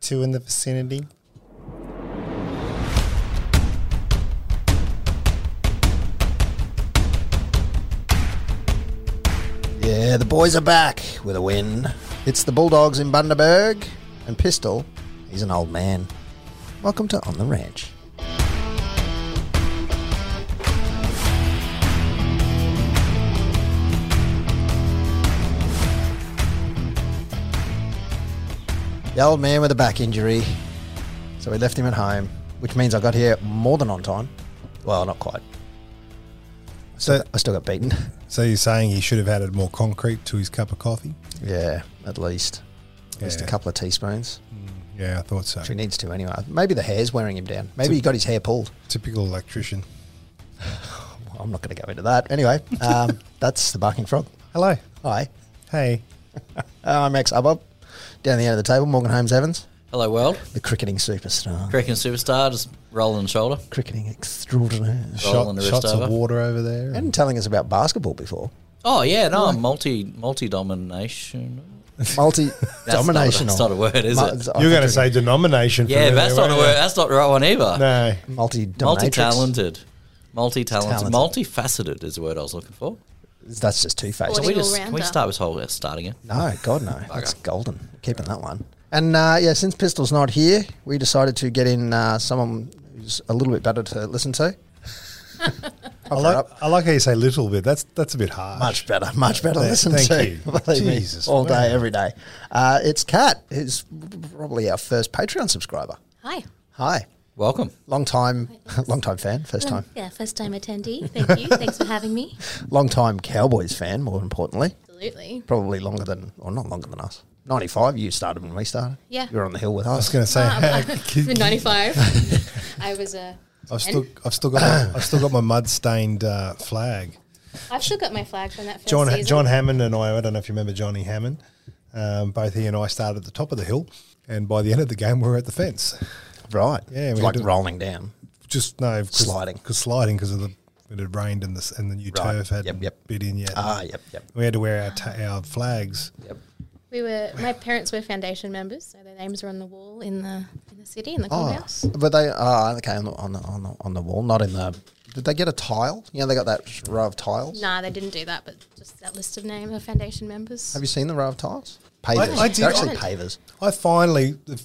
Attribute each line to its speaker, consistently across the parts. Speaker 1: two in the vicinity.
Speaker 2: Yeah, the boys are back with a win. It's the Bulldogs in Bundaberg, and Pistol, he's an old man. Welcome to On the Ranch. The old man with a back injury, so we left him at home, which means I got here more than on time. Well, not quite.
Speaker 1: So,
Speaker 2: I still got beaten.
Speaker 1: so you're saying he should have added more concrete to his cup of coffee?
Speaker 2: Yeah, at least. At least a
Speaker 1: Yeah. Mm.
Speaker 2: couple of teaspoons.
Speaker 1: Yeah, I thought so.
Speaker 2: Which he needs to anyway. Maybe the hair's wearing him down. Maybe he got his hair pulled.
Speaker 1: Typical electrician.
Speaker 2: Well, I'm not going to go into that. Anyway, um, that's the Barking Frog.
Speaker 1: Hello.
Speaker 2: Hi.
Speaker 1: Hey.
Speaker 2: Uh, I'm Max Ubob. Down the end of the table, Morgan Holmes Evans,
Speaker 3: Hello, world.
Speaker 2: the cricketing superstar.
Speaker 3: Cracking superstar, just rolling the shoulder.
Speaker 2: cricketing extraordinaire.
Speaker 3: Rolling the wrist
Speaker 1: shots of
Speaker 3: over.
Speaker 1: water over there.
Speaker 2: And telling us about basketball before.
Speaker 3: Oh yeah, no, I'm multi multi domination.
Speaker 2: Multi
Speaker 3: That's not-
Speaker 2: dominational.
Speaker 3: that's not a word, is it?
Speaker 1: you're going to say denomination.
Speaker 3: Yeah,
Speaker 1: from
Speaker 3: that's
Speaker 1: there,
Speaker 3: not a word.
Speaker 1: weren't
Speaker 3: That's not the right one either.
Speaker 1: you? No.
Speaker 2: multi
Speaker 3: multi
Speaker 2: dominatrix.
Speaker 3: talented, multi talented,
Speaker 2: Talented.
Speaker 3: multifaceted is the word I was looking for.
Speaker 2: That's just two faced.
Speaker 3: Can
Speaker 4: What
Speaker 3: we
Speaker 4: an
Speaker 3: just can we
Speaker 4: all-rounder.
Speaker 3: start this whole uh, starting it?
Speaker 2: No, God, no. That's golden. Keeping that one. And uh, yeah, since Pistol's not here, we decided to get in uh, someone who's a little bit better to listen to.
Speaker 1: I like, I like how you say little bit. That's that's a bit harsh.
Speaker 2: Much better, much better
Speaker 1: Thank-
Speaker 2: listen
Speaker 1: thank
Speaker 2: to.
Speaker 1: you.
Speaker 2: Believe me,
Speaker 1: Jesus,
Speaker 2: all day,
Speaker 1: man.
Speaker 2: every day. Uh, it's Kat, who's probably our first Patreon subscriber.
Speaker 4: Hi.
Speaker 2: Hi,
Speaker 3: Welcome.
Speaker 2: long time, long time fan, first time,
Speaker 4: Yeah, first time attendee. Thank you. Thanks for having me.
Speaker 2: long time Cowboys fan. More importantly,
Speaker 4: Absolutely.
Speaker 2: probably longer than, or not longer than us. Ninety five. You started when we started.
Speaker 4: Yeah.
Speaker 2: you were on the hill with
Speaker 1: I was
Speaker 2: us.
Speaker 1: going to say,
Speaker 4: I'm 95. I was a.
Speaker 1: I've still, I've still got, my, I've still got my mud-stained uh, flag.
Speaker 4: I've still got my flag from that first
Speaker 1: John
Speaker 4: season.
Speaker 1: John Hammond and I, I don't know if you remember Johnny Hammond, um, both he and I started at the top of the hill, and by the end of the game, we were at the fence.
Speaker 2: Right.
Speaker 1: Yeah,
Speaker 2: It's
Speaker 1: we
Speaker 2: like
Speaker 1: had to-
Speaker 2: rolling down.
Speaker 1: Just no
Speaker 2: Sliding.
Speaker 1: because sliding because of the it had rained and the and the new
Speaker 2: Right.
Speaker 1: turf had
Speaker 2: Yep,
Speaker 1: not
Speaker 2: yep.
Speaker 1: bit in yet.
Speaker 2: Ah, yep, yep,
Speaker 1: we had to wear our ta- our flags.
Speaker 2: yep.
Speaker 4: We were. My parents were foundation members, so their names are on the wall in the in the city in
Speaker 1: Ah.
Speaker 4: the
Speaker 2: Oh,
Speaker 4: clubhouse.
Speaker 2: but they ah okay on the, on the on the on the wall, not in the. Did they get a tile? You know, they got that sh- row of tiles.
Speaker 4: Nah, they didn't do that, but just that list of name of foundation members.
Speaker 2: Have you seen the row of tiles? Pavers.
Speaker 1: I did-
Speaker 2: They're actually
Speaker 4: I-
Speaker 2: pavers.
Speaker 1: I finally,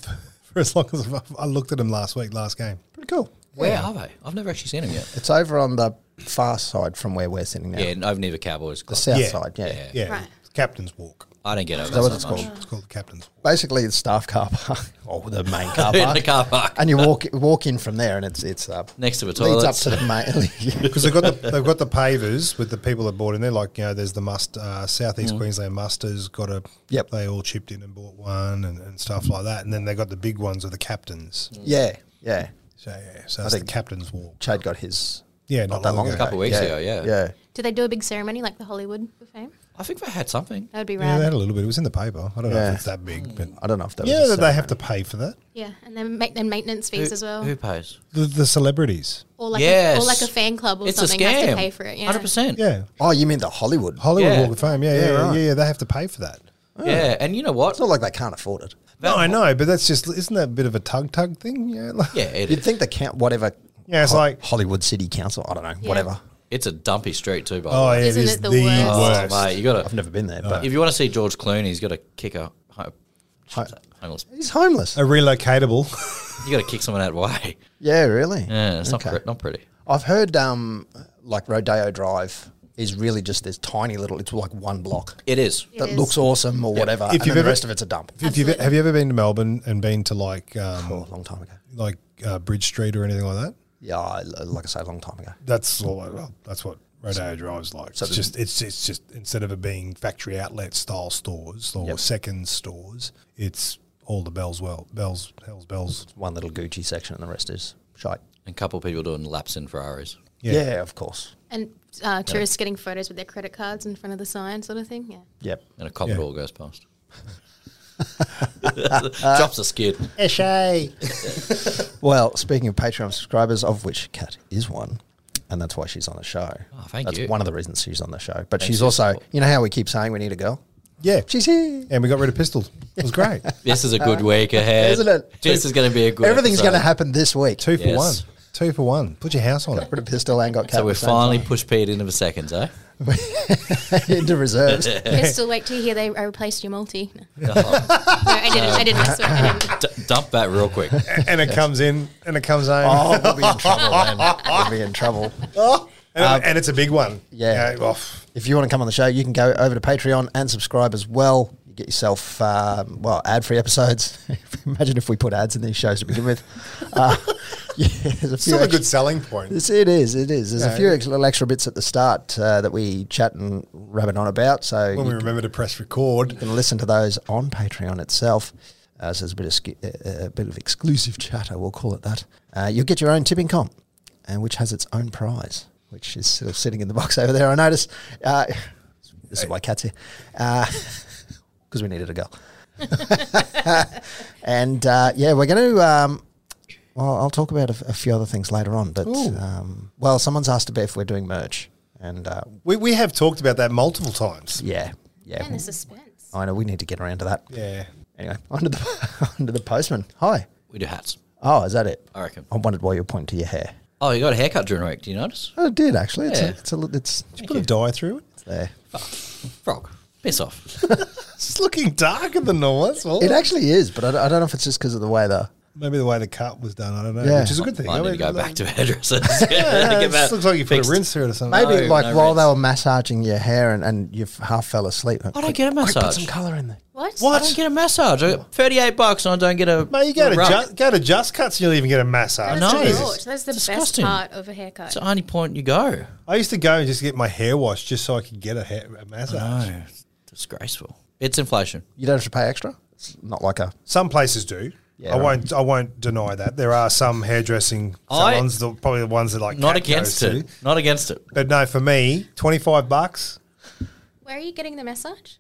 Speaker 1: for as long as I've, I looked at them last week, last game.
Speaker 2: Pretty cool.
Speaker 3: Where are they? I've never actually seen them yet.
Speaker 2: It's over on the far side from where we're sitting now.
Speaker 3: Yeah, and I've never Cowboys.
Speaker 2: The
Speaker 3: Club.
Speaker 2: south
Speaker 1: Yeah.
Speaker 2: side, yeah.
Speaker 3: Yeah.
Speaker 1: Yeah,
Speaker 4: Right.
Speaker 1: captain's walk.
Speaker 3: I don't get over
Speaker 2: that
Speaker 3: that.
Speaker 2: what
Speaker 3: so
Speaker 2: it's
Speaker 3: much.
Speaker 2: called?
Speaker 1: It's called the captain's walk.
Speaker 2: Basically, the staff car park, or the main car
Speaker 3: In the
Speaker 2: park.
Speaker 3: car park
Speaker 2: and you walk walk in from there, and it's it's uh,
Speaker 3: next to the
Speaker 2: leads up
Speaker 3: toilets.
Speaker 2: to the main.
Speaker 1: Because they've got the, they've got the pavers with the people that bought in there. Like you know, there's the must uh, Southeast Queensland musters got a.
Speaker 2: Yep.
Speaker 1: They all chipped in and bought one and, and stuff like that. And then they got the big ones with the captains.
Speaker 2: yeah, yeah.
Speaker 1: So yeah, so that's the
Speaker 2: Mm. think-
Speaker 1: captain's walk.
Speaker 2: Chad got his.
Speaker 1: Yeah,
Speaker 2: not
Speaker 1: not,
Speaker 2: that
Speaker 1: long,
Speaker 2: long
Speaker 1: ago.
Speaker 3: a couple of weeks ago. Yeah.
Speaker 2: yeah.
Speaker 4: Did they do a big ceremony like the Hollywood of Fame?
Speaker 3: I think they had something.
Speaker 4: That would be
Speaker 1: Yeah,
Speaker 4: rad. Mm.
Speaker 1: they
Speaker 4: Yeah,
Speaker 1: had a little bit. It was in the paper. I don't know
Speaker 2: Yeah.
Speaker 1: if it's that big, but
Speaker 2: I don't know if that
Speaker 1: yeah,
Speaker 2: was. a
Speaker 1: that they
Speaker 2: set.
Speaker 1: have to pay for that.
Speaker 4: and then make then maintenance fees
Speaker 3: Who-
Speaker 4: as well,
Speaker 3: Who pays?
Speaker 1: The, the celebrities.
Speaker 4: or like
Speaker 3: Yes.
Speaker 4: a, or like a fan club or
Speaker 3: It's a
Speaker 4: something has to
Speaker 3: scam.
Speaker 4: pay for it. Yeah,
Speaker 3: Hundred percent.
Speaker 1: Yeah,
Speaker 2: Oh, you mean the Hollywood?
Speaker 1: Hollywood
Speaker 3: Yeah.
Speaker 1: Walk of Fame. Yeah, yeah,
Speaker 2: Yeah,
Speaker 1: yeah,
Speaker 2: right.
Speaker 1: yeah, They have to pay for that.
Speaker 3: Yeah, and you know what?
Speaker 2: It's not like they can't afford it.
Speaker 1: No, I know, but that's just isn't that a bit of a tug tug thing? Yeah, like,
Speaker 3: Yeah, it
Speaker 2: You'd
Speaker 3: is.
Speaker 2: think the count whatever.
Speaker 1: Yeah, it's like-
Speaker 2: Hollywood City Council. I don't know, whatever.
Speaker 3: It's a dumpy street too, by the
Speaker 1: Oh,
Speaker 3: way.
Speaker 1: yeah,
Speaker 4: Isn't
Speaker 1: it is
Speaker 4: it
Speaker 1: the,
Speaker 4: the worst?
Speaker 3: Oh,
Speaker 1: worst.
Speaker 3: mate, you got
Speaker 2: I've
Speaker 3: to.
Speaker 2: never been there, but
Speaker 3: If you want to see George Clooney, he's got to kick a ho- homeless.
Speaker 2: he's homeless.
Speaker 1: A relocatable.
Speaker 3: You got to kick someone out of the way.
Speaker 2: Yeah, really.
Speaker 3: Yeah, it's not
Speaker 2: Okay.
Speaker 3: pre- not pretty.
Speaker 2: I've heard um, like Rodeo Drive is really just this tiny little. It's like one block
Speaker 3: It is.
Speaker 2: that
Speaker 4: is.
Speaker 2: looks awesome or whatever,
Speaker 1: If
Speaker 2: and
Speaker 1: you've
Speaker 2: then the
Speaker 1: ever-
Speaker 2: rest of it's a dump.
Speaker 1: If you've, e-, have you ever been to Melbourne and been to like um,
Speaker 2: Oh, a long time ago.
Speaker 1: like uh, Bridge Street or anything like that?
Speaker 2: Yeah, I- like I say, a long time ago.
Speaker 1: That's all. Well, that's what Rodeo Drive's like. it's
Speaker 2: the-
Speaker 1: just it's it's just instead of it being factory outlet style stores or second stores, it's all the bells well bells hell's bells.
Speaker 2: One little Gucci section, and the rest is shite.
Speaker 3: And a couple people doing laps in Ferraris.
Speaker 2: Yeah,
Speaker 1: Yeah.
Speaker 2: of course.
Speaker 4: and uh, tourists getting photos with their credit cards in front of the sign, sort of thing. Yeah.
Speaker 2: Yep.
Speaker 3: And a Commodore goes past. Drops a skid.
Speaker 2: Well, speaking of Patreon subscribers, of which Kat is one, and that's why she's on the show.
Speaker 3: Oh, thank
Speaker 2: that's
Speaker 3: you.
Speaker 2: one of the reasons she's on the show. But
Speaker 3: Thanks
Speaker 2: she's
Speaker 3: for your
Speaker 2: also,
Speaker 3: support.
Speaker 2: you know how we keep saying we need a girl?
Speaker 1: Yeah.
Speaker 2: She's here.
Speaker 1: And we got rid of pistols. It was great.
Speaker 3: This is a good week ahead,
Speaker 2: Isn't it?
Speaker 3: This is going to be a good.
Speaker 2: Everything's going to
Speaker 3: episode.
Speaker 2: happen this week.
Speaker 1: Two for
Speaker 3: Yes.
Speaker 1: one. Two for one. Put your house on it.
Speaker 2: Put a pistol and got cat.
Speaker 3: So we
Speaker 2: at the same
Speaker 3: finally pushed Pete into the seconds,
Speaker 2: time.
Speaker 3: eh?
Speaker 2: into reserves.
Speaker 4: Crystal, wait till you hear they I replaced your multi. No, I didn't. I didn't. I swear I didn't.
Speaker 3: D- dump that real quick.
Speaker 1: And it comes in and it comes home.
Speaker 2: Oh, we'll be in trouble then. We'll be in trouble.
Speaker 1: Oh. And, and it's a big one.
Speaker 2: Um,
Speaker 1: oh,
Speaker 2: yeah.
Speaker 1: well, f-
Speaker 2: If you want to come on the show, you can go over to Patreon and subscribe as well. You get yourself, um, well, ad free episodes. Imagine if we put ads in these shows to begin with. Uh, yeah, there's a few
Speaker 1: still a
Speaker 2: extra-
Speaker 1: good selling point.
Speaker 2: It's, it is. It is. There's a few ex- little extra bits at the start uh, that we chat and rabbit on about. So
Speaker 1: When we
Speaker 2: you
Speaker 1: remember to press record.
Speaker 2: can listen to those on Patreon itself. Uh, so there's a bit of ski- uh, a bit of exclusive chatter. We'll call it that. Uh, you'll get your own tipping comp, and which has its own prize, which is sort of sitting in the box over there. I notice. Uh, this is why cats here, because we needed a girl. and uh, yeah, we're going to. Um, well, I'll talk about a, f- a few other things later on, but
Speaker 1: Ooh.
Speaker 2: um, well, someone's asked about if we're doing merch, and uh,
Speaker 1: We, we have talked about that multiple times.
Speaker 2: yeah, yeah,
Speaker 4: And the suspense.
Speaker 2: I know we need to get around to that.
Speaker 1: Yeah.
Speaker 2: Anyway, onto the onto the postman. Hi.
Speaker 3: We do hats.
Speaker 2: Oh, is that it?
Speaker 3: I reckon.
Speaker 2: I wondered why you were pointing to your hair.
Speaker 3: Oh, you got a haircut during the week. Do you notice?
Speaker 2: Oh, it did actually. It's
Speaker 3: Yeah.
Speaker 2: a, it's a, li- it's,
Speaker 1: Did you put a dye through it?
Speaker 2: it's there.
Speaker 3: Frog. Piss off.
Speaker 1: It's just looking darker than normal. That's all.
Speaker 2: It actually is, but I, don't- I don't know if it's just because of the way the
Speaker 1: Maybe the way the cut was done, I don't know.
Speaker 2: Yeah.
Speaker 1: Which is a good thing.
Speaker 3: I need to go back to hairdressers.
Speaker 1: Yeah,
Speaker 3: yeah,
Speaker 1: it just looks like you put a rinse through it or something.
Speaker 2: maybe
Speaker 3: No,
Speaker 2: like
Speaker 3: no
Speaker 2: while
Speaker 3: rinse.
Speaker 2: they were massaging your hair and, and you f- half fell asleep.
Speaker 3: I don't get a
Speaker 2: Quick, put
Speaker 3: massage.
Speaker 2: some color in there.
Speaker 4: What?
Speaker 3: I don't get a massage. I got 38 bucks and I don't get a.
Speaker 1: Mate, you go to,
Speaker 3: rub.
Speaker 1: ju- go to Just Cuts and you'll even get a massage.
Speaker 4: That's
Speaker 3: know.
Speaker 4: the
Speaker 3: Jesus.
Speaker 4: thought. That's the
Speaker 3: Disgusting.
Speaker 4: best part of a haircut.
Speaker 3: It's the only point you go.
Speaker 1: I used to go and just get my hair washed just so I could get a, hair, a massage.
Speaker 3: No, it's disgraceful. It's inflation.
Speaker 2: You don't have to pay extra. It's not like a
Speaker 1: Some places do.
Speaker 2: Yeah,
Speaker 1: I
Speaker 2: right.
Speaker 1: won't. I won't deny that there are some hairdressing
Speaker 3: I-
Speaker 1: salons, the, probably the ones that like
Speaker 3: Not
Speaker 1: Kat
Speaker 3: against
Speaker 1: goes
Speaker 3: it.
Speaker 1: to.
Speaker 3: Not against it.
Speaker 1: But no, for me, twenty five bucks.
Speaker 4: Where are you getting the massage?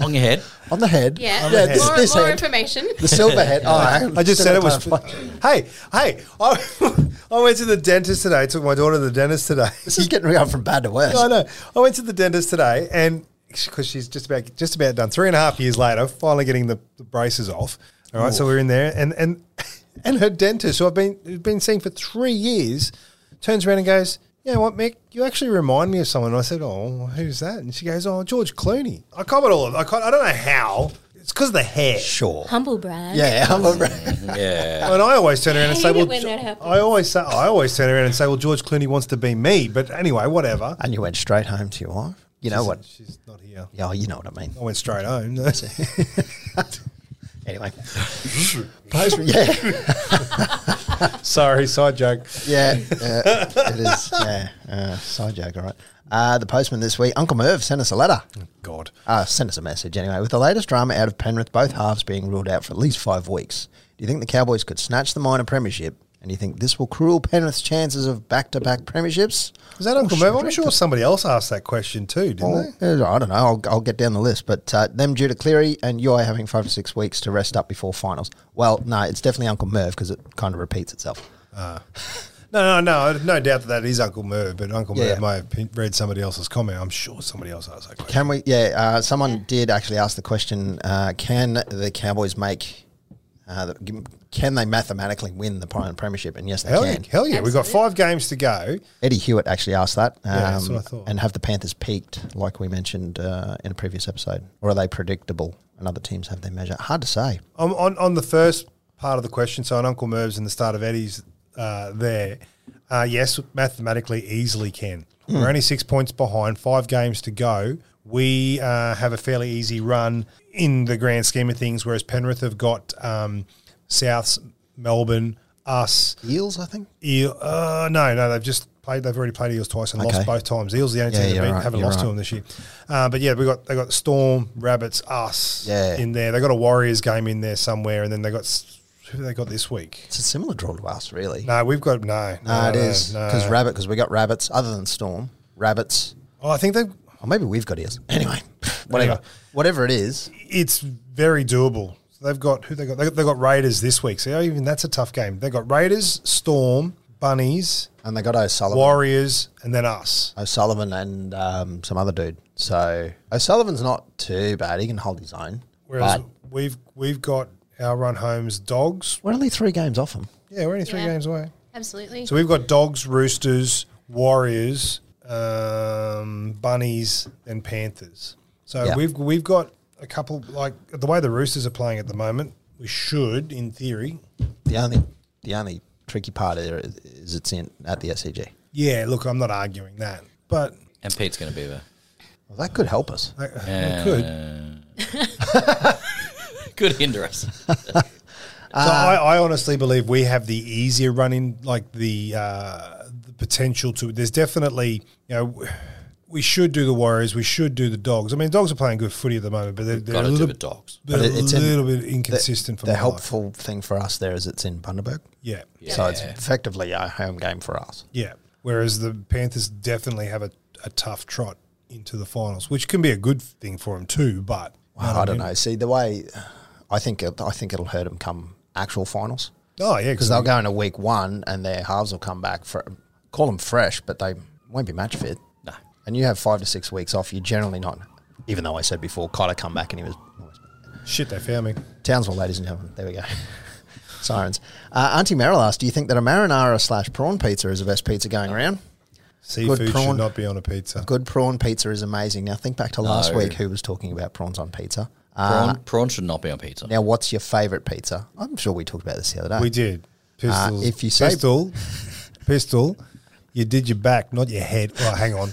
Speaker 3: On your head.
Speaker 2: on the head.
Speaker 4: Yeah.
Speaker 2: yeah.
Speaker 1: the
Speaker 2: This,
Speaker 4: more,
Speaker 2: this
Speaker 4: more
Speaker 2: head,
Speaker 4: information.
Speaker 2: the silver head. Oh, hang on.
Speaker 1: I just said it was.
Speaker 2: Silver
Speaker 1: Hey, hey! I, I went to the dentist today. Took my daughter to the dentist today.
Speaker 2: This is getting real from bad to worse.
Speaker 1: I know. I went to the dentist today, and because she's just about just about done, three and a half years later, finally getting the, the braces off. All right, so we're in there, and and and her dentist, who I've been who've been seeing for three years, turns around and goes, "You know what, Mick? You actually remind me of someone." And I said, "Oh, who's that?" And she goes, "Oh, George Clooney." I covered all of. I can't, I don't know how. It's because of the hair.
Speaker 2: Sure.
Speaker 4: Humble brag.
Speaker 2: Yeah. I'm a-
Speaker 3: Yeah.
Speaker 1: And I always turn around and
Speaker 4: I
Speaker 1: say,
Speaker 4: hate it
Speaker 1: "Well,
Speaker 4: when that happens.
Speaker 1: I always say, I always turn around and say, well, George Clooney wants to be me.' But anyway, whatever.
Speaker 2: and you went straight home to your wife. You know what?
Speaker 1: She's not here.
Speaker 2: Yeah, you know what I mean.
Speaker 1: I went straight home.
Speaker 2: Anyway, postman. Yeah.
Speaker 1: Sorry, side joke.
Speaker 2: Yeah, yeah, it is. Yeah, uh, side joke, all right. Uh, the postman this week, Uncle Merv, sent us a letter.
Speaker 1: God.
Speaker 2: Uh, sent us a message anyway. With the latest drama out of Penrith, both halves being ruled out for at least five weeks. Do you think the Cowboys could snatch the minor premiership? And you think this will cruel Penrith's chances of back-to-back premierships?
Speaker 1: Is that Uncle Merv? I'm sure somebody else asked that question too, didn't
Speaker 2: Well,
Speaker 1: they?
Speaker 2: uh, I don't know. I'll, I'll get down the list, but uh, them due to Cleary and you are having five to six weeks to rest up before finals. Well, no, it's definitely Uncle Merv because it kind of repeats itself.
Speaker 1: No, no, no. No doubt that that is Uncle Merv, but Uncle
Speaker 2: Yeah.
Speaker 1: Merv may have pin- read somebody else's comment. I'm sure somebody else asked that question.
Speaker 2: Can we? Yeah, uh, someone did actually ask the question: uh, Can the Cowboys make? Uh, the, can they mathematically win the Prime Premiership? And yes, they
Speaker 1: Hell yeah,
Speaker 2: can.
Speaker 1: hell yeah. We've got five games to go.
Speaker 2: Eddie Hewitt actually asked that, um,
Speaker 1: that's what I thought.
Speaker 2: and have the Panthers peaked like we mentioned uh, in a previous episode, or are they predictable? And other teams have their measure. Hard to say.
Speaker 1: On, on, on the first part of the question, so on Uncle Merv's and the start of Eddie's uh, there, uh, yes, mathematically, easily can. We're only six points behind, five games to go. We uh, have a fairly easy run in the grand scheme of things, whereas Penrith have got um, Souths, Melbourne, us,
Speaker 2: Eels, I think.
Speaker 1: Eel. Uh, no, no, they've just played. They've already played Eels twice and
Speaker 2: Okay.
Speaker 1: lost both times. Eels are the only
Speaker 2: Yeah,
Speaker 1: team that
Speaker 2: you're
Speaker 1: beat-
Speaker 2: right,
Speaker 1: haven't
Speaker 2: you're
Speaker 1: lost to
Speaker 2: right.
Speaker 1: them this year. Uh, but yeah, we got they got Storm, Rabbits, us
Speaker 2: Yeah.
Speaker 1: in there. They got a Warriors game in there somewhere, and then they got s- who have they got this week.
Speaker 2: It's a similar draw to us, really.
Speaker 1: No, we've got no. No,
Speaker 2: Uh, it
Speaker 1: no,
Speaker 2: is
Speaker 1: no.
Speaker 2: because rabbit because we got rabbits. Other than storm, rabbits.
Speaker 1: Oh, I think they.
Speaker 2: Or maybe we've got eels. Anyway, whatever,
Speaker 1: Anyway.
Speaker 2: whatever it is.
Speaker 1: It's very doable. So they've got who they got. They got, they got Raiders this week. So even that's a tough game. They got Raiders, Storm, Bunnies,
Speaker 2: And they got O'Sullivan.
Speaker 1: Warriors, and then us.
Speaker 2: O'Sullivan and um, some other dude. So O'Sullivan's not too bad. He can hold his own.
Speaker 1: Whereas
Speaker 2: but
Speaker 1: we've we've got our run homes dogs.
Speaker 2: we're only three games off him.
Speaker 1: Yeah, we're only three
Speaker 4: Yeah.
Speaker 1: games away.
Speaker 4: Absolutely.
Speaker 1: So we've got dogs, roosters, warriors, um, bunnies, and panthers. So
Speaker 2: Yeah.
Speaker 1: we've we've got a couple like the way the roosters are playing at the moment. We should, in theory,
Speaker 2: The only the only tricky part there is, is it's in at the SCG.
Speaker 1: yeah. Look, I'm not arguing that, but
Speaker 3: And Pete's going to be uh, there.
Speaker 2: Well, that could help us.
Speaker 1: I, I could.
Speaker 3: Could hinder us.
Speaker 1: So I, I honestly believe we have the easier run in, like the uh, the potential to. There's definitely, you know, we should do the Warriors. We should do the Dogs. I mean, Dogs are playing good footy at the moment, but they're, they're
Speaker 3: Got
Speaker 1: a
Speaker 3: to do
Speaker 1: little
Speaker 3: the
Speaker 1: bit,
Speaker 3: dogs.
Speaker 1: they're
Speaker 2: But it-
Speaker 1: a
Speaker 2: it's in-
Speaker 1: little bit inconsistent for
Speaker 2: The
Speaker 1: my life.
Speaker 2: helpful thing for us there is it's in Bundaberg.
Speaker 1: Yeah, yeah,
Speaker 2: So it's effectively a home game for us.
Speaker 1: Whereas the Panthers definitely have a, a tough trot into the finals, which can be a good thing for them too. But
Speaker 2: I, don't know. See the way I think it, I think it'll hurt them come actual finals
Speaker 1: oh yeah,
Speaker 2: because they'll go into week one and their halves will come back for call them fresh, but they won't be match fit.
Speaker 3: No.
Speaker 2: And you have five to six weeks off. You're generally not. Even though I said before, Cotter come back and he was
Speaker 1: shit. They found me.
Speaker 2: Townsville, ladies and gentlemen. There we go. Sirens. Uh, Auntie Merrill asked, "Do you think that a marinara slash prawn pizza is the best pizza going around?
Speaker 1: Seafood should
Speaker 2: prawn.
Speaker 1: not be on a pizza.
Speaker 2: Good prawn pizza is amazing. Now think back to last
Speaker 3: No.
Speaker 2: week. Who was talking about prawns on pizza? Uh,
Speaker 1: Ah.
Speaker 3: Prawn, prawn should not be on pizza.
Speaker 2: Now, what's your favourite pizza? I'm sure we talked about this the other day.
Speaker 1: We did. Pistols.
Speaker 2: Uh, if you say-
Speaker 1: pistol, pistol, you did your back, not your head. Oh, hang on.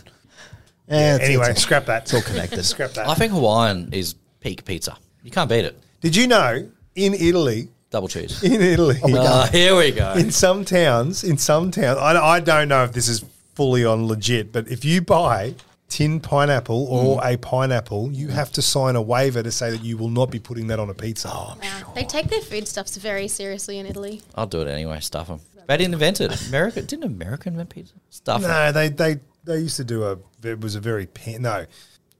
Speaker 2: Yeah, it's-
Speaker 1: anyway,
Speaker 2: it's
Speaker 1: scrap that. It's all
Speaker 2: connected.
Speaker 1: scrap
Speaker 3: I
Speaker 1: that.
Speaker 3: think Hawaiian is peak pizza. You can't beat it.
Speaker 1: Did you know in Italy,
Speaker 3: Double cheese.
Speaker 1: in Italy,
Speaker 2: Oh
Speaker 3: Ah, here we go.
Speaker 1: in some towns, in some towns, I, I don't know if this is fully on legit, but if you buy tin pineapple or
Speaker 2: Hmm.
Speaker 1: a pineapple, you have to sign a waiver to say that you will not be putting that on a pizza.
Speaker 2: Oh,
Speaker 4: Wow. They take their foodstuffs very seriously in Italy.
Speaker 3: I'll do it anyway. Stuff them. They didn't invent it. America didn't America invent pizza? Stuff 'em.
Speaker 1: No, they, they they used to do a. It was a very pan, no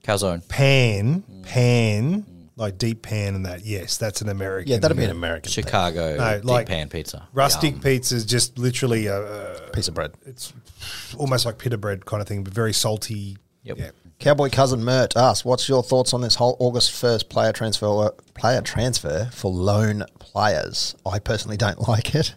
Speaker 3: Calzone.
Speaker 1: pan pan like deep pan and that. Yes, that's an American.
Speaker 2: Hmm. yeah, that'd be an American
Speaker 3: Chicago
Speaker 1: No,
Speaker 3: deep
Speaker 1: like
Speaker 3: pan pizza.
Speaker 1: Rustic
Speaker 3: Yum.
Speaker 1: pizza is just literally a, a-
Speaker 2: thing. piece of bread.
Speaker 1: it's almost like pita bread kind of thing, but very salty.
Speaker 3: Yep.
Speaker 1: Yeah.
Speaker 2: Cowboy cousin Mert asked, "What's your thoughts on this whole August first player transfer player transfer for loan players? I personally don't like it.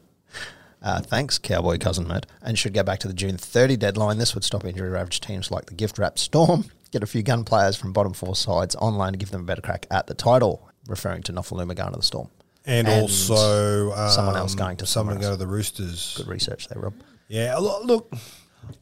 Speaker 2: Uh, thanks, Cowboy cousin Mert, and should go back to the June thirty deadline. This would stop injury ravaged teams like the gift wrap Storm get a few gun players from bottom four sides on loan to give them a better crack at the title. Referring to Nofaluma going to the Storm.
Speaker 1: And,
Speaker 2: And
Speaker 1: also
Speaker 2: someone else
Speaker 1: um,
Speaker 2: going to
Speaker 1: someone
Speaker 2: someone
Speaker 1: go to
Speaker 2: else.
Speaker 1: the Roosters.
Speaker 2: Good research there, Rob.
Speaker 1: Yeah, a lo- look,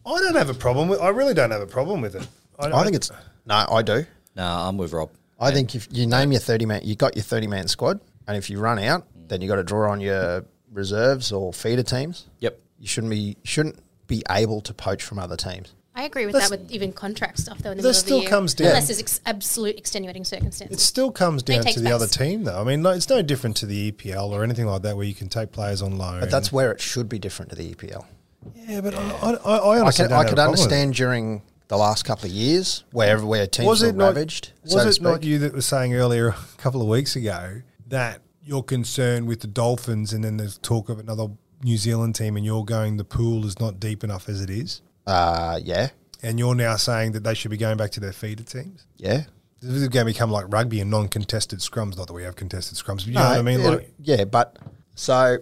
Speaker 1: I don't have a problem with. I really don't have a problem with it.
Speaker 2: I think it's no, I do.
Speaker 3: No, I'm with Rob.
Speaker 2: I think if you name your thirty man, you got your thirty man squad, and if you run out, then you got to draw on your reserves or feeder teams.
Speaker 3: Yep.
Speaker 2: You shouldn't be shouldn't be able to poach from other teams.
Speaker 4: I agree with
Speaker 1: That's-
Speaker 4: that with even contract stuff though. In the
Speaker 1: That
Speaker 4: middle
Speaker 1: still
Speaker 4: of the year,
Speaker 1: comes down-
Speaker 4: unless there's ex- absolute extenuating circumstances.
Speaker 1: It still comes down
Speaker 4: take
Speaker 1: to the other
Speaker 4: space.
Speaker 1: team, though. I mean, no, it's no different to the EPL or anything like that, where you can take players on loan.
Speaker 2: But that's where it should be different to the EPL.
Speaker 1: yeah, but I, I, I
Speaker 2: I
Speaker 1: honestly
Speaker 2: could,
Speaker 1: don't
Speaker 2: I
Speaker 1: have
Speaker 2: could
Speaker 1: a problem with it.
Speaker 2: understand during the last couple of years where where teams were ravaged.
Speaker 1: Not,
Speaker 2: so
Speaker 1: was
Speaker 2: to
Speaker 1: it not
Speaker 2: speak.
Speaker 1: you that was saying earlier a couple of weeks ago that you're concerned with the Dolphins and then there's talk of another New Zealand team and you're going the pool is not deep enough as it is,
Speaker 2: Uh, yeah,
Speaker 1: and you're now saying that they should be going back to their feeder teams.
Speaker 2: yeah.
Speaker 1: This is going to become like rugby and non-contested scrums. Not that we have contested scrums, but you know what I mean.
Speaker 2: it-
Speaker 1: Like,
Speaker 2: yeah, but so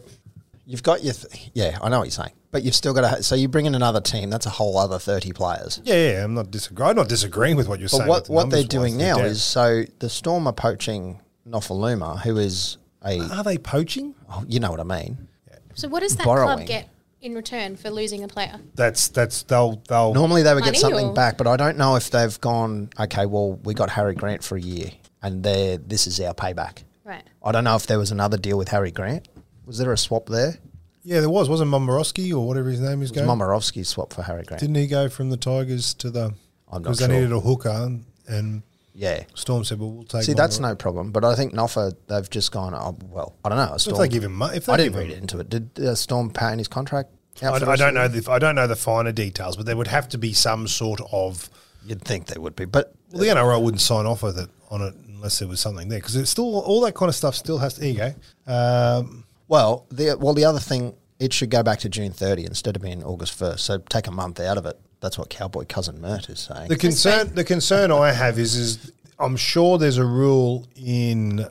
Speaker 2: you've got your th- yeah. I know what you're saying, but you've still got to. So you bring in another team. That's a whole other thirty players.
Speaker 1: yeah, yeah, I'm not disagreeing. I'm not disagreeing with what you're
Speaker 2: But
Speaker 1: saying.
Speaker 2: what,
Speaker 1: with the
Speaker 2: what they're
Speaker 1: numbers-wise,
Speaker 2: doing
Speaker 1: they're
Speaker 2: now
Speaker 1: dead.
Speaker 2: is so the Storm are poaching Nofaluma, who is a
Speaker 1: are they poaching?
Speaker 2: oh, you know what I mean.
Speaker 4: so what does that
Speaker 2: borrowing.
Speaker 4: club get in return for losing a player?
Speaker 1: That's that's they'll they'll
Speaker 2: Normally they would get
Speaker 4: Money
Speaker 2: something
Speaker 4: or-
Speaker 2: back, but I don't know if they've gone. Okay, well we got Harry Grant for a year, and there this is our payback.
Speaker 4: Right.
Speaker 2: I don't know if there was another deal with Harry Grant. Was there a swap there?
Speaker 1: yeah. There was wasn't Momorowski or whatever his name is
Speaker 2: Was
Speaker 1: going.
Speaker 2: Momorowski swap for Harry Grant?
Speaker 1: Didn't he go from the Tigers to the?
Speaker 2: I'm not
Speaker 1: Because
Speaker 2: sure.
Speaker 1: they needed a hooker, and, and
Speaker 2: yeah.
Speaker 1: Storm said, "Well, we'll take."
Speaker 2: See,
Speaker 1: Momorowski."
Speaker 2: that's no problem. But I think Noffa, they've just gone. Oh, well, I don't know. a
Speaker 1: If
Speaker 2: Storm,
Speaker 1: they give him, mo- if they
Speaker 2: I didn't
Speaker 1: give
Speaker 2: read
Speaker 1: him,
Speaker 2: into it. Did uh, Storm pay in his contract? out
Speaker 1: I,
Speaker 2: for the
Speaker 1: I
Speaker 2: rest of
Speaker 1: don't
Speaker 2: the
Speaker 1: know. The, I don't know the finer details, but there would have to be some sort of.
Speaker 2: You'd think they would be, but
Speaker 1: Well, the NRL wouldn't sign off with it on it unless there was something there because it's still all that kind of stuff still has to. There you go. Um,
Speaker 2: Well, the well the other thing it should go back to June 30 instead of being August 1st. So take a month out of it. That's what Cowboy Cousin Mert is saying.
Speaker 1: The concern, the concern I have is, is I'm sure there's a rule in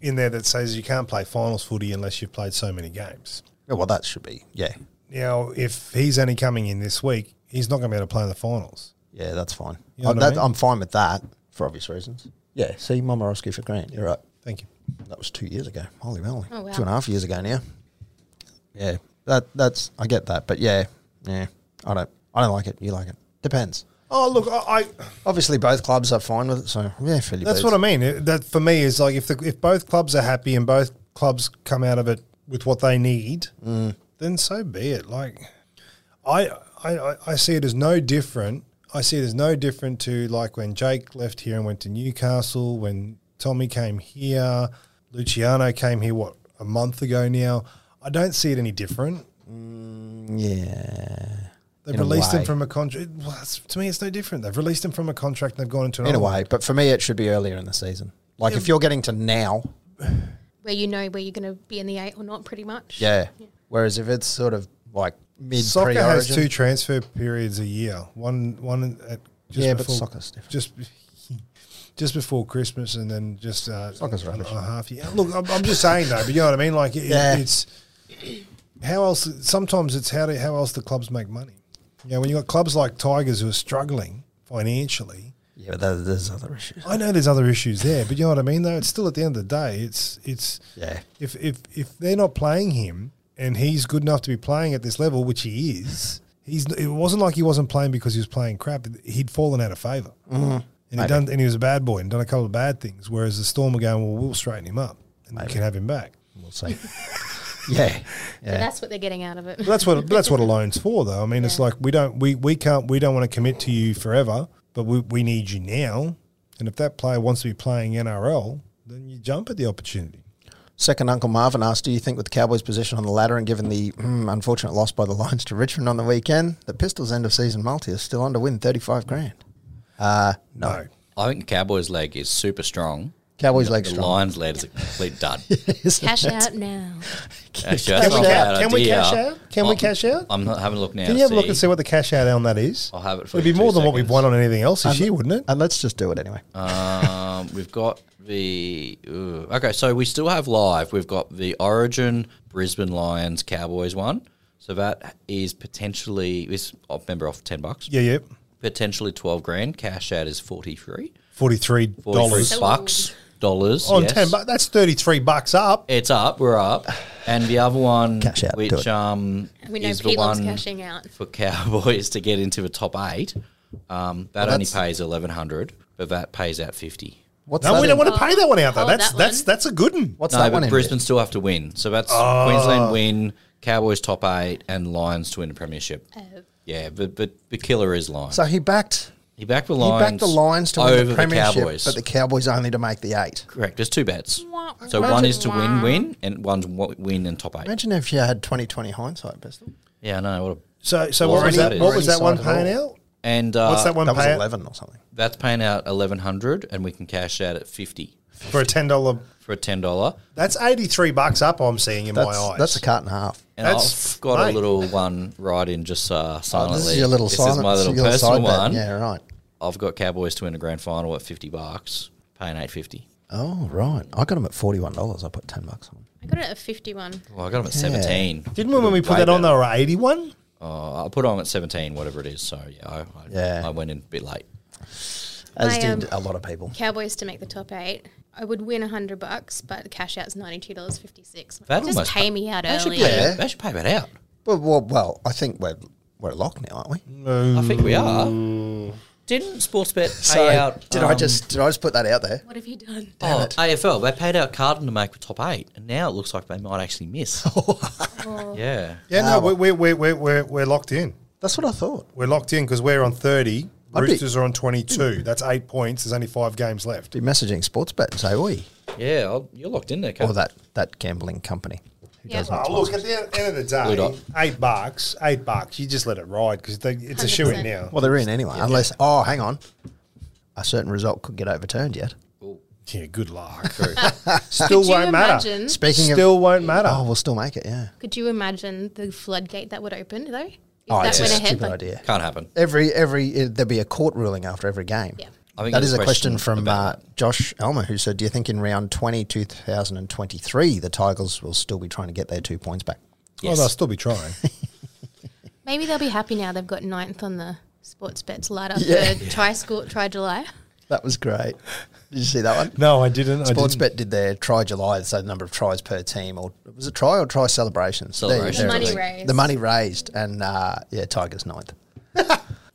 Speaker 1: in there that says you can't play finals footy unless you've played so many games.
Speaker 2: Yeah, well, that should be. Yeah.
Speaker 1: Now, if he's only coming in this week, he's not going to be able to play in the finals.
Speaker 2: Yeah, that's fine.
Speaker 1: You know
Speaker 2: I,
Speaker 1: what I
Speaker 2: that,
Speaker 1: mean?
Speaker 2: I'm fine with that for obvious reasons. Yeah. See, Momorowski for Grant. You're right.
Speaker 1: Thank you.
Speaker 2: That was two years ago. Holy moly.
Speaker 4: Oh, wow.
Speaker 2: Two and a half years ago now. Yeah. That that's I get that. But yeah. Yeah. I don't I don't like it. You like it. Depends.
Speaker 1: Oh look, I, I
Speaker 2: Obviously both clubs are fine with it, so yeah, Philly.
Speaker 1: that's what I mean. It- That for me is like if the, if both clubs are happy and both clubs come out of it with what they need,
Speaker 2: Mm.
Speaker 1: then so be it. Like I, I I- I see it as no different. I see it as no different to like when Jake left here and went to Newcastle, when Tommy came here, Luciano came here what a month ago now. I don't see it any different.
Speaker 2: Yeah.
Speaker 1: They've
Speaker 2: In a
Speaker 1: released him
Speaker 2: way.
Speaker 1: from a contract. Well, that's- to me, it's no different. They've released him from a contract and they've gone into
Speaker 2: In
Speaker 1: another
Speaker 2: a
Speaker 1: one.
Speaker 2: way. But for me it should be earlier in the season. Like if you're getting to now,
Speaker 4: where you know where you're going to be in the eight or not, pretty much.
Speaker 2: yeah. Whereas if it's sort of like mid
Speaker 1: Soccer
Speaker 2: pre
Speaker 1: has two
Speaker 2: origin
Speaker 1: transfer periods a year. One one at just
Speaker 2: Yeah, but
Speaker 1: before,
Speaker 2: soccer's different.
Speaker 1: Just just before Christmas, and then just uh,
Speaker 2: Soccer's
Speaker 1: a-
Speaker 2: rubbish.
Speaker 1: a half year. Look, I'm, I'm just saying though, but you know what I mean. Like it,
Speaker 2: Yeah.
Speaker 1: it's how else. Sometimes it's how do, how else the clubs make money. You know, when you have got clubs like Tigers who are struggling financially.
Speaker 2: Yeah, but there- there's other issues.
Speaker 1: I know there's other issues there, but you know what I mean. Though it's still at the end of the day, it's it's
Speaker 2: Yeah.
Speaker 1: if if if they're not playing him and he's good enough to be playing at this level, which he is, he's it wasn't like he wasn't playing because he was playing crap. He'd fallen out of favor,
Speaker 2: Mm-hmm.
Speaker 1: and he done and he was a bad boy and done a couple of bad things. Whereas the Storm were going, well, we'll straighten him up and we can have him back.
Speaker 2: We'll see. yeah.
Speaker 4: But
Speaker 2: Yeah.
Speaker 4: that's what they're getting out of it.
Speaker 1: But that's what but that's what a loan's for, though. I mean, it's like we don't we we can't we don't want to commit to you forever, but we we need you now. And if that player wants to be playing NRL, then you jump at the opportunity.
Speaker 2: Second Uncle Marvin asked, "Do you think with the Cowboys' position on the ladder and given the mm, unfortunate loss by the Lions to Richmond on the weekend, the Pistols' end of season multi is still under win thirty five grand." Uh, no.
Speaker 1: No.
Speaker 3: I think Cowboys' leg is super strong.
Speaker 2: Cowboys' leg
Speaker 3: The
Speaker 2: strong.
Speaker 3: Lions' leg is a complete dud.
Speaker 2: Isn't
Speaker 4: Cash
Speaker 2: it?
Speaker 4: out now.
Speaker 3: Actually,
Speaker 1: Can
Speaker 3: that's
Speaker 1: we
Speaker 3: not a
Speaker 1: ca-
Speaker 3: bad
Speaker 1: can we
Speaker 3: idea. Oh,
Speaker 1: cash out? Can we
Speaker 3: I'm-
Speaker 1: cash out?
Speaker 3: I'm not having a look now.
Speaker 1: Can you have a look and see what the cash out on that is?
Speaker 3: I'll have it for
Speaker 1: It'd
Speaker 3: you
Speaker 1: be
Speaker 3: in
Speaker 1: more
Speaker 3: two
Speaker 1: than what we've
Speaker 3: seconds.
Speaker 1: won on anything else this year, wouldn't it?
Speaker 2: And let's just do it anyway.
Speaker 3: Um, we've got the ooh, okay. So we still have live. We've got the Origin Brisbane Lions Cowboys one. So that is potentially is oh, remember off ten bucks.
Speaker 1: Yeah, yeah.
Speaker 3: Potentially twelve grand. Cash out is forty three.
Speaker 1: Forty three
Speaker 3: Forty
Speaker 1: dollars
Speaker 3: three bucks dollars
Speaker 2: Oh,
Speaker 1: on
Speaker 3: yes.
Speaker 1: ten bucks. That's thirty three bucks up.
Speaker 3: It's up. We're up. And the other one,
Speaker 2: Cash out, do it.
Speaker 3: which um
Speaker 4: We know
Speaker 3: is the
Speaker 4: Pelon's
Speaker 3: one
Speaker 4: cashing out.
Speaker 3: for Cowboys to get into the top eight. Um, that only
Speaker 2: that's-
Speaker 3: pays eleven hundred, but that pays out fifty.
Speaker 2: What's
Speaker 1: No,
Speaker 2: that?
Speaker 1: we
Speaker 2: in-
Speaker 1: don't want to pay that one out though.
Speaker 4: Hold
Speaker 1: That's
Speaker 4: that
Speaker 1: that's
Speaker 4: one.
Speaker 1: that's a good one.
Speaker 2: what's
Speaker 3: no,
Speaker 2: that
Speaker 3: but
Speaker 2: one in?
Speaker 3: Brisbane still have to win. So that's
Speaker 2: Ah.
Speaker 3: Queensland win, Cowboys top eight, and Lions to win the premiership.
Speaker 2: Oh.
Speaker 3: Yeah, but but the killer is Lions.
Speaker 2: So he backed.
Speaker 3: he backed the
Speaker 2: He
Speaker 3: Lions.
Speaker 2: backed the Lions to
Speaker 3: over
Speaker 2: win the premiership,
Speaker 3: Cowboys.
Speaker 2: but the Cowboys only to make the eight.
Speaker 3: Correct. There's two bets.
Speaker 4: Wah,
Speaker 3: So
Speaker 4: wah,
Speaker 3: one is to
Speaker 4: wah.
Speaker 3: win, win, and one's wa- win and top eight.
Speaker 2: Imagine if you had 2020 hindsight, Pistol.
Speaker 3: Yeah, I know. What a,
Speaker 1: So so
Speaker 3: Well,
Speaker 1: what was
Speaker 3: already
Speaker 1: that? What was that one
Speaker 2: already
Speaker 1: paying
Speaker 2: signed it
Speaker 1: out?
Speaker 3: and uh,
Speaker 1: What's that one
Speaker 2: That was
Speaker 1: paying
Speaker 2: 11 or something.
Speaker 3: That's paying out eleven hundred, and we can cash out at fifty
Speaker 1: for a ten dollar?
Speaker 3: for a ten dollar.
Speaker 1: That's eighty three bucks up. I'm seeing in my
Speaker 2: That's,
Speaker 1: eyes.
Speaker 2: that's a cart and a half.
Speaker 3: And
Speaker 1: That's-
Speaker 3: I've got
Speaker 1: mate.
Speaker 3: a little one right in just uh, silently.
Speaker 2: this is your little
Speaker 3: This
Speaker 2: silent.
Speaker 3: is my little
Speaker 2: your
Speaker 3: personal
Speaker 2: side bet.
Speaker 3: one.
Speaker 2: Yeah, right.
Speaker 3: I've got Cowboys to win a grand final at fifty bucks, paying eight fifty.
Speaker 2: Oh, right. I got them at $41. I put 10 bucks on.
Speaker 4: I got it at 51.
Speaker 3: Well, I got them at seventeen.
Speaker 1: Didn't we when we put
Speaker 3: Way
Speaker 1: that on? They
Speaker 3: better.
Speaker 1: were eighty one.
Speaker 3: Uh, I put on at seventeen, whatever it is. So yeah, I, I,
Speaker 2: Yeah.
Speaker 3: I went in a bit late.
Speaker 2: As
Speaker 4: I,
Speaker 2: did
Speaker 4: um,
Speaker 2: a lot of people.
Speaker 4: Cowboys to make the top eight. I would win 100 bucks, but the cash out's $92.56.
Speaker 3: That
Speaker 4: Just
Speaker 3: almost
Speaker 4: pay me out
Speaker 3: They should,
Speaker 4: early.
Speaker 3: pay, they should pay that out.
Speaker 2: Well, well, well I think we're, we're locked now, aren't we?
Speaker 3: I think we are. Didn't Sportsbet pay
Speaker 2: So,
Speaker 3: out?
Speaker 2: did I
Speaker 3: um,
Speaker 2: just did I just put that out there?
Speaker 4: What have you done?
Speaker 3: Oh, AFL. They paid out Carden to make the top eight, and now it looks like they might actually miss.
Speaker 2: Oh.
Speaker 3: yeah.
Speaker 1: Yeah, no, we're we're we're we're, we're, we're locked in.
Speaker 2: That's what I thought.
Speaker 1: We're locked in because we're on thirty.
Speaker 2: I'd be-
Speaker 1: Roosters are on twenty two. That's eight points. There's only five games left.
Speaker 2: Be messaging Sportsbet and say, "Oi,"
Speaker 3: Yeah, I'll, you're locked in there, Kat.
Speaker 2: or that that gambling company. Who
Speaker 4: Yeah.
Speaker 2: does
Speaker 1: Oh, look, at the end- end of the day,
Speaker 3: Blue dot.
Speaker 1: eight bucks, eight bucks, you just let it ride because it's a shoe in
Speaker 4: 100%.
Speaker 1: now.
Speaker 2: Well, they're in anyway. Unless, oh, hang on, a certain result could get overturned yet.
Speaker 3: Ooh.
Speaker 1: Yeah, good luck.
Speaker 4: Could
Speaker 1: Still
Speaker 4: you
Speaker 1: won't matter.
Speaker 4: imagine?
Speaker 2: Speaking of,
Speaker 1: Still won't matter.
Speaker 2: oh, we'll still make it. Yeah.
Speaker 4: Could you imagine the floodgate that would open though? If
Speaker 2: oh,
Speaker 4: that
Speaker 2: it's a
Speaker 4: went
Speaker 2: stupid
Speaker 4: ahead, like,
Speaker 2: idea.
Speaker 3: Can't happen.
Speaker 2: Every every it, there'll be a court ruling after every game.
Speaker 4: Yeah.
Speaker 3: I think
Speaker 2: that is
Speaker 3: there's a
Speaker 2: a question,
Speaker 3: question
Speaker 2: from
Speaker 3: about
Speaker 2: uh, Josh Elmer who said, "Do you think in round 20, 2023, the Tigers will still be trying to get their two points back?"
Speaker 1: Well, they'll still be trying.
Speaker 4: maybe they'll be happy now. They've got ninth on the sports bets ladder
Speaker 2: Yeah.
Speaker 4: for try school try July.
Speaker 2: That was great. Did you see that one?
Speaker 1: no, I didn't. I didn't.
Speaker 2: Sportsbet did their try July, so the number of tries per team, or was it try or try celebrations? There you
Speaker 3: Celebrations,
Speaker 2: go. There
Speaker 3: The money
Speaker 2: it is.
Speaker 4: raised.
Speaker 2: The money raised, and uh, yeah, Tigers ninth.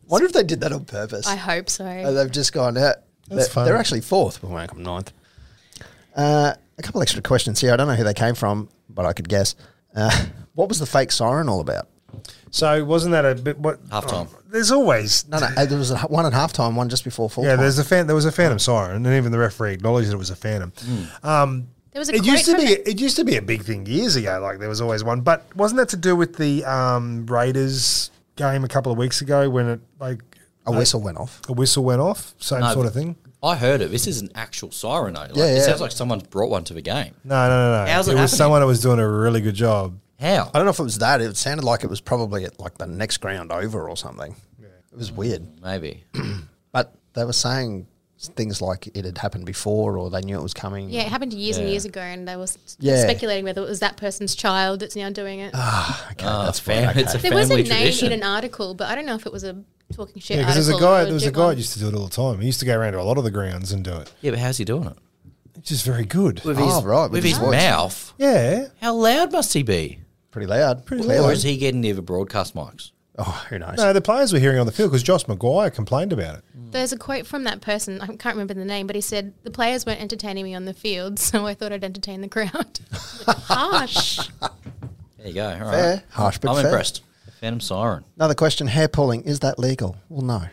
Speaker 2: Wonder if they did that on purpose.
Speaker 4: I hope so.
Speaker 2: Uh, they've just gone out.
Speaker 1: That's
Speaker 2: they're, they're
Speaker 1: fun.
Speaker 2: actually fourth, but we're like, I'm ninth. Uh, a couple extra questions here. I don't know who they came from, but I could guess. Uh, what was the fake siren all about?
Speaker 1: So wasn't that a bit? What
Speaker 3: Halftime.
Speaker 1: oh, there's always
Speaker 2: No, no, uh, there was a, one at halftime, one just before full
Speaker 1: yeah.
Speaker 2: time.
Speaker 1: There's a fan. There was a phantom siren, and even the referee acknowledged that it was a phantom.
Speaker 3: Hmm.
Speaker 1: Um,
Speaker 4: There was a
Speaker 1: it
Speaker 4: quote
Speaker 1: used to
Speaker 4: from
Speaker 1: be.
Speaker 4: it.
Speaker 1: It. used to be a big thing years ago. Like there was always one, but wasn't that to do with the um, Raiders game a couple of weeks ago when it like
Speaker 2: a whistle went off.
Speaker 1: a whistle went off? Same
Speaker 3: No,
Speaker 1: sort of thing.
Speaker 3: I heard it. This is an actual siren. Though. Like,
Speaker 2: Yeah,
Speaker 3: It
Speaker 2: yeah.
Speaker 3: sounds like someone's brought one to the game.
Speaker 1: No, no, no, no.
Speaker 3: How's
Speaker 1: it
Speaker 3: it
Speaker 1: was
Speaker 3: happening?
Speaker 1: someone that was doing a really good job.
Speaker 3: How?
Speaker 2: I don't know if it was that. It sounded like it was probably at like the next ground over or something. It was weird.
Speaker 3: Maybe.
Speaker 2: But they were saying things like it had happened before or they knew it was coming.
Speaker 4: yeah, it happened years and
Speaker 3: Yeah.
Speaker 4: years ago, and they were s-
Speaker 2: Yeah.
Speaker 4: speculating whether it was that person's child that's now doing it.
Speaker 2: Okay,
Speaker 3: Ah,
Speaker 2: that's
Speaker 3: fam-
Speaker 2: fine.
Speaker 3: it's
Speaker 2: okay.
Speaker 3: a
Speaker 4: there was a
Speaker 3: family
Speaker 4: name
Speaker 3: tradition.
Speaker 4: in an article, but I don't know if it was a talking shit
Speaker 1: Yeah, because there's
Speaker 4: article.
Speaker 1: a guy.
Speaker 4: or
Speaker 1: There was a
Speaker 4: good
Speaker 1: guy
Speaker 4: one.
Speaker 1: that used to do it all the time. He used to go around to a lot of the grounds and do it.
Speaker 3: Yeah, but how's he doing it?
Speaker 1: It's just very good.
Speaker 3: With
Speaker 2: Oh, right, with
Speaker 3: With,
Speaker 2: his
Speaker 3: his
Speaker 2: voice.
Speaker 3: mouth.
Speaker 1: Yeah,
Speaker 3: How loud must he be?
Speaker 2: Pretty loud.
Speaker 1: Pretty
Speaker 2: clearly.
Speaker 3: Or is he getting near the broadcast mics?
Speaker 2: Oh, who knows?
Speaker 1: no, the players were hearing on the field because Josh McGuire complained about it.
Speaker 4: There's a quote from that person. I can't remember the name, but he said, "The players weren't entertaining me on the field, so I thought I'd entertain the crowd." Harsh.
Speaker 3: There you go. All right.
Speaker 2: Fair. Harsh, but
Speaker 3: I'm
Speaker 2: fair.
Speaker 3: impressed. Phantom siren.
Speaker 2: Another question: Hair pulling is that legal? Well, no.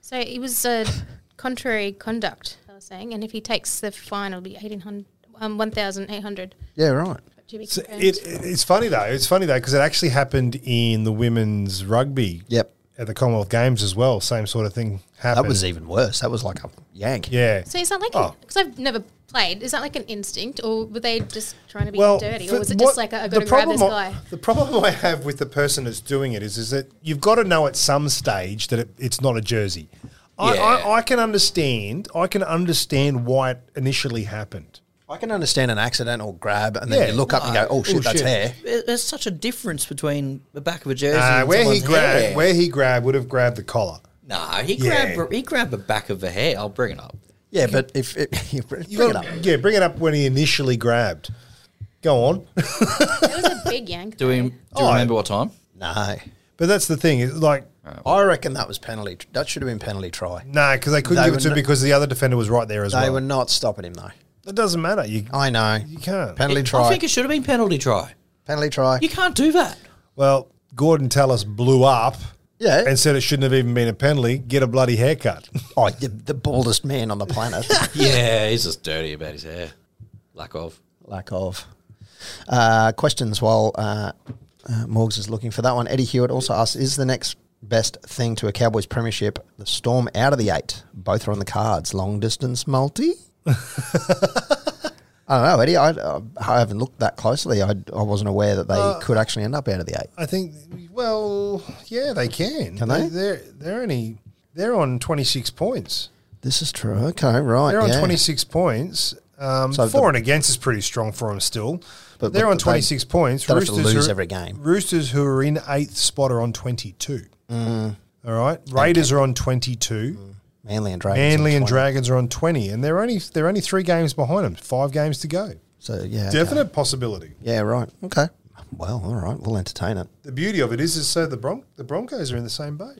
Speaker 4: So it was uh, contrary conduct. I was saying, and if he takes the fine, it'll be eighteen hundred, um, one thousand eight hundred.
Speaker 2: Yeah, right.
Speaker 4: To be
Speaker 1: So
Speaker 4: confirmed.
Speaker 1: it, it- it's funny though. It's funny though because it actually happened in the women's rugby.
Speaker 2: Yep.
Speaker 1: At the Commonwealth Games as well, same sort of thing happened.
Speaker 2: That was even worse. That was like a yank.
Speaker 1: yeah.
Speaker 4: so is that like
Speaker 1: Oh.
Speaker 4: because I've never played? Is that like an instinct, or were they just trying to be dirty,
Speaker 1: for
Speaker 4: or was it
Speaker 1: what-
Speaker 4: just like I got to grab this
Speaker 1: I-
Speaker 4: guy?
Speaker 1: The problem I have with the person that's doing it is, is that you've got to know at some stage that it, it's not a jersey. I,
Speaker 3: Yeah.
Speaker 1: I, I can understand. I can understand why it initially happened.
Speaker 2: I can understand an accidental grab, and then
Speaker 1: Yeah.
Speaker 2: you look up and go, "Oh shit,
Speaker 1: Oh,
Speaker 2: that's
Speaker 1: shit.
Speaker 2: hair."
Speaker 3: There- There's such a difference between the back of a jersey.
Speaker 1: Uh,
Speaker 3: and
Speaker 1: where he
Speaker 3: someone's
Speaker 1: grabbed,
Speaker 3: hair.
Speaker 1: where he grabbed, would have grabbed the collar.
Speaker 3: Nah, he
Speaker 1: Yeah.
Speaker 3: grabbed he grabbed the back of the hair. I'll bring it up.
Speaker 2: Yeah, but if it, you bring
Speaker 1: You
Speaker 2: it up,
Speaker 1: gotta- Yeah, bring it up when he initially grabbed. Go on.
Speaker 4: It was a big yank.
Speaker 3: Do we,
Speaker 4: though.
Speaker 3: do you
Speaker 1: Oh,
Speaker 3: remember what time?
Speaker 2: no,
Speaker 1: But that's the thing. It's like,
Speaker 2: I reckon that was penalty. tr- That should have been penalty try.
Speaker 1: no, because they couldn't
Speaker 2: They
Speaker 1: give
Speaker 2: were
Speaker 1: it to him
Speaker 2: not-
Speaker 1: because the other defender was right there as
Speaker 2: They
Speaker 1: well.
Speaker 2: were Oh, not stopping him though.
Speaker 1: It doesn't matter. You,
Speaker 2: I know.
Speaker 1: you can't.
Speaker 2: Penalty
Speaker 3: I
Speaker 2: try.
Speaker 3: think it should have been penalty try.
Speaker 2: penalty try.
Speaker 3: You can't do that.
Speaker 1: Well, Gordon Tallis blew up
Speaker 2: Yeah.
Speaker 1: and said it shouldn't have even been a penalty. Get a bloody haircut.
Speaker 2: oh, the, the baldest man on the planet.
Speaker 3: Yeah, he's just dirty about his hair. Lack of.
Speaker 2: Lack of. Uh, questions while uh, uh, Morgs is looking for that one. Eddie Hewitt also asks Is the next best thing to a Cowboys premiership the Storm out of the eight? Both are on the cards. Long distance multi? I don't know, Eddie. I, uh, I haven't looked that closely. I, I wasn't aware that they
Speaker 1: Uh,
Speaker 2: could actually end up out of the eight.
Speaker 1: I think. Well, yeah, they can.
Speaker 2: Can they?
Speaker 1: They're they're only they're on twenty six points.
Speaker 2: This is true. Okay, right.
Speaker 1: They're on
Speaker 2: yeah.
Speaker 1: twenty six points. Um,
Speaker 2: So
Speaker 1: for
Speaker 2: the-
Speaker 1: and against is pretty strong for them still.
Speaker 2: But-
Speaker 1: they're
Speaker 2: but
Speaker 1: on
Speaker 2: they-
Speaker 1: twenty six points.
Speaker 2: they'll have to
Speaker 1: who
Speaker 2: lose
Speaker 1: are-
Speaker 2: every game.
Speaker 1: Roosters who are in eighth spot are on twenty two. All right, Raiders are on twenty two.
Speaker 2: Manly and Dragons. on
Speaker 1: Manly and
Speaker 2: 20.
Speaker 1: Dragons are on twenty, and they're only they're only three games behind them. Five games to go.
Speaker 2: So, yeah. okay.
Speaker 1: Definite possibility.
Speaker 2: Yeah, right. Okay. Well, all right. We'll entertain it.
Speaker 1: The beauty of it is, is so the Bron- the Broncos are in the same boat.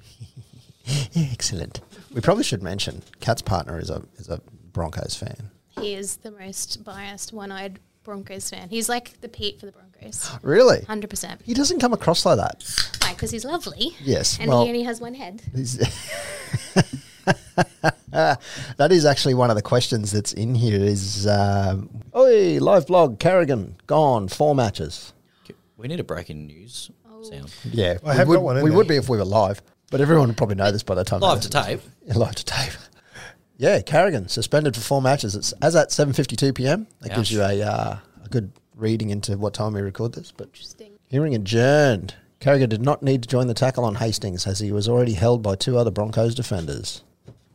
Speaker 2: Excellent. We probably should mention Cat's partner is a is a Broncos fan.
Speaker 4: He is the most biased, one-eyed Broncos fan. He's like the Pete for the Broncos,
Speaker 2: Really?
Speaker 4: hundred percent.
Speaker 2: He doesn't come across like that.
Speaker 4: Why? Because he's lovely.
Speaker 2: Yes,
Speaker 4: And
Speaker 2: well-
Speaker 4: he only has one head.
Speaker 2: He's- that is actually one of the questions that's in here. Is um, oi live blog Carrigan gone four matches?
Speaker 3: We need a breaking news sound.
Speaker 2: Yeah,
Speaker 1: I have
Speaker 2: we would,
Speaker 1: got one in
Speaker 2: we
Speaker 1: there.
Speaker 2: would be if we were live, but everyone would probably know this by the time. they
Speaker 3: Live to
Speaker 2: listen.
Speaker 3: tape.
Speaker 2: Yeah, live to tape. Yeah, Carrigan suspended for four matches. It's as at seven fifty two p.m. That gives
Speaker 3: Ouch.
Speaker 2: you a uh, a good reading into what time we record this. But
Speaker 4: Interesting.
Speaker 2: hearing adjourned. Carrigan did not need to join the tackle on Hastings as he was already held by two other Broncos defenders.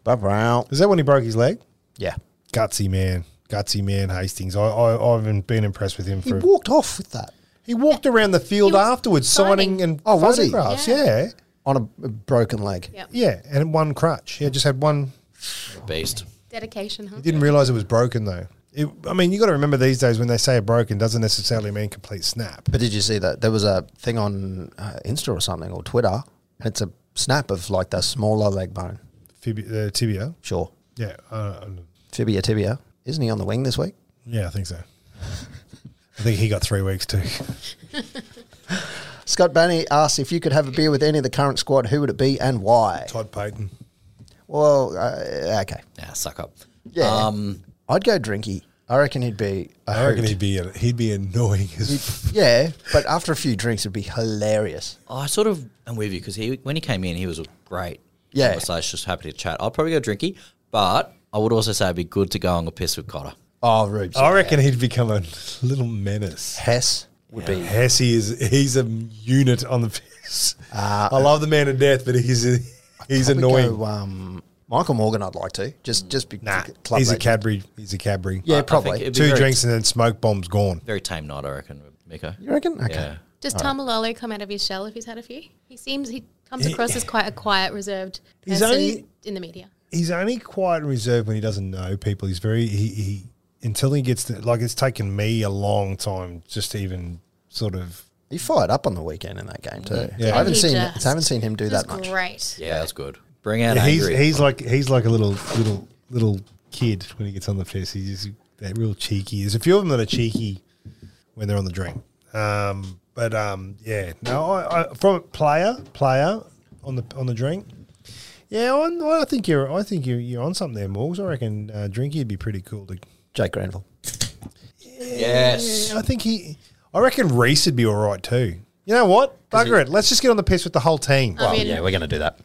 Speaker 2: Bye-bye.
Speaker 1: Is that when he broke his leg?
Speaker 2: Yeah,
Speaker 1: Gutsy man, gutsy man, Hastings. I, I, I haven't been impressed with him
Speaker 2: he
Speaker 1: for.
Speaker 2: walked off with that
Speaker 1: he walked around the field
Speaker 4: He was
Speaker 1: afterwards,
Speaker 4: signing.
Speaker 1: signing and
Speaker 2: Oh, was he?
Speaker 1: photographs.
Speaker 4: Yeah.
Speaker 1: Yeah.
Speaker 2: on a, a broken leg.
Speaker 4: Yep.
Speaker 1: yeah, and one crutch. Yeah, just had one.
Speaker 3: Beast.
Speaker 4: Dedication, huh?
Speaker 1: He didn't realise it was broken though. It, I mean, you got to remember these days when they say broken doesn't necessarily mean complete snap.
Speaker 2: But did you see that there was a thing on uh, Insta or something or Twitter, and it's a snap of like the smaller leg bone.
Speaker 1: Fibi- uh, tibia.
Speaker 2: Sure,
Speaker 1: Yeah, uh,
Speaker 2: fibia tibia. Isn't he on the wing this week?
Speaker 1: yeah, I think so. I think he got three weeks too.
Speaker 2: Scott Banney asks if you could have a beer with any of the current squad, who would it be and why?
Speaker 1: Todd Payton.
Speaker 2: Well, uh, okay,
Speaker 3: Yeah, suck up.
Speaker 2: Yeah.
Speaker 3: Um,
Speaker 2: I'd go Drinky. I reckon he'd be. A
Speaker 1: I reckon
Speaker 2: hoot.
Speaker 1: he'd be he'd be annoying as.
Speaker 2: Yeah, but after a few drinks, it'd be hilarious.
Speaker 3: I sort of am with you because he when he came in, he was great.
Speaker 2: Yeah.
Speaker 3: So I was just happy to chat. I'll probably go drinky, but I would also say it'd be good to go on a piss with Cotter.
Speaker 2: Oh, Rubes.
Speaker 1: I reckon he'd become a little menace.
Speaker 2: Hess would be.
Speaker 1: Hesse is he's a unit on the piss. I love the man to death, but he's he's
Speaker 2: Probably go,
Speaker 1: annoying.
Speaker 2: um, Michael Morgan, I'd like to just just be
Speaker 1: Nah,
Speaker 2: club
Speaker 1: he's a
Speaker 2: legend.
Speaker 1: Cadbury. He's a Cadbury.
Speaker 2: Yeah,
Speaker 3: I think
Speaker 2: probably.
Speaker 3: it'd be
Speaker 1: two
Speaker 3: very-
Speaker 1: drinks and then smoke bomb's gone.
Speaker 3: Very tame night, I reckon, Miko.
Speaker 2: You reckon? Okay.
Speaker 3: Yeah.
Speaker 4: Does Tamalolo come out of his shell if he's had a few? He seems he comes across as quite a quiet, reserved
Speaker 1: He's
Speaker 4: person
Speaker 1: only-
Speaker 4: in the media.
Speaker 1: he's only quiet and reserved when he doesn't know people. He's very he, he until he gets to, like it's taken me a long time just to even sort of
Speaker 2: He fired up on the weekend in that game too.
Speaker 1: Yeah.
Speaker 2: I haven't
Speaker 4: He
Speaker 2: seen I
Speaker 4: just-
Speaker 2: haven't seen him do
Speaker 4: It was
Speaker 2: that much.
Speaker 4: great.
Speaker 3: Yeah, that's good. Bring out
Speaker 1: he's
Speaker 3: angry.
Speaker 1: he's like he's like a little little little kid when he gets on the piss. He's just that real cheeky. There's a few of them that are cheeky when they're on the drink. Um, but um, yeah, no, I, I, from a player player on the on the drink. Yeah, I'm, I think you're. I think you're, you're on something there, Morgs. I reckon uh, Drinky'd be pretty cool to
Speaker 2: Jake Granville.
Speaker 3: yes.
Speaker 1: Yeah, I think he. I reckon Reese would be all right too. You know what? Bugger it. Let's just get on the piss with the whole team.
Speaker 4: I mean,
Speaker 3: we're going to do that.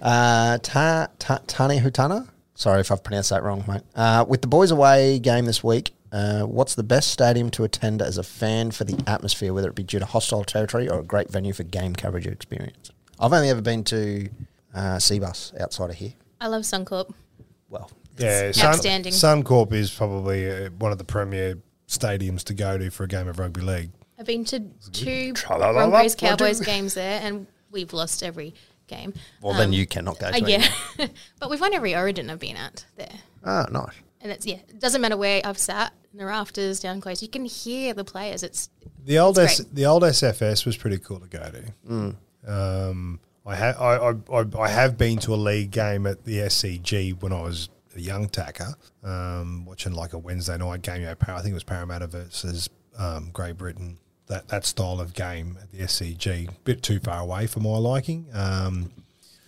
Speaker 2: Uh, ta, ta, Tane Hutana. Sorry if I've pronounced that wrong, mate. Uh, with the boys away game this week, uh, what's the best stadium to attend as a fan for the atmosphere, whether it be due to hostile territory or a great venue for game coverage or experience? I've only ever been to uh, Seabus outside of here.
Speaker 4: I love Suncorp.
Speaker 2: Well,
Speaker 1: yeah,
Speaker 4: outstanding.
Speaker 1: Suncorp is probably uh, one of the premier stadiums to go to for a game of rugby league.
Speaker 4: I've been to two
Speaker 1: Tra-la-la-la,
Speaker 4: Broncos
Speaker 1: Roger.
Speaker 4: Cowboys games there, and we've lost every game.
Speaker 2: well,
Speaker 4: Um,
Speaker 2: then you cannot go. To
Speaker 4: uh,
Speaker 2: any-
Speaker 4: yeah, but we've won every Origin I've been at there,
Speaker 2: Ah, nice.
Speaker 4: and it's yeah. It doesn't matter where I've sat in the rafters, down close. You can hear the players. It's
Speaker 1: The old
Speaker 4: It's
Speaker 1: S,
Speaker 4: great.
Speaker 1: the old SFS was pretty cool to go to. Um, I, ha- I, I, I I have been to a league game at the SCG when I was a young tacker, um, watching like a Wednesday night game. You know, Par- I think it was Parramatta versus um, Great Britain. That that style of game at the SCG, bit too far away for my liking. Um,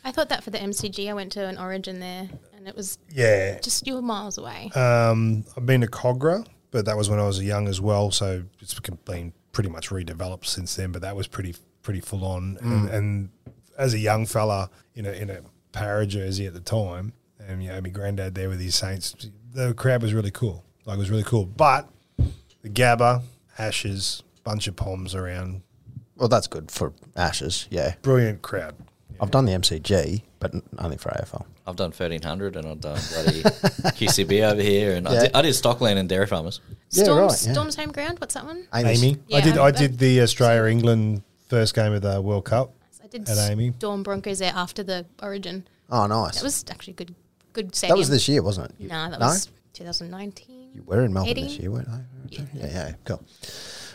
Speaker 4: I thought that for the MCG, I went to an Origin there, and it was
Speaker 1: yeah,
Speaker 4: just you were miles away.
Speaker 2: Uh,
Speaker 1: Um, I've been to Cogra, but that was when I was young as well. So it's been pretty much redeveloped since then. But that was pretty pretty full on.
Speaker 4: Mm.
Speaker 1: And, and as a young fella in a in a para jersey at the time, and you know my granddad there with his Saints, the crowd was really cool. Like it was really cool. But the Gabba, Ashes, bunch of Poms around,
Speaker 2: Well, that's good for Ashes. Yeah,
Speaker 1: brilliant crowd.
Speaker 2: I've done the MCG, but n- only for AFL.
Speaker 3: I've done 1300 and I've done bloody QCB over here. And I, did, I did Stockland and Dairy Farmers.
Speaker 2: Yeah,
Speaker 4: Storm's,
Speaker 2: right, yeah.
Speaker 4: Storm's home ground. What's that one?
Speaker 2: Amos.
Speaker 1: Amy,
Speaker 4: Yeah,
Speaker 1: I did
Speaker 4: I-
Speaker 1: I did the Australia England first game of the World Cup.
Speaker 4: I did
Speaker 1: At Amy.
Speaker 4: Storm Broncos there after the Origin.
Speaker 2: Oh, nice.
Speaker 4: That was actually a good. Good stadium.
Speaker 2: That was this year, wasn't it? You-
Speaker 4: No, that was 2019.
Speaker 2: You were in Melbourne this
Speaker 4: 18?
Speaker 2: year, weren't they? Yeah. yeah, cool.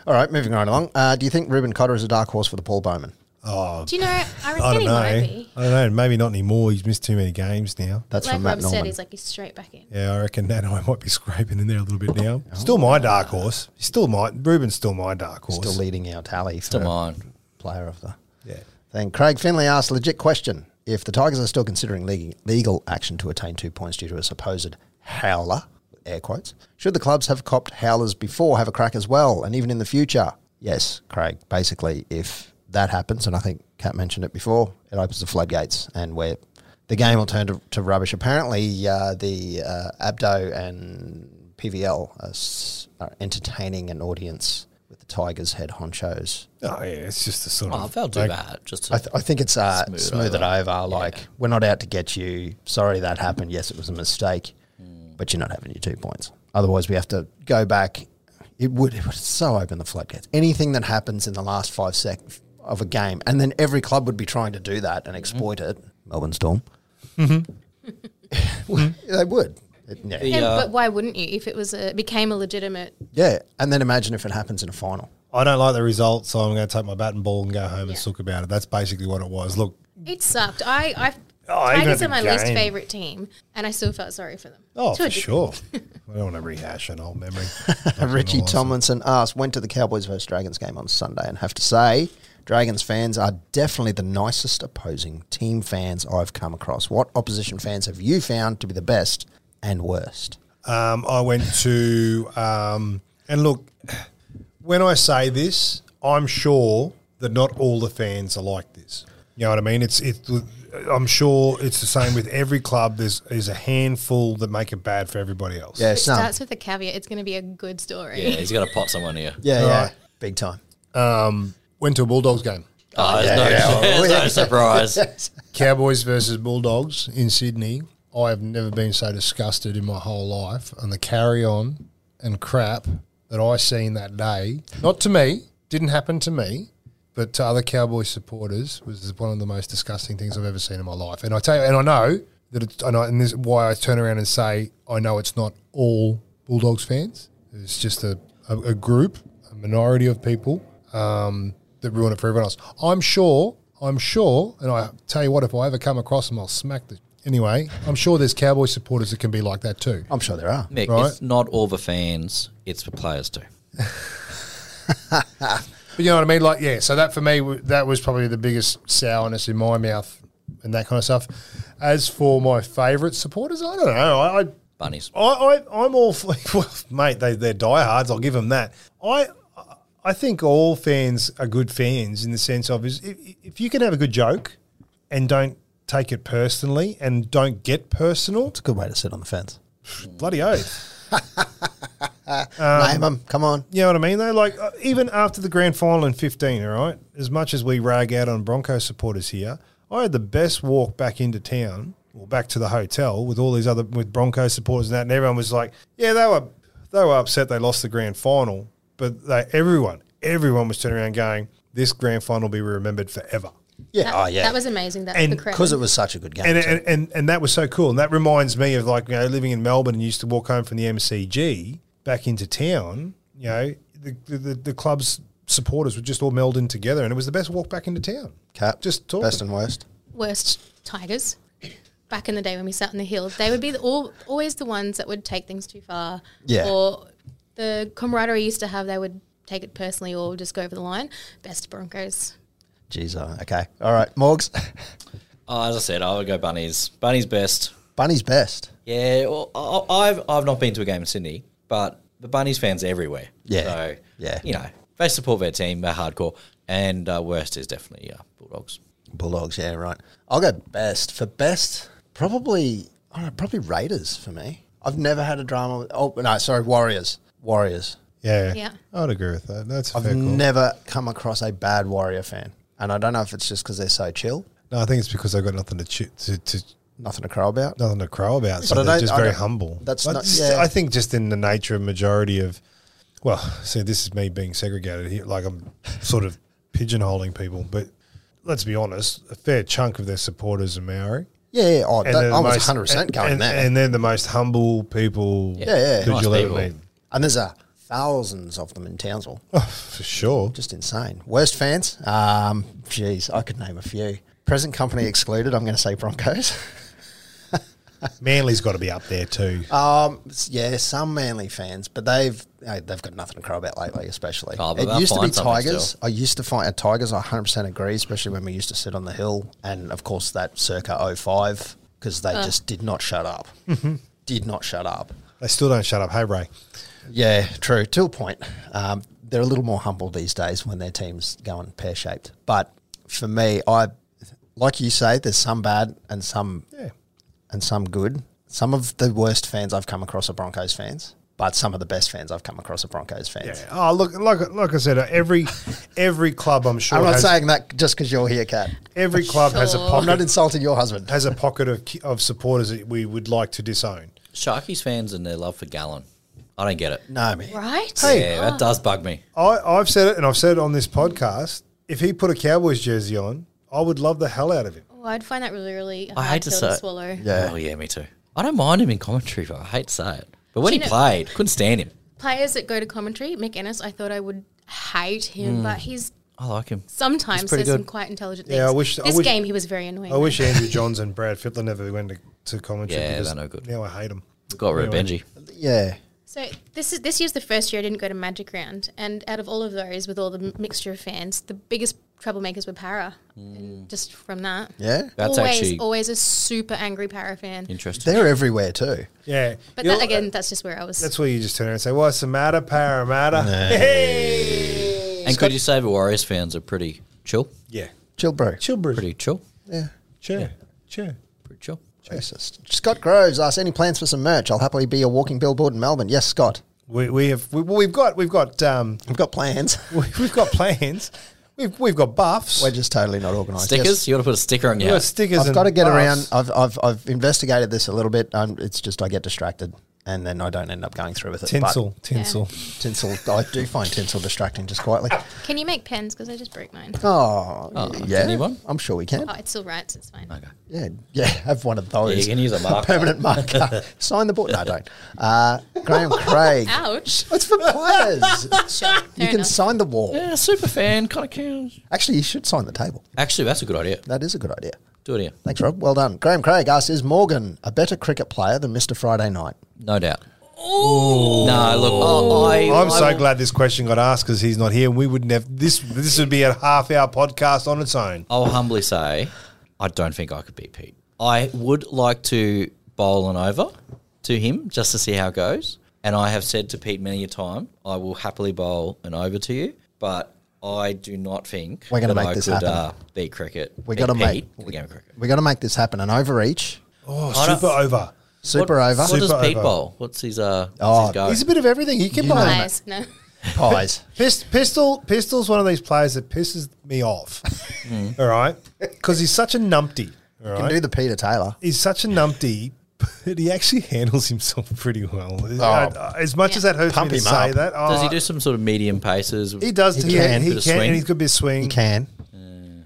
Speaker 2: All right, moving right along. Uh, do you think Ruben Cotter is a dark horse for the Paul Bowman?
Speaker 1: Oh,
Speaker 4: Do you know? I reckon
Speaker 1: I don't
Speaker 4: he
Speaker 1: know.
Speaker 4: might
Speaker 1: I
Speaker 4: be.
Speaker 1: don't know. Maybe not anymore. He's missed too many games now.
Speaker 2: That's
Speaker 4: like
Speaker 2: from Matt
Speaker 4: Rob
Speaker 2: Norman.
Speaker 4: said, he's like he's straight back in.
Speaker 1: Yeah, I reckon Nano I might be scraping in there a little bit now.
Speaker 2: Oh.
Speaker 1: Still my dark horse. Still my Ruben's still my dark horse.
Speaker 2: Still leading our tally for
Speaker 3: Still mine.
Speaker 2: player of the
Speaker 1: yeah.
Speaker 2: thing. Craig Finley asked a legit question. If the Tigers are still considering legal, legal action to attain two points due to a supposed howler, air quotes, should the clubs have copped howlers before have a crack as well, and even in the future? Yes, Craig. Basically, if that happens, and I think Kat mentioned it before, it opens the floodgates, and we're the game will turn to, to rubbish. Apparently, uh, the uh, Abdo and PVL are, s- are entertaining an audience with the Tigers' head honchos.
Speaker 1: Oh, yeah, it's just the sort
Speaker 3: Oh,
Speaker 1: of.
Speaker 3: they'll do
Speaker 1: like,
Speaker 3: that. Just to,
Speaker 2: I, th- I think it's uh,
Speaker 3: Smooth
Speaker 2: smooth, it over. Like we're not out to get you. Sorry that happened. Yes, it was a mistake, but you're not having your two points. Otherwise, we have to go back. It would, it would so open the floodgates. Anything that happens in the last five seconds of a game, and then every club would be trying to do that and exploit it. Melbourne Storm. they would. It- yeah.
Speaker 3: The,
Speaker 4: And,
Speaker 3: uh,
Speaker 4: but why wouldn't you if it was a, became a legitimate?
Speaker 2: yeah, and then imagine if it happens in a final.
Speaker 1: I don't like the result, so I'm going to take my bat and ball and go home and
Speaker 4: Yeah.
Speaker 1: sook about it. That's basically what it was. Look,
Speaker 4: It sucked. I, I
Speaker 1: Oh, even
Speaker 4: Tigers
Speaker 1: at
Speaker 4: are my
Speaker 1: the
Speaker 4: least
Speaker 1: game.
Speaker 4: favorite team, and I still felt sorry for them.
Speaker 1: oh,
Speaker 4: To a
Speaker 1: for
Speaker 4: degree.
Speaker 1: sure. I don't want to rehash an old memory.
Speaker 2: Richie
Speaker 1: Thomas.
Speaker 2: Tomlinson asked, went to the Cowboys vs Dragons game on Sunday and have to say, Dragons fans are definitely the nicest opposing team fans I've come across. What opposition fans have you found to be the best and worst?
Speaker 1: Um, I went to, um, and look, when I say this, I'm sure that not all the fans are like this. You know what I mean? It's it. I'm sure it's the same with every club. There's is a handful that make it bad for everybody else.
Speaker 2: Yeah,
Speaker 4: It
Speaker 2: some.
Speaker 4: starts with a caveat. It's going to be a good story.
Speaker 3: yeah, he's got to pop someone here.
Speaker 2: yeah, yeah.
Speaker 1: Alright.
Speaker 2: Big time.
Speaker 1: Went to a Bulldogs game.
Speaker 3: Oh, there's no, there's no surprise.
Speaker 1: Cowboys versus Bulldogs in Sydney. I have never been so disgusted in my whole life and the carry on and crap that I seen that day. Not to me, didn't happen to me, but to other Cowboys supporters was one of the most disgusting things I've ever seen in my life. And I tell you, and I know that it's, and, I, and this is why I turn around and say I know it's not all Bulldogs fans. It's just a, a, a group, a minority of people um, that ruin it for everyone else. I'm sure, I'm sure, and I tell you what, if I ever come across them, I'll smack the. Anyway, I'm sure there's Cowboy supporters that can be like that too.
Speaker 2: I'm sure there are.
Speaker 3: Mick,
Speaker 1: Right.
Speaker 3: it's not all the fans, it's the players too.
Speaker 1: But you know what I mean? Like, yeah. So that for me, w- that was probably the biggest sourness in my mouth and that kind of stuff. As for my favourite supporters, I don't know. I, I
Speaker 3: Bunnies. Oh,
Speaker 1: I, I, I'm all for, well, mate. They, they're diehards. I'll give them that. I, I think all fans are good fans in the sense of is if, if you can have a good joke, and don't take it personally, and don't get personal.
Speaker 2: It's a good way to sit on the fence.
Speaker 1: Bloody oath. Um,
Speaker 2: Name 'em. Come on.
Speaker 1: You know what I mean? Though, like uh, even after the grand final in fifteen, all right. As much as we rag out on Bronco supporters here, I had the best walk back into town or back to the hotel with all these other with Bronco supporters and that, and everyone was like, "Yeah, they were they were upset they lost the grand final," but they, everyone everyone was turning around going, "This grand final will be remembered forever."
Speaker 2: Yeah.
Speaker 4: That,
Speaker 2: oh, yeah.
Speaker 4: that was amazing. That's
Speaker 1: And
Speaker 4: the crowd.
Speaker 2: because it was such a good game.
Speaker 1: and,
Speaker 2: too.
Speaker 1: and, and and that was so cool. And that reminds me of like you know living in Melbourne and used to walk home from the MCG back into town. You know the the, the, the club's supporters would just all meld in together, and it was the best walk back into town.
Speaker 2: Cap,
Speaker 1: just talking.
Speaker 2: Best and worst.
Speaker 4: worst tigers back in the day when we sat on the hill they would be the, all, always the ones that would take things too far
Speaker 2: Yeah.
Speaker 4: or the camaraderie you used to have they would take it personally or just go over the line best broncos
Speaker 2: Jeez, oh, okay. All right. Morgs.
Speaker 3: Oh, as I said, I would go bunnies. Bunnies best.
Speaker 2: Bunny's best.
Speaker 3: Yeah, well, I- I- I've I've not been to a game in Sydney, but the Bunnies fans are everywhere.
Speaker 2: Yeah,
Speaker 3: so
Speaker 2: yeah.
Speaker 3: you know they support their team. They're hardcore, and uh, worst is definitely uh, Bulldogs.
Speaker 2: Bulldogs, yeah, right. I'll go best for best. Probably, I don't know, probably Raiders for me. I've never had a drama. With, oh no, sorry, Warriors. Warriors.
Speaker 1: Yeah,
Speaker 4: Yeah.
Speaker 1: I'd agree with that. That's a
Speaker 2: I've
Speaker 1: fair call.
Speaker 2: never come across a bad Warrior fan, and I don't know if it's just because they're so chill,
Speaker 1: no, I think it's because I've got nothing to, ch- to to
Speaker 2: nothing to crow about.
Speaker 1: nothing to crow about, so
Speaker 2: But I
Speaker 1: they're
Speaker 2: don't-
Speaker 1: just
Speaker 2: I
Speaker 1: very
Speaker 2: don't-
Speaker 1: humble.
Speaker 2: that's
Speaker 1: I
Speaker 2: not-
Speaker 1: just-
Speaker 2: yeah.
Speaker 1: I think just in the nature of majority of, well, see, this is me being segregated here. Like I'm sort of pigeonholing people, but let's be honest, a fair chunk of their supporters are Maori.
Speaker 2: Yeah, yeah. Oh, that,
Speaker 1: they're the
Speaker 2: I was
Speaker 1: most-
Speaker 2: 100 percent going
Speaker 1: and,
Speaker 2: there. And,
Speaker 1: And they're the most humble people
Speaker 2: Yeah, yeah.
Speaker 1: that
Speaker 3: Nice
Speaker 1: you'll ever
Speaker 3: people.
Speaker 1: meet.
Speaker 2: there's a thousands of them in Townsville.
Speaker 1: For sure.
Speaker 2: Just insane. Worst fans? Um, jeez, I could name a few. Present company excluded. I'm going to say Broncos.
Speaker 1: Manly's got to be up there too.
Speaker 2: Um, s- yeah, some Manly fans, but they've uh, they've got nothing to crow about lately, especially.
Speaker 3: Oh, but
Speaker 2: it
Speaker 3: they'll
Speaker 2: used to be
Speaker 3: find something
Speaker 2: Tigers.
Speaker 3: still.
Speaker 2: I used to find uh, Tigers. I 100 percent agree, especially when we used to sit on the hill, and of course that circa 05 because they just did not shut up.
Speaker 3: Mm-hmm.
Speaker 2: did not shut up.
Speaker 1: They still don't shut up. Hey, Ray.
Speaker 2: Yeah, true. To a point, um, they're a little more humble these days when their team's going pear shaped. But for me, I like you say, there's some bad and some
Speaker 1: Yeah.
Speaker 2: and some good. Some of the worst fans I've come across are Broncos fans, but some of the best fans I've come across are Broncos fans.
Speaker 1: Yeah. Oh, look, like like I said, uh, every every club I'm sure
Speaker 2: I'm not
Speaker 1: has,
Speaker 2: saying that just because you're here, Cat.
Speaker 1: every club has a
Speaker 4: Sure.
Speaker 2: I'm not
Speaker 1: pocket
Speaker 2: insulting your husband.
Speaker 1: has a pocket of ki- of supporters that we would like to disown.
Speaker 3: Sharkies fans and their love for Gallon. I don't get it.
Speaker 2: No, man.
Speaker 4: Right?
Speaker 3: Yeah, that does bug me.
Speaker 1: I, I've said it, and I've said it on this podcast. If he put a Cowboys jersey on, I would love the hell out of him.
Speaker 4: Oh, I'd find that really, really hard
Speaker 3: I hate to
Speaker 4: pill
Speaker 3: say it.
Speaker 4: swallow.
Speaker 2: Yeah.
Speaker 3: Oh yeah, me too. I don't mind him in commentary, but I hate to say it. But when
Speaker 4: Do
Speaker 3: he
Speaker 4: you know-
Speaker 3: played, couldn't stand him.
Speaker 4: Players that go to commentary, McInnes, I thought I would hate him,
Speaker 1: Hmm.
Speaker 4: but he's
Speaker 3: I like him.
Speaker 4: sometimes
Speaker 3: He's
Speaker 4: says
Speaker 3: pretty
Speaker 4: some
Speaker 3: good.
Speaker 4: quite intelligent things.
Speaker 1: Yeah, I wish- I
Speaker 4: this
Speaker 1: wish-
Speaker 4: game he was very annoying.
Speaker 1: I wish Andrew Johns and Brad Fittler never went to, to commentary.
Speaker 3: Yeah,
Speaker 1: because
Speaker 3: they're no good.
Speaker 1: Now I hate them.
Speaker 3: Got rid of
Speaker 1: Anyway.
Speaker 3: Benji.
Speaker 2: Yeah.
Speaker 4: So this is this year's the first year I didn't go to Magic Round, and out of all of those, with all the m- mixture of fans, the biggest troublemakers were Para.
Speaker 1: Hmm.
Speaker 4: And just from that,
Speaker 2: Yeah.
Speaker 3: That's
Speaker 4: always
Speaker 3: actually
Speaker 4: always a super angry Para fan.
Speaker 3: interesting.
Speaker 2: They're everywhere too.
Speaker 1: Yeah,
Speaker 4: But
Speaker 1: You'll-
Speaker 4: that, again, that's just where I was.
Speaker 1: uh, that's where you just turn around and say, "What's the matter, Parramatta?" Hey.
Speaker 3: And could you say the Warriors fans are pretty chill?
Speaker 1: Yeah,
Speaker 2: Chill, bro.
Speaker 1: chill, Bruce.
Speaker 3: Pretty chill.
Speaker 2: Yeah.
Speaker 1: Chill, chill.
Speaker 3: Pretty chill.
Speaker 2: Jesus. Scott Groves asks, any plans for some merch? I'll happily be a walking billboard in Melbourne. Yes, Scott.
Speaker 1: We, we have we, well, we've got we've got um,
Speaker 2: We've got plans.
Speaker 1: we, we've got plans. We've we've got buffs.
Speaker 2: We're just totally not organised.
Speaker 3: Stickers?
Speaker 2: Yes.
Speaker 3: You want to put a sticker on your
Speaker 1: We've got
Speaker 3: house?
Speaker 1: stickers.
Speaker 2: I've got to
Speaker 1: and
Speaker 2: get around.
Speaker 1: buffs.
Speaker 2: I've, I've, I've investigated this a little bit. Um, it's just I get distracted and then I don't end up going through with it. But
Speaker 1: tinsel, tinsel.
Speaker 2: tinsel. I do find tinsel distracting just quietly.
Speaker 4: Can you make pens? Because I just broke mine.
Speaker 2: Oh, yeah.
Speaker 3: anyone?
Speaker 2: I'm sure we can.
Speaker 4: Oh, it still writes. It's fine.
Speaker 3: Okay.
Speaker 2: Yeah, yeah. Have one of those.
Speaker 3: Yeah, you can use a marker.
Speaker 2: permanent marker. Sign the board. No, don't. Uh, Graham Craig.
Speaker 4: Ouch.
Speaker 2: It's for players.
Speaker 4: Sure.
Speaker 2: you
Speaker 4: Fair
Speaker 2: can
Speaker 4: enough.
Speaker 2: sign the wall.
Speaker 3: Yeah, super fan, kind of counts.
Speaker 2: Actually, you should sign the table.
Speaker 3: Actually, that's a good idea.
Speaker 2: That is a good idea.
Speaker 3: Do it here.
Speaker 2: Thanks, Rob. Well done. Graham Craig asks, is Morgan a better cricket player than Mr. Friday Night?
Speaker 3: No doubt. No, look, oh, I,
Speaker 1: I'm
Speaker 3: I-
Speaker 1: so glad this question got asked because he's not here, and we wouldn't have this. This would be a half hour podcast on its own.
Speaker 3: I'll humbly say, I don't think I could beat Pete. I would like to bowl an over to him just to see how it goes. And I have said to Pete many a time, I will happily bowl an over to you, but I do not think
Speaker 2: We're gonna
Speaker 3: that
Speaker 2: make
Speaker 3: I
Speaker 2: this
Speaker 3: could
Speaker 2: happen.
Speaker 3: Uh, beat cricket.
Speaker 2: We're
Speaker 3: beat
Speaker 2: gonna make-
Speaker 3: Pete in the game of cricket.
Speaker 2: We're going to make this happen. An over each,
Speaker 1: Oh,
Speaker 3: I don't-
Speaker 1: super over.
Speaker 2: super
Speaker 3: what,
Speaker 2: over,
Speaker 3: What does
Speaker 1: Super
Speaker 3: Pete
Speaker 1: over.
Speaker 3: bowl? What's his uh? What's
Speaker 2: Oh,
Speaker 3: his go?
Speaker 1: He's a bit of everything. He can
Speaker 2: You
Speaker 1: play.
Speaker 2: know.
Speaker 4: Nice. No.
Speaker 2: pies.
Speaker 1: Pist- Pistol Pistol's one of these players that pisses me off. All right, because he's such a numpty. All
Speaker 2: You Mm. can
Speaker 1: right,
Speaker 2: do the Peter Taylor.
Speaker 1: he's such a numpty, but he actually handles himself pretty well. I- I- as much as that hurts
Speaker 2: Oh. Pump
Speaker 1: me to
Speaker 2: him
Speaker 1: say
Speaker 2: up.
Speaker 1: that, oh,
Speaker 3: Does he do some sort of medium paces?
Speaker 1: He does.
Speaker 2: He
Speaker 1: He,
Speaker 2: can.
Speaker 1: can. He
Speaker 3: Bit of
Speaker 1: can.
Speaker 3: swing.
Speaker 1: And he's got a bit of swing.
Speaker 2: He can.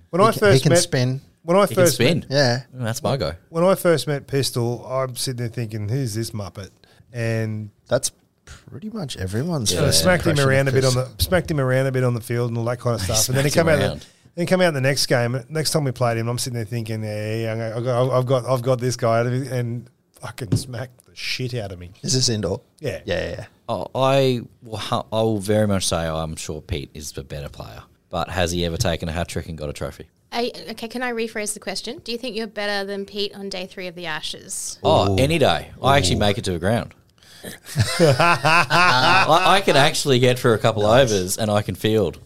Speaker 1: When I
Speaker 2: he,
Speaker 1: first
Speaker 2: he can
Speaker 1: met,
Speaker 2: spin.
Speaker 1: when I
Speaker 3: He can
Speaker 1: first met
Speaker 3: spin.
Speaker 2: Yeah.
Speaker 3: Mm, That's my go.
Speaker 1: When I first met Pistol, I'm sitting there thinking, "Who's this muppet?" And
Speaker 2: That's pretty much everyone's.
Speaker 1: sort of
Speaker 3: Yeah.
Speaker 2: first
Speaker 1: smacked him
Speaker 2: impression
Speaker 1: around a
Speaker 2: of
Speaker 1: bit on
Speaker 2: Chris.
Speaker 1: the smacked him around a bit on the field and all that kind of stuff. And then he
Speaker 3: smacked
Speaker 1: came
Speaker 3: him
Speaker 1: out.
Speaker 3: around.
Speaker 1: The, then he came out the next game. Next time we played him, I'm sitting there thinking, "Hey, I'm gonna- I've got, I've got, I've got this guy," and fucking smacked the shit out of me.
Speaker 2: Is this indoor?
Speaker 1: Yeah.
Speaker 2: Yeah. yeah.
Speaker 3: Oh, I will, hu- I will very much say I'm sure Pete is the better player, but has he ever taken a hat trick and got a trophy?
Speaker 4: I, okay, can I rephrase the question? Do you think you're better than Pete on day three of the Ashes?
Speaker 3: Oh, any day. I actually make it to the ground. I, I can actually get for a couple overs and I can field.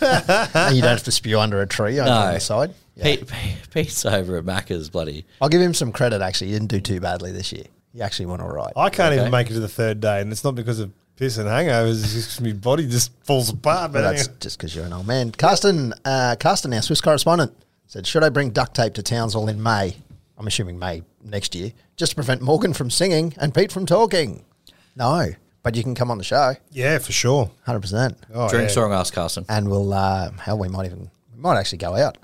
Speaker 2: and you don't have to spew under a tree over
Speaker 3: No.
Speaker 2: on the side. Yeah.
Speaker 3: Pete, Pete- Pete's over at Macca's bloody.
Speaker 2: I'll give him some credit, actually. He didn't do too badly this year. He actually went all right.
Speaker 1: I can't even
Speaker 3: Okay.
Speaker 1: make it to the third day, and it's not because of piss and hangovers. It's just my body just falls apart. But
Speaker 2: Well, that's
Speaker 1: anyway.
Speaker 2: just because you're an old man. Carsten, uh, Carsten, our Swiss correspondent, said, Should I bring duct tape to Townsville in May? I'm assuming May next year, just to prevent Morgan from singing and Pete from talking. No, but you can come on the show,
Speaker 1: yeah, for sure.
Speaker 2: 100%.
Speaker 1: Oh,
Speaker 3: Drink
Speaker 1: yeah.
Speaker 3: strong ass Carson.
Speaker 2: And we'll, uh, hell, we might even, we might actually go out.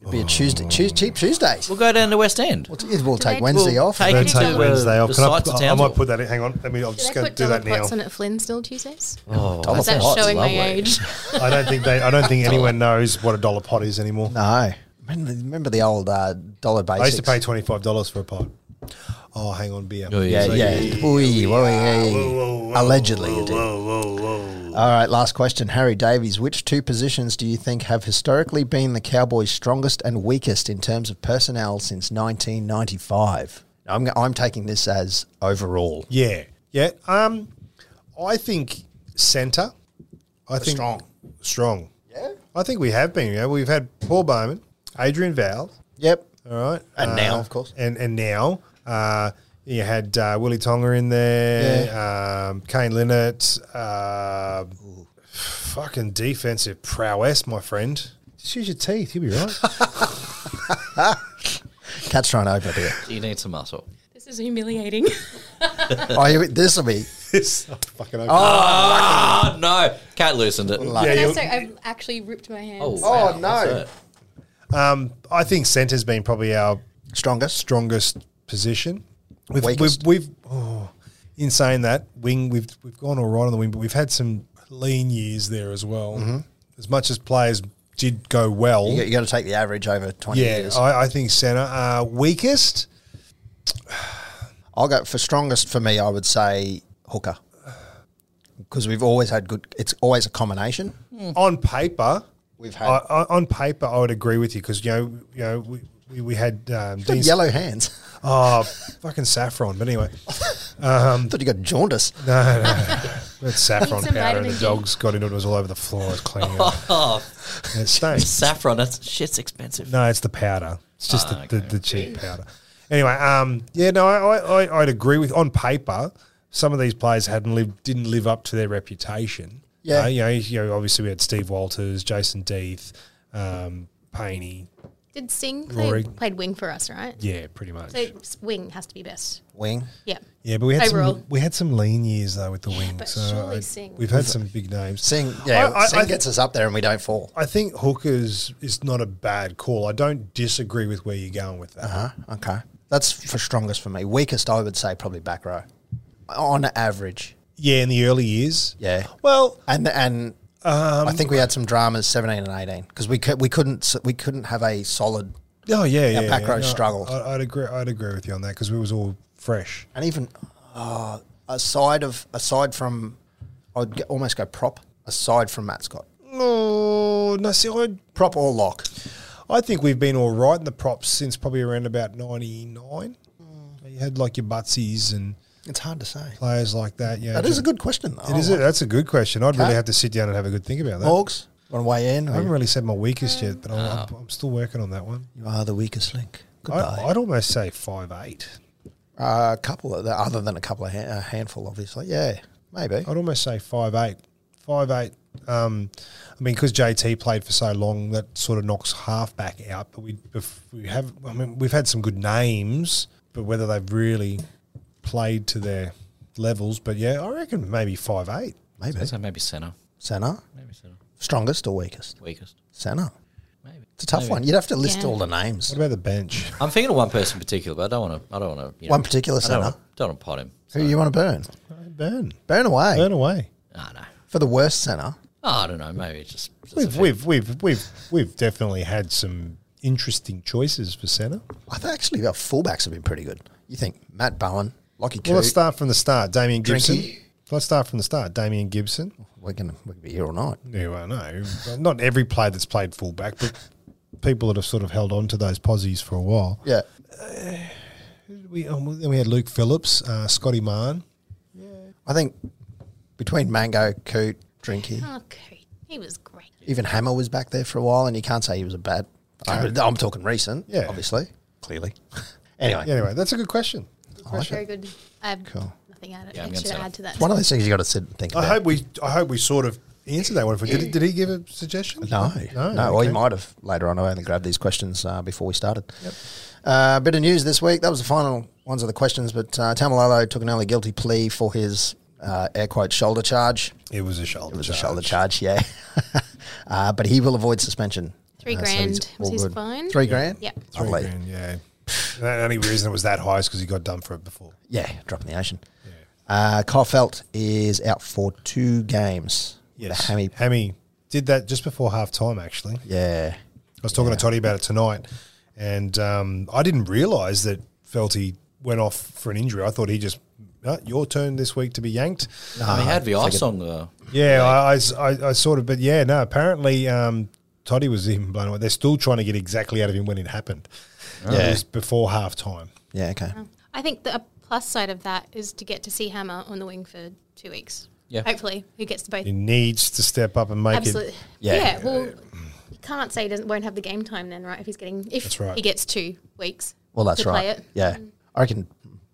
Speaker 2: It'll be a Tuesday, Tues cheap Tuesdays.
Speaker 3: Oh. We'll go down to West End.
Speaker 2: We'll, t- we'll take
Speaker 4: they-
Speaker 2: Wednesday
Speaker 3: We'll
Speaker 2: off.
Speaker 3: take
Speaker 1: Don't
Speaker 3: it to
Speaker 1: take
Speaker 3: the-
Speaker 1: Wednesday off.
Speaker 3: the
Speaker 1: Can I,
Speaker 3: sites of
Speaker 1: I, I
Speaker 3: Townsville.
Speaker 1: might put that in. Hang on. Let me, I'm
Speaker 4: Did
Speaker 1: just
Speaker 4: I
Speaker 1: going to
Speaker 4: put
Speaker 1: do
Speaker 4: dollar
Speaker 1: that now.
Speaker 4: pots on at Flynn still Tuesdays?
Speaker 3: Oh,
Speaker 2: Dollar
Speaker 4: Is that
Speaker 2: pots,
Speaker 4: showing
Speaker 3: lovely.
Speaker 4: my age?
Speaker 1: I don't think they. I don't think anyone knows what a dollar pot is anymore.
Speaker 2: No. Remember, remember the old uh, dollar basics?
Speaker 1: I used to pay twenty five dollars for a pot. Oh, hang on, beer.
Speaker 3: Oh,
Speaker 2: Yeah,
Speaker 3: So
Speaker 2: yeah. Ooh, whoa, hey. Allegedly, you did. All right, last question. Harry Davies, which two positions do you think have historically been the Cowboys' strongest and weakest in terms of personnel since 1995? I'm, go- I'm taking this as overall.
Speaker 1: Yeah, yeah. Um, I think center. I think
Speaker 2: strong.
Speaker 1: Strong. Yeah. I think we have been. Yeah, we've had Paul Bowman, Adrian Val.
Speaker 2: Yep.
Speaker 1: All right.
Speaker 2: And
Speaker 1: Uh,
Speaker 2: now, of course.
Speaker 1: And and now. Uh, you had uh, Willie Tonga in there, um, Kane Linnett, uh, fucking defensive prowess, my friend. Just use your teeth, you'll be right.
Speaker 2: Cat's trying to open it.
Speaker 3: You need some muscle.
Speaker 4: This is humiliating.
Speaker 2: Oh, you, this will be.
Speaker 1: It's- oh, fucking okay.
Speaker 3: Ah, no. Cat loosened it.
Speaker 1: Yeah,
Speaker 4: And
Speaker 1: you'll-
Speaker 4: also, I've actually ripped my hands.
Speaker 3: Oh, wow,
Speaker 2: no.
Speaker 3: that's it.
Speaker 1: um, I think centre's been probably our
Speaker 2: Strongest.
Speaker 1: strongest position. We've,
Speaker 2: Weakest.
Speaker 1: We've, we've oh, in saying that wing, we've we've gone all right on the wing, but we've had some lean years there as well. As much as players did go well,
Speaker 2: Mm-hmm. You, you got to take the average over 20
Speaker 1: yeah,
Speaker 2: years.
Speaker 1: I, I think centre uh, weakest.
Speaker 2: I'll go for strongest for me. I would say hooker because we've always had good. It's always a combination.
Speaker 1: on paper,
Speaker 2: We've
Speaker 1: I,
Speaker 2: had
Speaker 1: I, on paper, I would agree with you because you know, you know, we, we, we had um,
Speaker 2: Got
Speaker 1: Dean-
Speaker 2: yellow hands.
Speaker 1: Oh, fucking saffron. But anyway,
Speaker 2: I thought you got jaundice.
Speaker 1: that's saffron
Speaker 4: Need some
Speaker 1: powder, and
Speaker 4: vitamin
Speaker 1: the
Speaker 4: D.
Speaker 1: dogs got into it. It was all over the floor. It was cleaning it. up.
Speaker 3: Oh,
Speaker 1: And It stinks.
Speaker 3: saffron. That's shit's expensive.
Speaker 1: No, it's the powder. It's just
Speaker 3: Ah,
Speaker 1: the, the,
Speaker 3: okay.
Speaker 1: the cheap powder. Anyway, um, yeah, no, I, I, I, I'd agree with on paper. Some of these players hadn't lived, didn't live up to their reputation.
Speaker 2: Yeah.
Speaker 1: Uh, you, know, you know, obviously we had Steve Walters, Jason Death, um, Paney.
Speaker 4: Did Singh
Speaker 1: Rory.
Speaker 4: play, played wing for us, right?
Speaker 1: Yeah, pretty much.
Speaker 4: So s- wing has to be best.
Speaker 2: Wing.
Speaker 4: Yeah.
Speaker 1: yeah, but we had
Speaker 4: overall.
Speaker 1: some we had some lean years though with the wings.
Speaker 4: but
Speaker 1: so
Speaker 4: surely
Speaker 1: I-
Speaker 4: Singh-
Speaker 1: we've had some big names.
Speaker 2: Singh. Yeah,
Speaker 1: I- I-
Speaker 2: Singh
Speaker 1: I-
Speaker 2: gets us up there and we don't fall.
Speaker 1: I think hookers is not a bad call. I don't disagree with where you're going with that.
Speaker 2: Uh, okay, that's for strongest for me. Weakest, I would say probably back row, on average.
Speaker 1: Yeah, in the early years.
Speaker 2: Yeah.
Speaker 1: Well,
Speaker 2: And and
Speaker 1: Um,
Speaker 2: I think we had some dramas seventeen and eighteen because we cou- we couldn't s- we couldn't have a solid
Speaker 1: Oh yeah, yeah.
Speaker 2: pack
Speaker 1: yeah.
Speaker 2: row struggled.
Speaker 1: I, I'd agree. I'd agree with you on that because we was all fresh.
Speaker 2: and even uh, aside of aside from I'd g almost go prop aside from Matt Scott
Speaker 1: Oh no, see, I,
Speaker 2: prop or lock.
Speaker 1: I think we've been all right in the props since probably around about '99.
Speaker 2: Hmm.
Speaker 1: You had like your Butsies and
Speaker 2: It's hard to say.
Speaker 1: players like that. Yeah,
Speaker 2: That is a good question though.
Speaker 1: It is. A, that's a good question. I'd
Speaker 2: Okay.
Speaker 1: really have to sit down and have a good think about that.
Speaker 2: Morgs want to weigh in.
Speaker 1: I
Speaker 2: Or
Speaker 1: haven't
Speaker 2: you,
Speaker 1: really said my weakest yet, but I'm, I'm, I'm still working on that one.
Speaker 2: you are the weakest link.
Speaker 1: I,
Speaker 2: Goodbye.
Speaker 1: I'd almost say five eight.
Speaker 2: Uh, a couple of the, other than a couple of ha- a handful, obviously. Yeah, maybe.
Speaker 1: I'd almost say five eight, five eight. Um, I mean, because JT played for so long, that sort of knocks halfback out. But we bef- we have, I mean, we've had some good names, but whether they've really played to their levels. But yeah, I reckon maybe five eight.
Speaker 2: Maybe
Speaker 3: So maybe center.
Speaker 2: Senna,
Speaker 3: Maybe center.
Speaker 2: strongest or weakest?
Speaker 3: Weakest.
Speaker 2: Senna.
Speaker 3: Maybe.
Speaker 2: It's a tough
Speaker 3: Maybe.
Speaker 2: one. You'd have to list
Speaker 4: Yeah.
Speaker 2: all the names.
Speaker 1: What about the bench?
Speaker 3: I'm thinking of one person in particular, but I don't want to. I don't want to.
Speaker 2: One particular
Speaker 3: I don't
Speaker 2: centre.
Speaker 3: wanna- Don't want to pot him.
Speaker 2: Who you want to burn?
Speaker 1: Burn,
Speaker 2: Burn away
Speaker 1: burn away.
Speaker 3: Ah no.
Speaker 2: for the worst centre.
Speaker 3: Oh, I don't know. Maybe it's just. just a
Speaker 1: We've
Speaker 3: few.
Speaker 1: we've we've we've we've definitely had some interesting choices for centre.
Speaker 2: I think actually our fullbacks have been pretty good. You think Matt Bowen, Lockie
Speaker 1: Well, let's
Speaker 2: Coote.
Speaker 1: start from the start. Damien Gibson.
Speaker 2: Drinky.
Speaker 1: Let's start from the start. Damien Gibson.
Speaker 2: we're gonna we could be here all night.
Speaker 1: Yeah, well, no, Well, not every player that's played fullback, but people that have sort of held on to those posies for a while.
Speaker 2: Yeah,
Speaker 1: We, um, then we had Luke Phillips, uh, Scotty Marn.
Speaker 2: I think between Mango, Coote, Drinky,
Speaker 4: Hmm. Okay. He was great.
Speaker 2: even Hammer was back there for a while, and you can't say he was a bad. I, am talking recent,
Speaker 1: Yeah.
Speaker 2: obviously, clearly. anyway,
Speaker 1: Yeah, anyway, that's a good question.
Speaker 4: Very good. I have
Speaker 2: Cool.
Speaker 4: nothing add,
Speaker 3: Yeah, I'm
Speaker 4: extra
Speaker 3: gonna
Speaker 4: to
Speaker 3: say-
Speaker 4: add to that.
Speaker 2: one of those things you got to sit and think
Speaker 1: I
Speaker 2: about.
Speaker 1: hope we, I hope we sort of answered that one. If we did, did he give a suggestion?
Speaker 2: No, no.
Speaker 1: no.
Speaker 2: Well, you
Speaker 1: okay.
Speaker 2: might have later on. I only grabbed these questions uh, before we started. Uh, bit of news this week. That was the final ones of the questions. But uh, Tamalolo took an early guilty plea for his uh, air quote shoulder charge.
Speaker 1: It was a shoulder.
Speaker 2: It was
Speaker 1: charge.
Speaker 2: a shoulder charge, yeah. uh, but he will avoid suspension.
Speaker 4: Three
Speaker 2: Uh,
Speaker 4: grand
Speaker 2: he's
Speaker 4: was
Speaker 2: all
Speaker 4: his
Speaker 2: good.
Speaker 4: fine?
Speaker 2: Three grand.
Speaker 4: Yep.
Speaker 1: Three
Speaker 2: Lovely.
Speaker 1: grand, yeah. And the only reason it was that high is because he got done for it before.
Speaker 2: Yeah, drop in the ocean. Uh, Kyle Felt is out for two games. with a
Speaker 1: Yes,
Speaker 2: hammy.
Speaker 1: Hammy did that just before half time. Actually,
Speaker 2: Yeah.
Speaker 1: I was talking to Toddy about it tonight, and um, I didn't realise that Felty went off for an injury. I thought he just, "Ah, your turn this week to be yanked.
Speaker 3: I
Speaker 1: uh,
Speaker 3: mean, he had the ice on though.
Speaker 1: Yeah, I, I s- I- I sort of, but yeah, no, apparently um, Toddy was even blown away. They're still trying to get exactly out of him when it happened.
Speaker 2: Yeah.
Speaker 1: It was before half time.
Speaker 2: Yeah, okay.
Speaker 4: I think the plus side of that is to get to see Hammer on the wing for two weeks.
Speaker 3: Yeah.
Speaker 4: Hopefully, he gets to both.
Speaker 1: He needs to step up and make
Speaker 4: Absolutely.
Speaker 1: it.
Speaker 2: Yeah.
Speaker 4: Yeah. Well, you can't say he doesn't won't have the game time then, right? If he's getting if
Speaker 1: That's right.
Speaker 4: he gets two weeks.
Speaker 2: Well, that's
Speaker 4: to
Speaker 2: right.
Speaker 4: Play it. Mm.
Speaker 2: Yeah, I reckon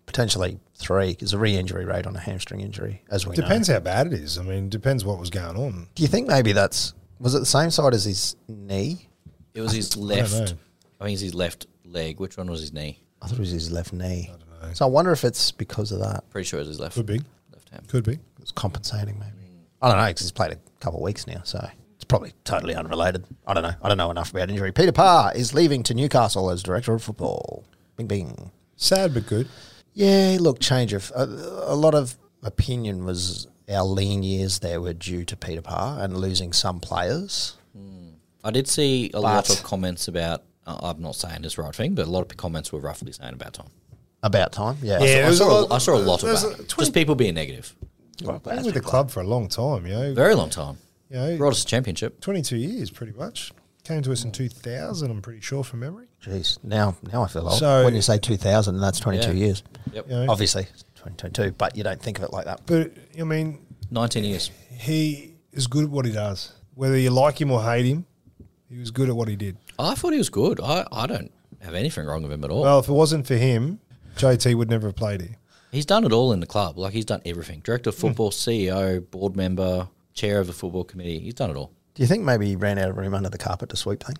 Speaker 2: potentially three because a re-injury rate on a hamstring injury, as we know.
Speaker 1: Depends how bad it is. I mean, depends what was going on.
Speaker 2: Do you think maybe that's was it the same side as his knee?
Speaker 3: It was his
Speaker 1: don't
Speaker 3: left.
Speaker 1: know.
Speaker 3: I think it's his left leg. Which one was his knee?
Speaker 2: I thought it was his left knee. I
Speaker 1: don't know.
Speaker 2: So I wonder if it's because of that.
Speaker 3: Pretty sure it was his left.
Speaker 1: Could be.
Speaker 3: Left hand.
Speaker 1: Could be.
Speaker 2: It's compensating, maybe. I don't know because he's played a couple of weeks now, so it's probably totally unrelated. I don't know. I don't know enough about injury. Peter Parr is leaving to Newcastle as director of football. Bing, bing.
Speaker 1: Sad but good.
Speaker 2: Yeah, look, change of a, a lot of opinion was our lean years there were due to Peter Parr and losing some players.
Speaker 3: I did see a lot
Speaker 2: But-
Speaker 3: of comments about. Uh, I'm not saying this right thing, but a lot of comments were roughly saying about Tom.
Speaker 2: About time, yeah.
Speaker 1: Yeah,
Speaker 3: I
Speaker 1: There's
Speaker 3: saw,
Speaker 1: a
Speaker 3: a
Speaker 1: lot-
Speaker 3: I saw a lot of
Speaker 1: uh, there's
Speaker 3: that.
Speaker 1: a 20
Speaker 3: Just people being negative.
Speaker 2: Well,
Speaker 1: Been
Speaker 2: that's
Speaker 1: with the
Speaker 2: been-
Speaker 1: club for a long time, you know.
Speaker 3: Very long time.
Speaker 1: You know,
Speaker 3: Brought us a championship.
Speaker 1: 22 years, pretty much. Came to us
Speaker 2: Hmm.
Speaker 1: in 2000, I'm pretty sure, from memory.
Speaker 2: Jeez, now now I feel old.
Speaker 1: So-
Speaker 2: when you say 2000, that's 22
Speaker 3: Yeah.
Speaker 2: years.
Speaker 3: Yep.
Speaker 1: You know,
Speaker 2: Obviously, it's 2022, but you don't think of it like that.
Speaker 1: But, I mean,
Speaker 3: 19 years.
Speaker 1: he is good at what he does. Whether you like him or hate him, he was good at what he did.
Speaker 3: I thought he was good. I, I don't have anything wrong with him at all.
Speaker 1: Well, if it wasn't for him, JT would never have played here.
Speaker 3: he's done it all in the club. Like, he's done everything director
Speaker 1: Hmm.
Speaker 3: of football, CEO, board member, chair of the football committee. He's done it all.
Speaker 2: Do you think maybe he ran out of room under the carpet to sweep things?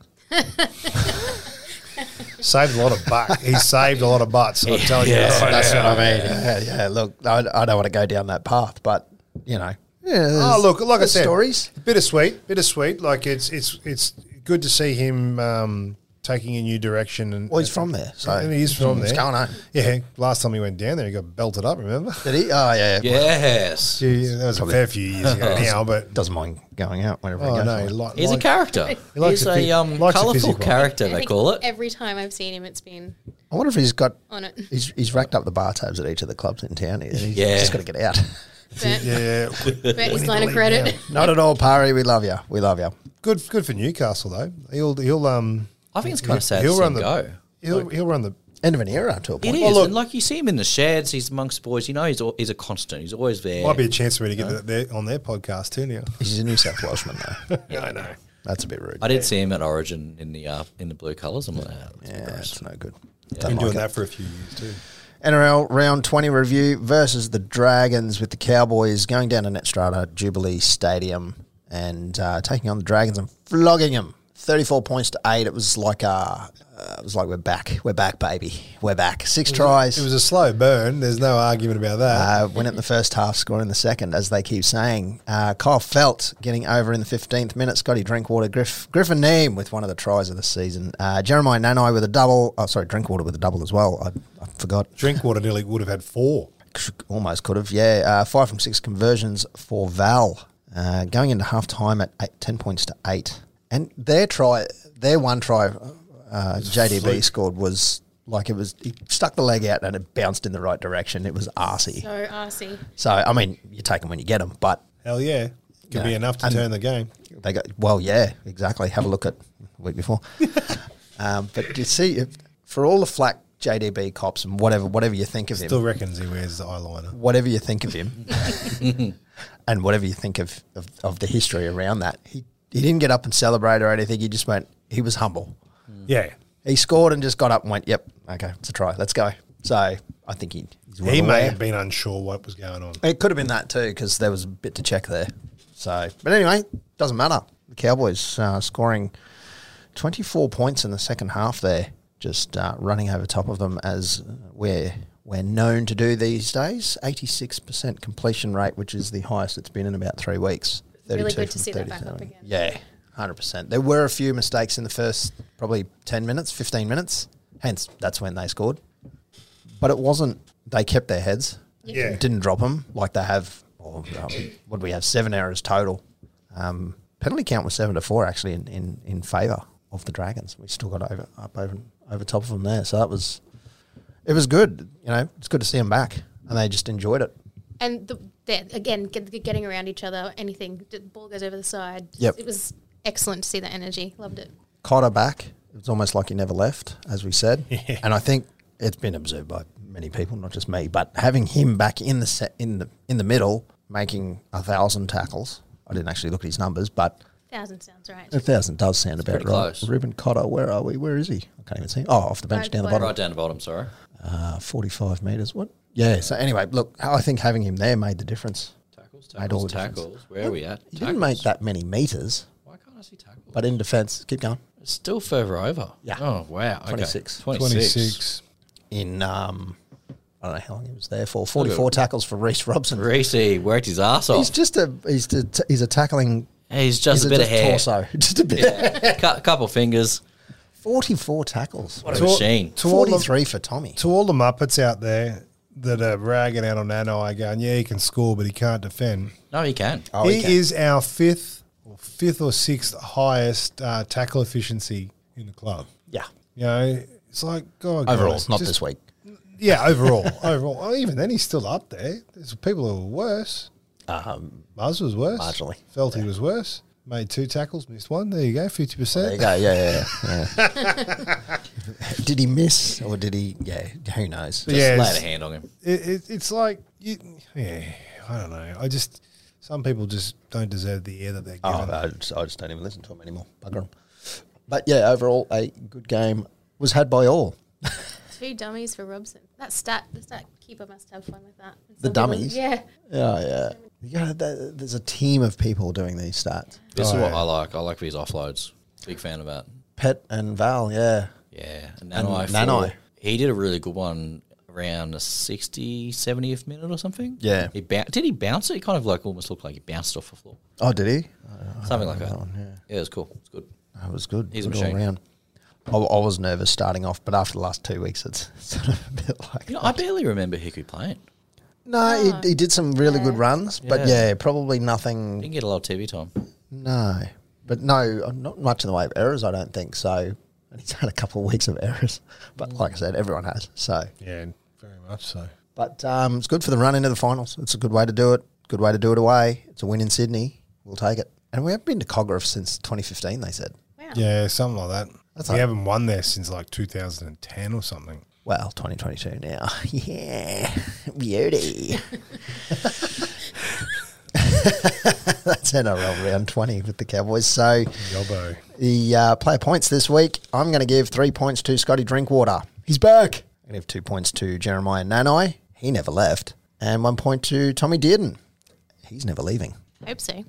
Speaker 1: Saved a lot of buck. he saved a lot of butts. I'm telling you. that right now.
Speaker 2: what I mean. Yeah, yeah. Look, I, I don't want to go down that path, but you know. Yeah,
Speaker 1: Oh, look, like I
Speaker 2: there's
Speaker 1: said,
Speaker 2: stories.
Speaker 1: bittersweet, bittersweet. Like it's it's it's good to see him um, taking a new direction. And
Speaker 2: Well, he's from there, so
Speaker 1: and he is from
Speaker 2: he's
Speaker 1: there.
Speaker 2: going home.
Speaker 1: Yeah, last time he went down there, he got belted up. Remember?
Speaker 2: Did he? Oh, yeah. yeah.
Speaker 3: Yes.
Speaker 1: Gee, that was a fair few years ago now, but
Speaker 2: Doesn't mind going out whenever he
Speaker 1: oh
Speaker 2: goes.
Speaker 1: no,
Speaker 2: away.
Speaker 1: he li-
Speaker 3: He's a
Speaker 1: like-
Speaker 3: character.
Speaker 1: He likes
Speaker 3: he's
Speaker 1: a
Speaker 3: a,
Speaker 1: phy-
Speaker 3: um,
Speaker 1: likes a
Speaker 3: colourful
Speaker 1: physical.
Speaker 3: character,
Speaker 4: I
Speaker 3: they
Speaker 4: think
Speaker 3: call it.
Speaker 4: Every time I've seen him it's been
Speaker 2: I wonder if he's got.
Speaker 4: on it.
Speaker 2: He's, he's racked up the bar tabs at each of the clubs in town. He's
Speaker 3: Yeah.
Speaker 2: just got to get out.
Speaker 4: Burnt,
Speaker 1: Yeah,
Speaker 4: burnt his
Speaker 1: need
Speaker 4: line
Speaker 1: to
Speaker 4: of
Speaker 1: leave now.
Speaker 4: credit.
Speaker 2: Not at all, Parry. We love you. We love you.
Speaker 1: good good for Newcastle though. He'll he'll um
Speaker 3: I think it's kind
Speaker 1: he-
Speaker 3: of sad to
Speaker 1: he'll
Speaker 3: see
Speaker 1: run
Speaker 3: him
Speaker 1: the
Speaker 3: go.
Speaker 1: he'll he'll run the
Speaker 2: End of an era to a
Speaker 3: It
Speaker 2: point.
Speaker 3: is.
Speaker 1: Well, look-
Speaker 3: and like you see him in the sheds, he's amongst boys. You know, he's al- he's a constant. He's always there.
Speaker 1: might be a chance for me to get that there on their podcast too now.
Speaker 2: He's a New South Welshman, though.
Speaker 3: Yeah, I know.
Speaker 2: That's a bit rude.
Speaker 3: I did see him at Origin in the uh, in the blue colours. I'm like, "Ah, that's
Speaker 2: yeah,
Speaker 3: gross."
Speaker 2: it's no good.
Speaker 1: Been
Speaker 2: Don't
Speaker 1: doing
Speaker 2: like it.
Speaker 1: that for a few years too.
Speaker 2: NRL round 20 review versus the Dragons with the Cowboys going down to Netstrata Jubilee Stadium and uh, taking on the Dragons and flogging them. 34 points to 8. It was like uh, uh, it was like we're back. We're back baby. We're back. 6 tries.
Speaker 1: It was a slow burn. There's no argument about that.
Speaker 2: uh, win it in the first half, score in the second, as they keep saying. Uh, Kyle Felt getting over in the 15th minute. Scotty Drinkwater, Griff, Griffin Neem with one of the tries of the season. Uh, Jeremiah Nanai with a double. Oh, sorry, Drinkwater with a double as well. I, I forgot.
Speaker 1: Drinkwater nearly would have had four.
Speaker 2: almost could have. Yeah, uh, five from six conversions for Val. Uh, going into half time at eight, 10 points to eight. And their try, their one try uh, JDB
Speaker 1: fluke.
Speaker 2: scored was like it was, he stuck the leg out and it bounced in the right direction. It was arsey.
Speaker 4: So RC.
Speaker 2: So, I mean, you take them when you get them, but
Speaker 1: Hell yeah. Could be
Speaker 2: Yeah.
Speaker 1: enough to
Speaker 2: And-
Speaker 1: turn the game.
Speaker 2: they go, well, yeah, exactly. Have a look at the week before. um, but you see, if, for all the flack JDB cops and whatever, whatever you think of him,
Speaker 1: Still reckons he wears the eyeliner.
Speaker 2: whatever you think of him and whatever you think of, of, of the history around that, he, he didn't get up and celebrate or anything. He just went, he was humble.
Speaker 1: Yeah.
Speaker 2: He scored and just got up and went, yep, okay, it's a try. Let's go. So I think he, he's well
Speaker 1: He may
Speaker 2: aware.
Speaker 1: have been unsure what was going on.
Speaker 2: It could have been that too because there was a bit to check there. So, but anyway, doesn't matter. The Cowboys uh, scoring 24 points in the second half there, just uh, running over top of them as uh, we're, we're known to do these days. 86% completion rate, which is the highest it's been in about three weeks.
Speaker 4: really
Speaker 2: 32
Speaker 4: good to
Speaker 2: from
Speaker 4: see that back up
Speaker 2: 33.
Speaker 4: again.
Speaker 2: Yeah, 100%. There were a few mistakes in the first probably 10 minutes, 15 minutes. Hence, that's when they scored. But it wasn't, they kept their heads
Speaker 1: Yeah.
Speaker 2: didn't drop them like they have. Or, um, what do we have? Seven errors total. Um, penalty count was seven to four actually in, in, in favour of the Dragons. We still got over up over over top of them there. So that was it was good. You know, it's good to see them back, and they just enjoyed it.
Speaker 4: And the, there, again, get, get- getting around each other, anything, the ball goes over the side.
Speaker 2: Yep.
Speaker 4: It was excellent to see that energy. Loved it.
Speaker 2: Cotter back. It was almost like he never left, as we said. And I think it's been observed by many people, not just me, but having him back in the set, in the in the middle, making a thousand tackles. I didn't actually look at his numbers, but
Speaker 4: thousand sounds right.
Speaker 2: A thousand does sound about
Speaker 3: pretty
Speaker 2: right.
Speaker 3: close.
Speaker 2: Ruben Cotter, where are we? Where is he? I can't even see. Oh, off the bench
Speaker 4: Right
Speaker 2: down the
Speaker 4: below.
Speaker 2: bottom.
Speaker 3: Right down the bottom, sorry.
Speaker 2: Uh, 45 metres. What? Yeah. So anyway, look, I think having him there made the difference.
Speaker 3: Tackles,
Speaker 2: Made all the
Speaker 3: tackles,
Speaker 2: difference.
Speaker 3: tackles. Where are we at?
Speaker 2: He didn't make
Speaker 3: Tackles.
Speaker 2: that many metres,
Speaker 3: Why can't I see tackles?
Speaker 2: but in defence, keep going.
Speaker 3: It's still further over.
Speaker 2: Yeah.
Speaker 3: Oh, wow. Okay.
Speaker 2: 26.
Speaker 3: 26.
Speaker 1: 26.
Speaker 2: In um, I don't know how long he was there for.
Speaker 3: Look
Speaker 2: 44 tackles for Reese Robson.
Speaker 3: Reese worked his ass off.
Speaker 2: He's just a he's a, he's a tackling.
Speaker 3: He's just
Speaker 2: he's
Speaker 3: Oh. a bit
Speaker 2: just
Speaker 3: of hair.
Speaker 2: torso, just a bit.
Speaker 3: Cut, couple fingers.
Speaker 2: 44 tackles.
Speaker 3: What a
Speaker 1: To all-
Speaker 3: machine.
Speaker 1: to all the-
Speaker 2: 43 for Tommy.
Speaker 1: to all the Muppets out there that are ragging out on Nanai going, yeah, he can score, but he can't defend.
Speaker 3: No, he can.
Speaker 2: Oh,
Speaker 1: he
Speaker 2: he can.
Speaker 1: is our fifth or fifth or sixth highest uh, tackle efficiency in the club.
Speaker 2: Yeah.
Speaker 1: You know, it's like, God.
Speaker 2: Overall,
Speaker 1: guys,
Speaker 2: not
Speaker 1: just-
Speaker 2: this week.
Speaker 1: Yeah, overall. overall. Oh, even then, he's still up there. There's people who are worse.
Speaker 2: Um,
Speaker 1: Muzz was worse.
Speaker 2: Marginally.
Speaker 1: Felt he was worse. Made two tackles, missed one. There you go, 50%.
Speaker 2: there you go. Yeah, yeah, yeah. yeah. did he miss or did he? Yeah, who knows?
Speaker 1: But
Speaker 3: Just
Speaker 1: yeah,
Speaker 3: laid
Speaker 1: it's-
Speaker 3: a hand on him.
Speaker 1: it, it, it's like you, yeah, I don't know. I just some people just don't deserve the air that they're
Speaker 2: Oh,
Speaker 1: given.
Speaker 2: I, just, I just don't even listen to him anymore. Bugger him. But yeah, overall, a good game was had by all.
Speaker 4: Two dummies for Robson. That stat, the stat keeper must have fun with that.
Speaker 2: The
Speaker 4: Some people-
Speaker 2: dummies?
Speaker 4: Yeah.
Speaker 2: Yeah, yeah. You gotta, th- there's a team of people doing these stats.
Speaker 3: This is
Speaker 1: Oh,
Speaker 3: what
Speaker 1: yeah.
Speaker 3: I like. I like his offloads. Big fan of that.
Speaker 2: Pet and Val, yeah.
Speaker 3: Yeah. And Nanai.
Speaker 2: And
Speaker 3: for-
Speaker 2: Nanai.
Speaker 3: He did a really good one around the 60, 70th minute or something.
Speaker 2: Yeah.
Speaker 3: He bou- did he bounce it? It kind of like almost looked like he bounced off the floor.
Speaker 2: Oh, did he? Oh,
Speaker 3: Something like that.
Speaker 2: one,
Speaker 3: yeah.
Speaker 2: yeah.
Speaker 3: it was cool. It's good.
Speaker 2: that was good.
Speaker 3: He's a
Speaker 2: good
Speaker 3: machine.
Speaker 2: all around. I, I was nervous starting off, but after the last two weeks, it's sort of a bit like.
Speaker 3: You know, I barely remember Hiku playing.
Speaker 2: no,
Speaker 4: Oh.
Speaker 2: he, he did some really good
Speaker 4: Yeah.
Speaker 2: runs, but
Speaker 3: Yeah.
Speaker 2: yeah, probably nothing
Speaker 3: Didn't get a lot of TV time.
Speaker 2: No, but no, not much in the way of errors. I don't think so. And he's had a couple of weeks of errors, but
Speaker 3: Mm.
Speaker 2: like I said, everyone has. So,
Speaker 1: yeah, very much so.
Speaker 2: but um, it's good for the run into the finals. It's a good way to do it. Good way to do it away. It's a win in Sydney. We'll take it. And we haven't been to Cograff since 2015. They said.
Speaker 4: Wow.
Speaker 1: Yeah, something like that.
Speaker 2: That's
Speaker 1: we
Speaker 2: all right.
Speaker 1: haven't won there since like 2010 or something.
Speaker 2: Well, 2022 now. yeah, beauty. That's NRL round 20 with the Cowboys. So.
Speaker 1: Yobbo.
Speaker 2: The uh, player points this week, I'm going to give three points to Scotty Drinkwater. He's back. I'm going to give two points to Jeremiah Nanai. He never left. And one point to Tommy Dearden. He's never leaving.
Speaker 4: Hope so.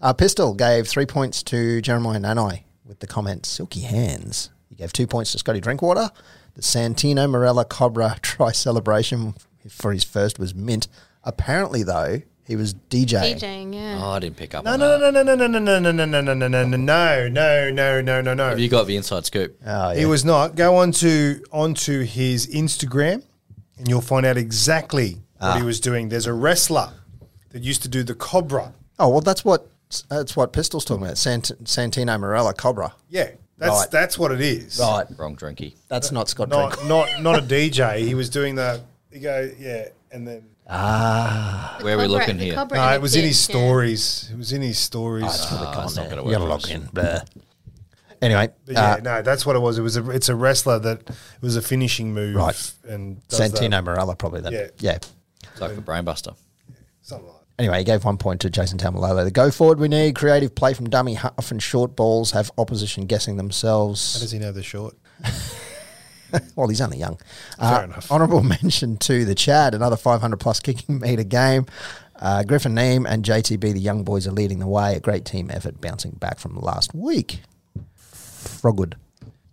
Speaker 2: Uh, Pistol gave three points to Jeremiah Nanai with the comment, silky hands. He gave two points to Scotty Drinkwater. The Santino Morella Cobra try celebration for his first was mint. Apparently, though, he was DJing.
Speaker 4: DJing, yeah.
Speaker 3: Oh, I didn't pick up
Speaker 1: No,
Speaker 3: on
Speaker 1: no,
Speaker 3: that.
Speaker 1: no, no, no, no, no, no, no, no, no, no, no, no, no, no, no, no, no, no.
Speaker 3: Have you got the inside scoop?
Speaker 2: Oh,
Speaker 1: He
Speaker 2: yeah.
Speaker 1: was not. Go on to onto his Instagram, and you'll find out exactly what he was doing. There's a wrestler that used to do the Cobra.
Speaker 2: oh, well, that's what, that's what Pistol's talking about. Sant- Santino Morella Cobra.
Speaker 1: Yeah, that's
Speaker 2: Right.
Speaker 1: that's what it is.
Speaker 2: Right.
Speaker 3: Wrong drinky.
Speaker 2: That's not Scott Drink.
Speaker 1: not not not a DJ. He was doing the you go yeah, and then
Speaker 2: Ah,
Speaker 3: Where are we
Speaker 4: Cobra-
Speaker 3: looking
Speaker 4: the
Speaker 3: here?
Speaker 4: Cobra
Speaker 1: no,
Speaker 4: and
Speaker 1: it
Speaker 4: the
Speaker 1: was in his
Speaker 4: kid, yeah.
Speaker 1: stories. It was in his stories.
Speaker 3: Ah, it's not going to
Speaker 2: you
Speaker 3: work.
Speaker 2: gotta
Speaker 3: for
Speaker 2: log
Speaker 3: us.
Speaker 2: in. Blah. Anyway,
Speaker 1: But
Speaker 2: uh,
Speaker 1: yeah, no, that's what it was. It was a it's a wrestler that it was a finishing move,
Speaker 2: Right.
Speaker 1: And does that-
Speaker 2: Santino Morella probably then.
Speaker 1: Yeah.
Speaker 2: Yeah.
Speaker 3: It's like the brainbuster.
Speaker 1: something like that.
Speaker 2: Anyway, he gave one point to Jason Tamalolo. The go forward we need creative play from dummy half and short balls have opposition guessing
Speaker 1: How
Speaker 2: themselves.
Speaker 1: does he know the short?
Speaker 2: Well, he's only young.
Speaker 1: Fair
Speaker 2: Uh,
Speaker 1: enough.
Speaker 2: Honourable mention to the Chad, another 500 plus kicking meter game. Uh, Griffin Neem and JTB, the young boys, are leading the way. A great team effort bouncing back from last week. Frogwood.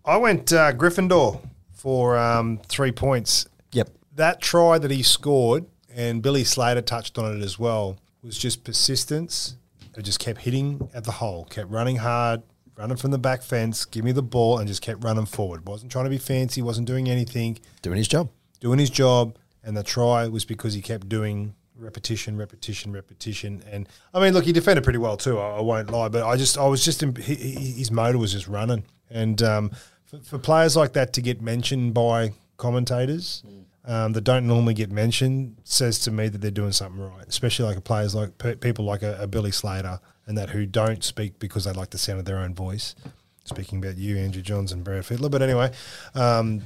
Speaker 1: I went uh, Gryffindor for um, three points.
Speaker 2: Yep.
Speaker 1: That try that he scored, and Billy Slater touched on it as well, was just persistence. It just kept hitting at the hole, kept running hard, running from the back fence, give me the ball, and just kept running forward. Wasn't trying to be fancy, wasn't doing anything,
Speaker 2: Doing his job.
Speaker 1: doing his job. And the try was because he kept doing repetition, repetition, repetition. And I mean, look, he defended pretty well too. I, I won't lie, but I just, I was just, in, he, he- his motor was just running. And um, for, for players like that to get mentioned by commentators um, that don't normally get mentioned says to me that they're doing something right, especially like players like pe- people like a, a Billy Slater and that who don't speak because they like the sound of their own voice. Speaking about you, Andrew Johns and Brad Fiddler, but anyway, um,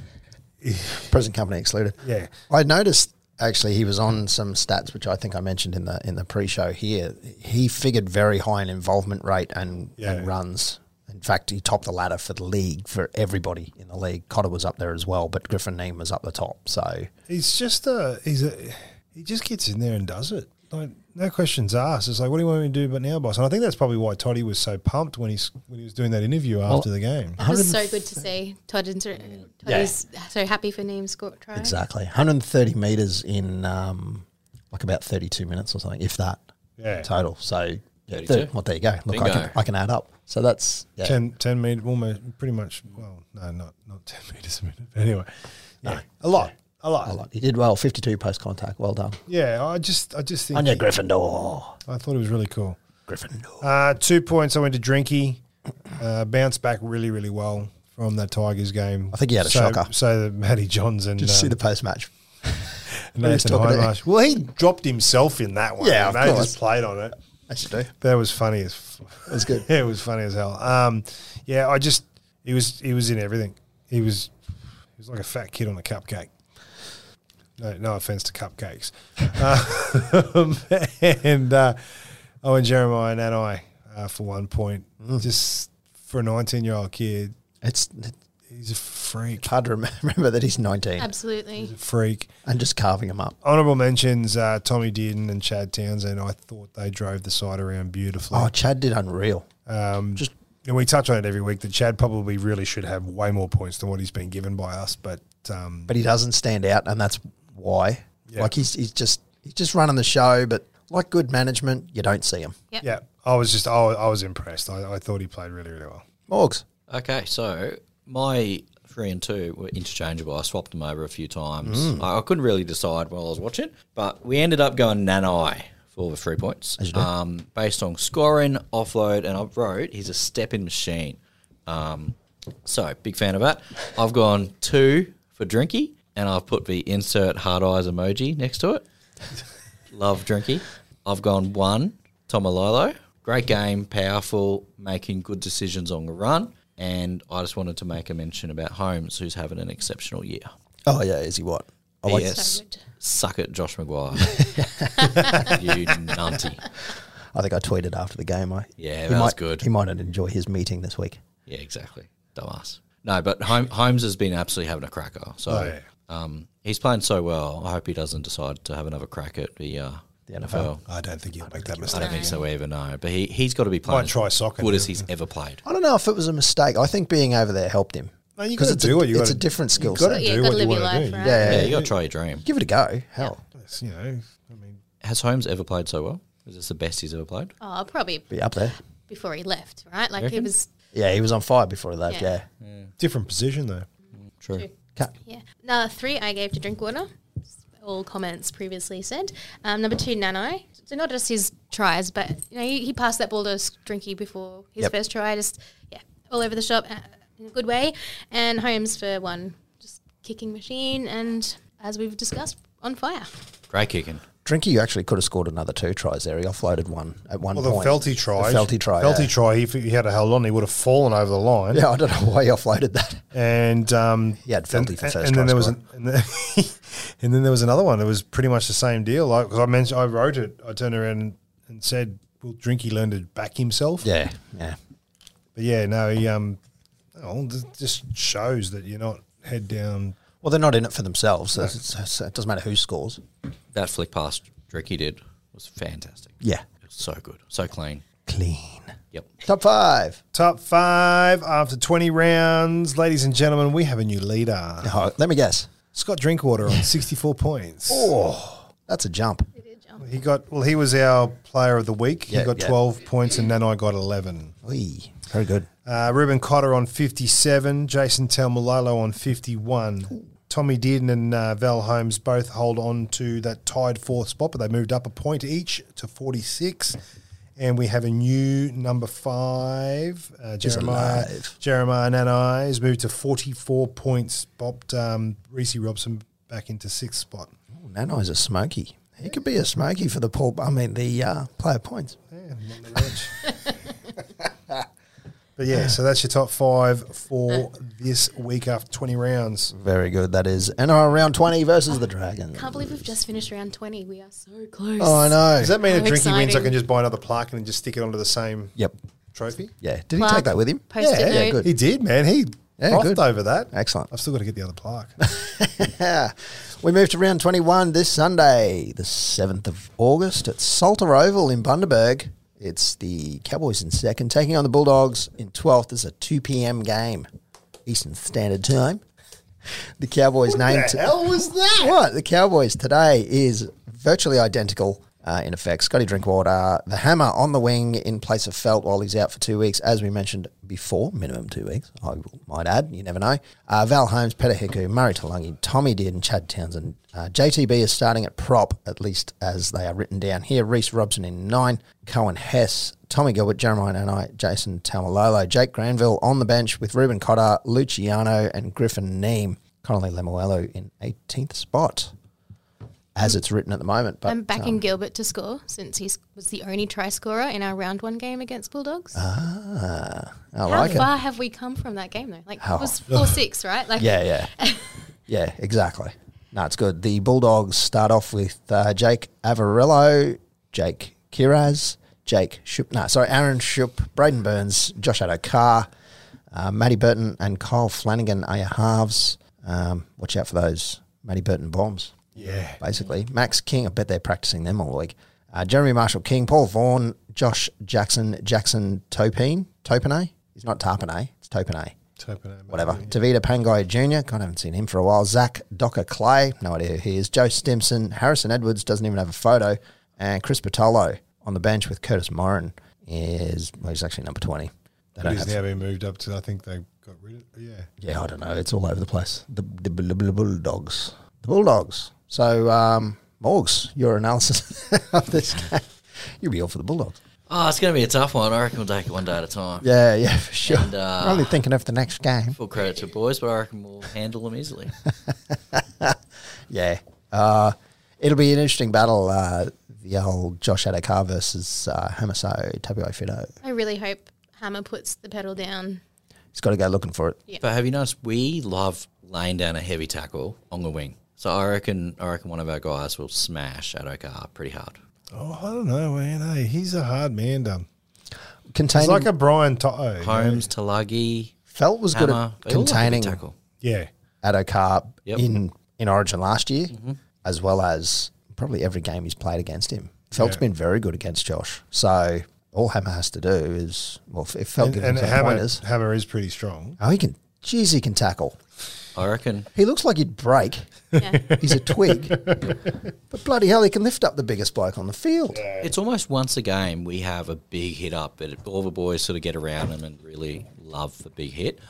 Speaker 2: Present company excluded.
Speaker 1: yeah,
Speaker 2: I noticed actually he was on some stats which I think I mentioned in the in the pre-show here. He figured very high in involvement rate and,
Speaker 1: Yeah.
Speaker 2: and runs. In fact, he topped the ladder for the league for everybody in the league. Cotter was up there as well, but Griffin Neem was up the top. So
Speaker 1: He's just a he's a he just gets in there and does it. Like no questions asked. It's like, what do you want me to do? But now, boss. And I think that's probably why Toddy was so pumped when he's when he was doing that interview after the game.
Speaker 4: It was so good to see Todd and Sir- Toddy's so happy for Neem's score try.
Speaker 2: exactly 130 meters in um, like about 32 minutes or something, if that
Speaker 1: Yeah.
Speaker 2: total. So yeah,
Speaker 3: 32.
Speaker 2: well, there you go. Look, I can,
Speaker 3: Bingo.
Speaker 2: I can add up. So that's yeah.
Speaker 1: 10, 10 meters, almost pretty much. Well, no, not not ten meters a minute. But anyway, yeah, a lot, a lot,
Speaker 2: a lot. He did well. 52 post contact. Well done.
Speaker 1: Yeah, I just I just think
Speaker 2: On your Gryffindor.
Speaker 1: I thought it was really cool.
Speaker 2: Gryffindor.
Speaker 1: Uh, two points. I went to Drinky, uh, bounced back really really well from that Tigers game.
Speaker 2: I think he had a
Speaker 1: so,
Speaker 2: shocker.
Speaker 1: So the Matty Johns and
Speaker 2: Just see
Speaker 1: um,
Speaker 2: the post match. was
Speaker 1: Nathan
Speaker 2: talking to-
Speaker 1: Highmarsh. Well, he dropped himself in that one.
Speaker 2: Yeah,
Speaker 1: and
Speaker 2: of
Speaker 1: they
Speaker 2: course.
Speaker 1: just played on it.
Speaker 2: I should do.
Speaker 1: That was funny as. F-
Speaker 2: was good.
Speaker 1: yeah, it was funny as hell. Um, yeah, I just he was he was in everything. He was he was like a fat kid on a cupcake. No, no offense to cupcakes. um, and uh, oh, and Jeremiah and I uh, for one point,
Speaker 2: Mm.
Speaker 1: just for a nineteen-year-old kid,
Speaker 2: It's it's
Speaker 1: he's a freak.
Speaker 2: hard to rem- remember that he's 19
Speaker 3: Um,
Speaker 4: Absolutely.
Speaker 1: Freak.
Speaker 2: and just carving him up.
Speaker 1: Honorable mentions: uh, Tommy Dearden and Chad Townsend. I thought they drove the side around beautifully.
Speaker 2: Oh, Chad did unreal.
Speaker 1: Um,
Speaker 2: Just-
Speaker 1: and we touch on it every week that Chad probably really should have way more points than what he's been given by us, but um,
Speaker 2: But he doesn't stand out, and that's why.
Speaker 1: Yeah.
Speaker 2: Like he's he's just he's just running the show, but like good management, you don't see him.
Speaker 4: Yep.
Speaker 1: yeah, I was just I, was- I was impressed. I, I thought he played really really well.
Speaker 2: Morgs.
Speaker 3: Okay, so my three and two were interchangeable. I swapped them over a few times. I, I couldn't really decide while I was watching, but we ended up going Nanai for the three points, um, based on scoring, offload, and I wrote he's a stepping machine. Um, so big fan of that. I've gone two for Drinky, and I've put the insert hard eyes emoji next to it. Love Drinky. I've gone one, Tomalolo. Great game, powerful, making good decisions on the run. And I just wanted to make a mention about Holmes, who's having an exceptional year.
Speaker 2: Oh yeah, is he what? I like,
Speaker 3: P.S.
Speaker 4: So good.
Speaker 3: Suck it, Josh Maguire. you nunty.
Speaker 2: I think I tweeted after the game. I
Speaker 3: Yeah,
Speaker 2: he
Speaker 3: that
Speaker 2: might,
Speaker 3: was good.
Speaker 2: He might not enjoy his meeting this week.
Speaker 3: Yeah, exactly. Dumbass. No, but Hol- Holmes has been absolutely having a cracker. So
Speaker 1: Oh, yeah.
Speaker 3: um, he's playing so well. I hope he doesn't decide to have another crack at the, uh, the NFL.
Speaker 1: I don't think he'll make that
Speaker 3: I
Speaker 1: mistake.
Speaker 3: don't think so either, no. But he, he's got to be playing
Speaker 1: Might try
Speaker 3: as
Speaker 1: soccer.
Speaker 3: good as he's ever played.
Speaker 2: I don't know if it was a mistake. I think being over there helped him.
Speaker 1: No, you
Speaker 2: 'Cause
Speaker 1: gotta
Speaker 2: it's
Speaker 1: do
Speaker 2: a,
Speaker 1: what you
Speaker 2: It's
Speaker 1: gotta-
Speaker 2: a different skill
Speaker 1: gotta
Speaker 2: set.
Speaker 4: Yeah,
Speaker 1: do
Speaker 4: gotta
Speaker 1: what you
Speaker 4: live your
Speaker 1: wanna
Speaker 4: life,
Speaker 1: do.
Speaker 4: right?
Speaker 2: Yeah.
Speaker 3: Yeah, you got to try your dream.
Speaker 2: Give it a go. Hell,
Speaker 1: It's, you know, I mean,
Speaker 3: Has Holmes ever played so well? Is this the best he's ever played?
Speaker 4: Oh, probably
Speaker 2: be up there.
Speaker 4: before he left, right? Like it
Speaker 3: reckon?
Speaker 4: was.
Speaker 2: Yeah, he was on fire before he left. Yeah.
Speaker 4: Yeah.
Speaker 1: different position though.
Speaker 3: True.
Speaker 2: Cut.
Speaker 4: Yeah. Number three, I gave to Drinkwater. All comments previously said. Um, number two, Nanai. So not just his tries, but you know he, he passed that ball to Drinky before his
Speaker 2: Yep.
Speaker 4: first try. Just yeah, all over the shop uh, in a good way. And Holmes for one, just kicking machine, and as we've discussed, on fire.
Speaker 3: Great kicking.
Speaker 2: Drinky, you actually could have scored another two tries there. He offloaded one at one
Speaker 1: Well, the
Speaker 2: point.
Speaker 1: Felty try,
Speaker 2: The Felty try.
Speaker 1: Felty
Speaker 2: yeah.
Speaker 1: try. If he had a held on, he would have fallen over the line.
Speaker 2: Yeah, I don't know why he offloaded that.
Speaker 1: and um,
Speaker 2: He had
Speaker 1: then-
Speaker 2: Felty for
Speaker 1: and-
Speaker 2: first
Speaker 1: and
Speaker 2: try
Speaker 1: then there was
Speaker 2: scorer.
Speaker 1: an, and, then, and then there was another one that was pretty much the same deal. Like 'cause I mentioned, I wrote it. I turned around and, and said, "Will Drinky learn to back himself?"
Speaker 2: Yeah, yeah.
Speaker 1: But yeah, no, he um, oh, this just shows that you're not head down.
Speaker 2: Well, they're not in it for themselves. So, so- so it doesn't matter who scores.
Speaker 3: That flick pass Dricky did was fantastic.
Speaker 2: Yeah.
Speaker 3: It was so good. So clean.
Speaker 2: Clean.
Speaker 3: Yep.
Speaker 2: Top five.
Speaker 1: Top five after 20 rounds, ladies and gentlemen, we have a new leader.
Speaker 2: Oh, let me guess.
Speaker 1: Scott Drinkwater on 64 points.
Speaker 2: Oh. That's a jump.
Speaker 1: He got well. He was our player of the week.
Speaker 2: Yeah,
Speaker 1: he got
Speaker 2: yeah.
Speaker 1: 12 points, and Nanai got 11.
Speaker 2: Wee. Very good.
Speaker 1: Uh, Ruben Cotter on 57, Jason Telmalolo on 51. Tommy Dearden and uh, Val Holmes both hold on to that tied fourth spot, but they moved up a point each to 46. And we have a new number five, uh, Jeremiah.
Speaker 2: alive.
Speaker 1: Jeremiah Nanai has moved to 44 points, bopped um, Reese Robson back into sixth spot.
Speaker 2: Oh, Nanai's a smoky. He could be a smoky for the Paul. I mean, the uh, player points.
Speaker 1: Yeah, I'm on the ledge. But yeah, so that's your top five for this week after 20 rounds.
Speaker 2: Very good. That is NRL round 20 versus the Dragons.
Speaker 4: Can't believe we've just finished round 20. We are so close.
Speaker 2: Oh, I know.
Speaker 1: Does that mean if
Speaker 4: How
Speaker 1: Drinky wins, I
Speaker 4: exciting.
Speaker 1: can just buy another plaque and then just stick it onto the same
Speaker 2: Yep.
Speaker 1: trophy?
Speaker 2: Yeah. Did
Speaker 4: Plaque,
Speaker 2: he take that with him?
Speaker 4: Post-it
Speaker 2: yeah.
Speaker 4: note.
Speaker 2: Yeah. Good.
Speaker 1: He did, man. He
Speaker 2: Yeah,
Speaker 1: frothed
Speaker 2: good.
Speaker 1: over that.
Speaker 2: Excellent.
Speaker 1: I've still got to get the other plaque.
Speaker 2: we move to round 21 this Sunday, the 7th of August at Salter Oval in Bundaberg. It's the Cowboys in second, taking on the Bulldogs in 12th. This is a 2 p.m. game, Eastern Standard Time. The Cowboys' name.
Speaker 1: the hell was that?
Speaker 2: What? The Cowboys today is virtually identical uh, in effect. Scotty Drinkwater, the hammer on the wing in place of Felt while he's out for two weeks, as we mentioned before, minimum two weeks, I will- might add. You never know. Uh, Val Holmes, Peter Hiku, Murray Talungi, Tommy Dearden, Chad Townsend. Uh, JTB is starting at prop, at least as they are written down here. Reese Robson in nine, Cohen Hess, Tommy Gilbert, Jeremiah Nanai, Jason Tamalolo, Jake Granville on the bench with Ruben Cotter, Luciano, and Griffin Neem. Connolly Lemuelo in 18th spot, as it's written at the moment. But
Speaker 4: I'm backing
Speaker 2: um,
Speaker 4: Gilbert to score since he was the only try scorer in our round one game against Bulldogs.
Speaker 2: ah, I
Speaker 4: How
Speaker 2: like it.
Speaker 4: far have we come from that game though? Like
Speaker 2: How-
Speaker 4: it was four six, right? Like
Speaker 2: Yeah, yeah, yeah. Exactly. No, it's good. The Bulldogs start off with uh, Jake Avarillo, Jake Kiraz, Jake Shoup. No, sorry, Aaron Shoup, Braden Burns, Josh Addo Carr, uh, Matty Burton, and Kyle Flanagan are your halves. Um, watch out for those Matty Burton bombs.
Speaker 1: Yeah.
Speaker 2: basically. Max King, I bet they're practicing them all week. Uh, Jeremy Marshall King, Paul Vaughan, Josh Jackson, Jackson Topine, Topine. It's not Tarpane, it's Topine. Whatever. Tavita Pangai Jr., God, I haven't seen him for a while. Zach Docker Clay, no idea who he is. Joe Stimson, Harrison Edwards, doesn't even have a photo. And Chris Patolo on the bench with Curtis Moran is, well, he's actually number 20. They
Speaker 1: But
Speaker 2: don't
Speaker 1: he's
Speaker 2: have,
Speaker 1: now been moved up to, I think they got rid of Yeah.
Speaker 2: yeah, I don't know. It's all over the place. The, the, bull- bull- Bulldogs. The Bulldogs. So, um, Morgs, your analysis of this game. You'll be all for the Bulldogs.
Speaker 3: Oh, it's going to be a tough one. I reckon we'll take it one day at a time.
Speaker 2: Yeah, yeah, for sure.
Speaker 3: And, uh,
Speaker 2: We're only thinking of the next game.
Speaker 3: Full credit to boys, but I reckon we'll handle them easily.
Speaker 2: Yeah. Uh, it'll be an interesting battle. Uh, the old Josh Adakar versus uh, Hamaso Tabuai Fido.
Speaker 4: I really hope Hammer puts the pedal down.
Speaker 2: He's got to go looking for it.
Speaker 3: But have you noticed we love laying down a heavy tackle on the wing? So I reckon I reckon one of our guys will smash Addo Carr pretty hard.
Speaker 1: Oh, I don't know, man. Hey, he's a hard man, done. He's
Speaker 2: Containing.
Speaker 1: like a Brian oh, Toto. you know?
Speaker 3: Holmes, Talagi,
Speaker 2: Felt was good
Speaker 3: Hammer,
Speaker 2: at
Speaker 3: they all like a big
Speaker 2: containing
Speaker 3: tackle.
Speaker 1: Yeah.
Speaker 2: Adokar
Speaker 3: Yep. Mm-hmm.
Speaker 2: in, in Origin last year, as well as probably every game he's played against him. Felt's
Speaker 1: Yeah.
Speaker 2: been very good against Josh. So all Hammer has to do is, well, if Felt
Speaker 1: And,
Speaker 2: gives
Speaker 1: and
Speaker 2: him some
Speaker 1: Hammer,
Speaker 2: pointers,
Speaker 1: Hammer is pretty strong.
Speaker 2: oh, he can, geez, he can tackle.
Speaker 3: I reckon
Speaker 2: He looks like he'd break.
Speaker 4: Yeah.
Speaker 2: He's a twig. but bloody hell, he can lift up the biggest bloke on the field.
Speaker 3: it's almost once a game we have a big hit up, but all the boys sort of get around him and really love the big hit.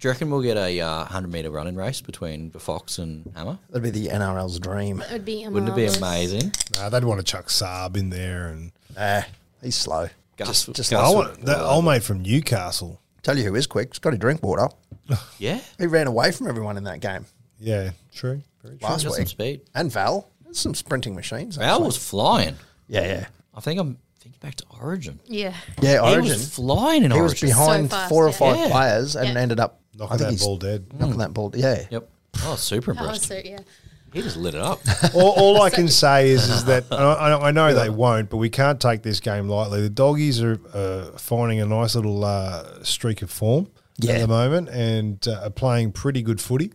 Speaker 3: Do you reckon we'll get a uh, hundred meter running race between the Fox and Hammer?
Speaker 2: That'd be the NRL's dream.
Speaker 4: That would be a
Speaker 3: Wouldn't it be
Speaker 4: marvellous-
Speaker 3: amazing?
Speaker 1: Nah, they'd want to chuck Saab in there. and
Speaker 2: Nah, he's slow.
Speaker 3: Gus-
Speaker 2: just just
Speaker 3: Gus-
Speaker 1: I
Speaker 2: like-
Speaker 1: want that old mate from Newcastle.
Speaker 2: tell you who is quick. Scotty Drinkwater.
Speaker 3: Yeah,
Speaker 2: He ran away from everyone in that game
Speaker 1: Yeah, true. Very true.
Speaker 2: last
Speaker 3: got some
Speaker 2: week.
Speaker 3: speed.
Speaker 2: And Val. There's some sprinting machines.
Speaker 3: Val
Speaker 2: actually.
Speaker 3: was flying.
Speaker 2: Yeah, yeah.
Speaker 3: I think I'm thinking back to Origin.
Speaker 4: Yeah.
Speaker 2: Yeah, Origin.
Speaker 3: He was flying in
Speaker 2: He
Speaker 3: Origin.
Speaker 2: was behind
Speaker 4: So fast,
Speaker 2: four or
Speaker 4: yeah.
Speaker 2: five
Speaker 3: Yeah.
Speaker 2: players and
Speaker 4: Yeah.
Speaker 2: ended up I
Speaker 1: Knocking
Speaker 2: think
Speaker 1: that
Speaker 2: he's
Speaker 1: ball dead.
Speaker 2: Knocking that ball. Yeah.
Speaker 3: Yep. Oh, super
Speaker 4: That was
Speaker 3: impressed.
Speaker 4: so yeah.
Speaker 3: He just lit it up.
Speaker 1: all, all I can say is, is that and I, I- I know they won't, but we can't take this game lightly. The doggies are uh, finding a nice little uh, streak of form
Speaker 2: Yeah.
Speaker 1: at the moment and uh, are playing pretty good footy.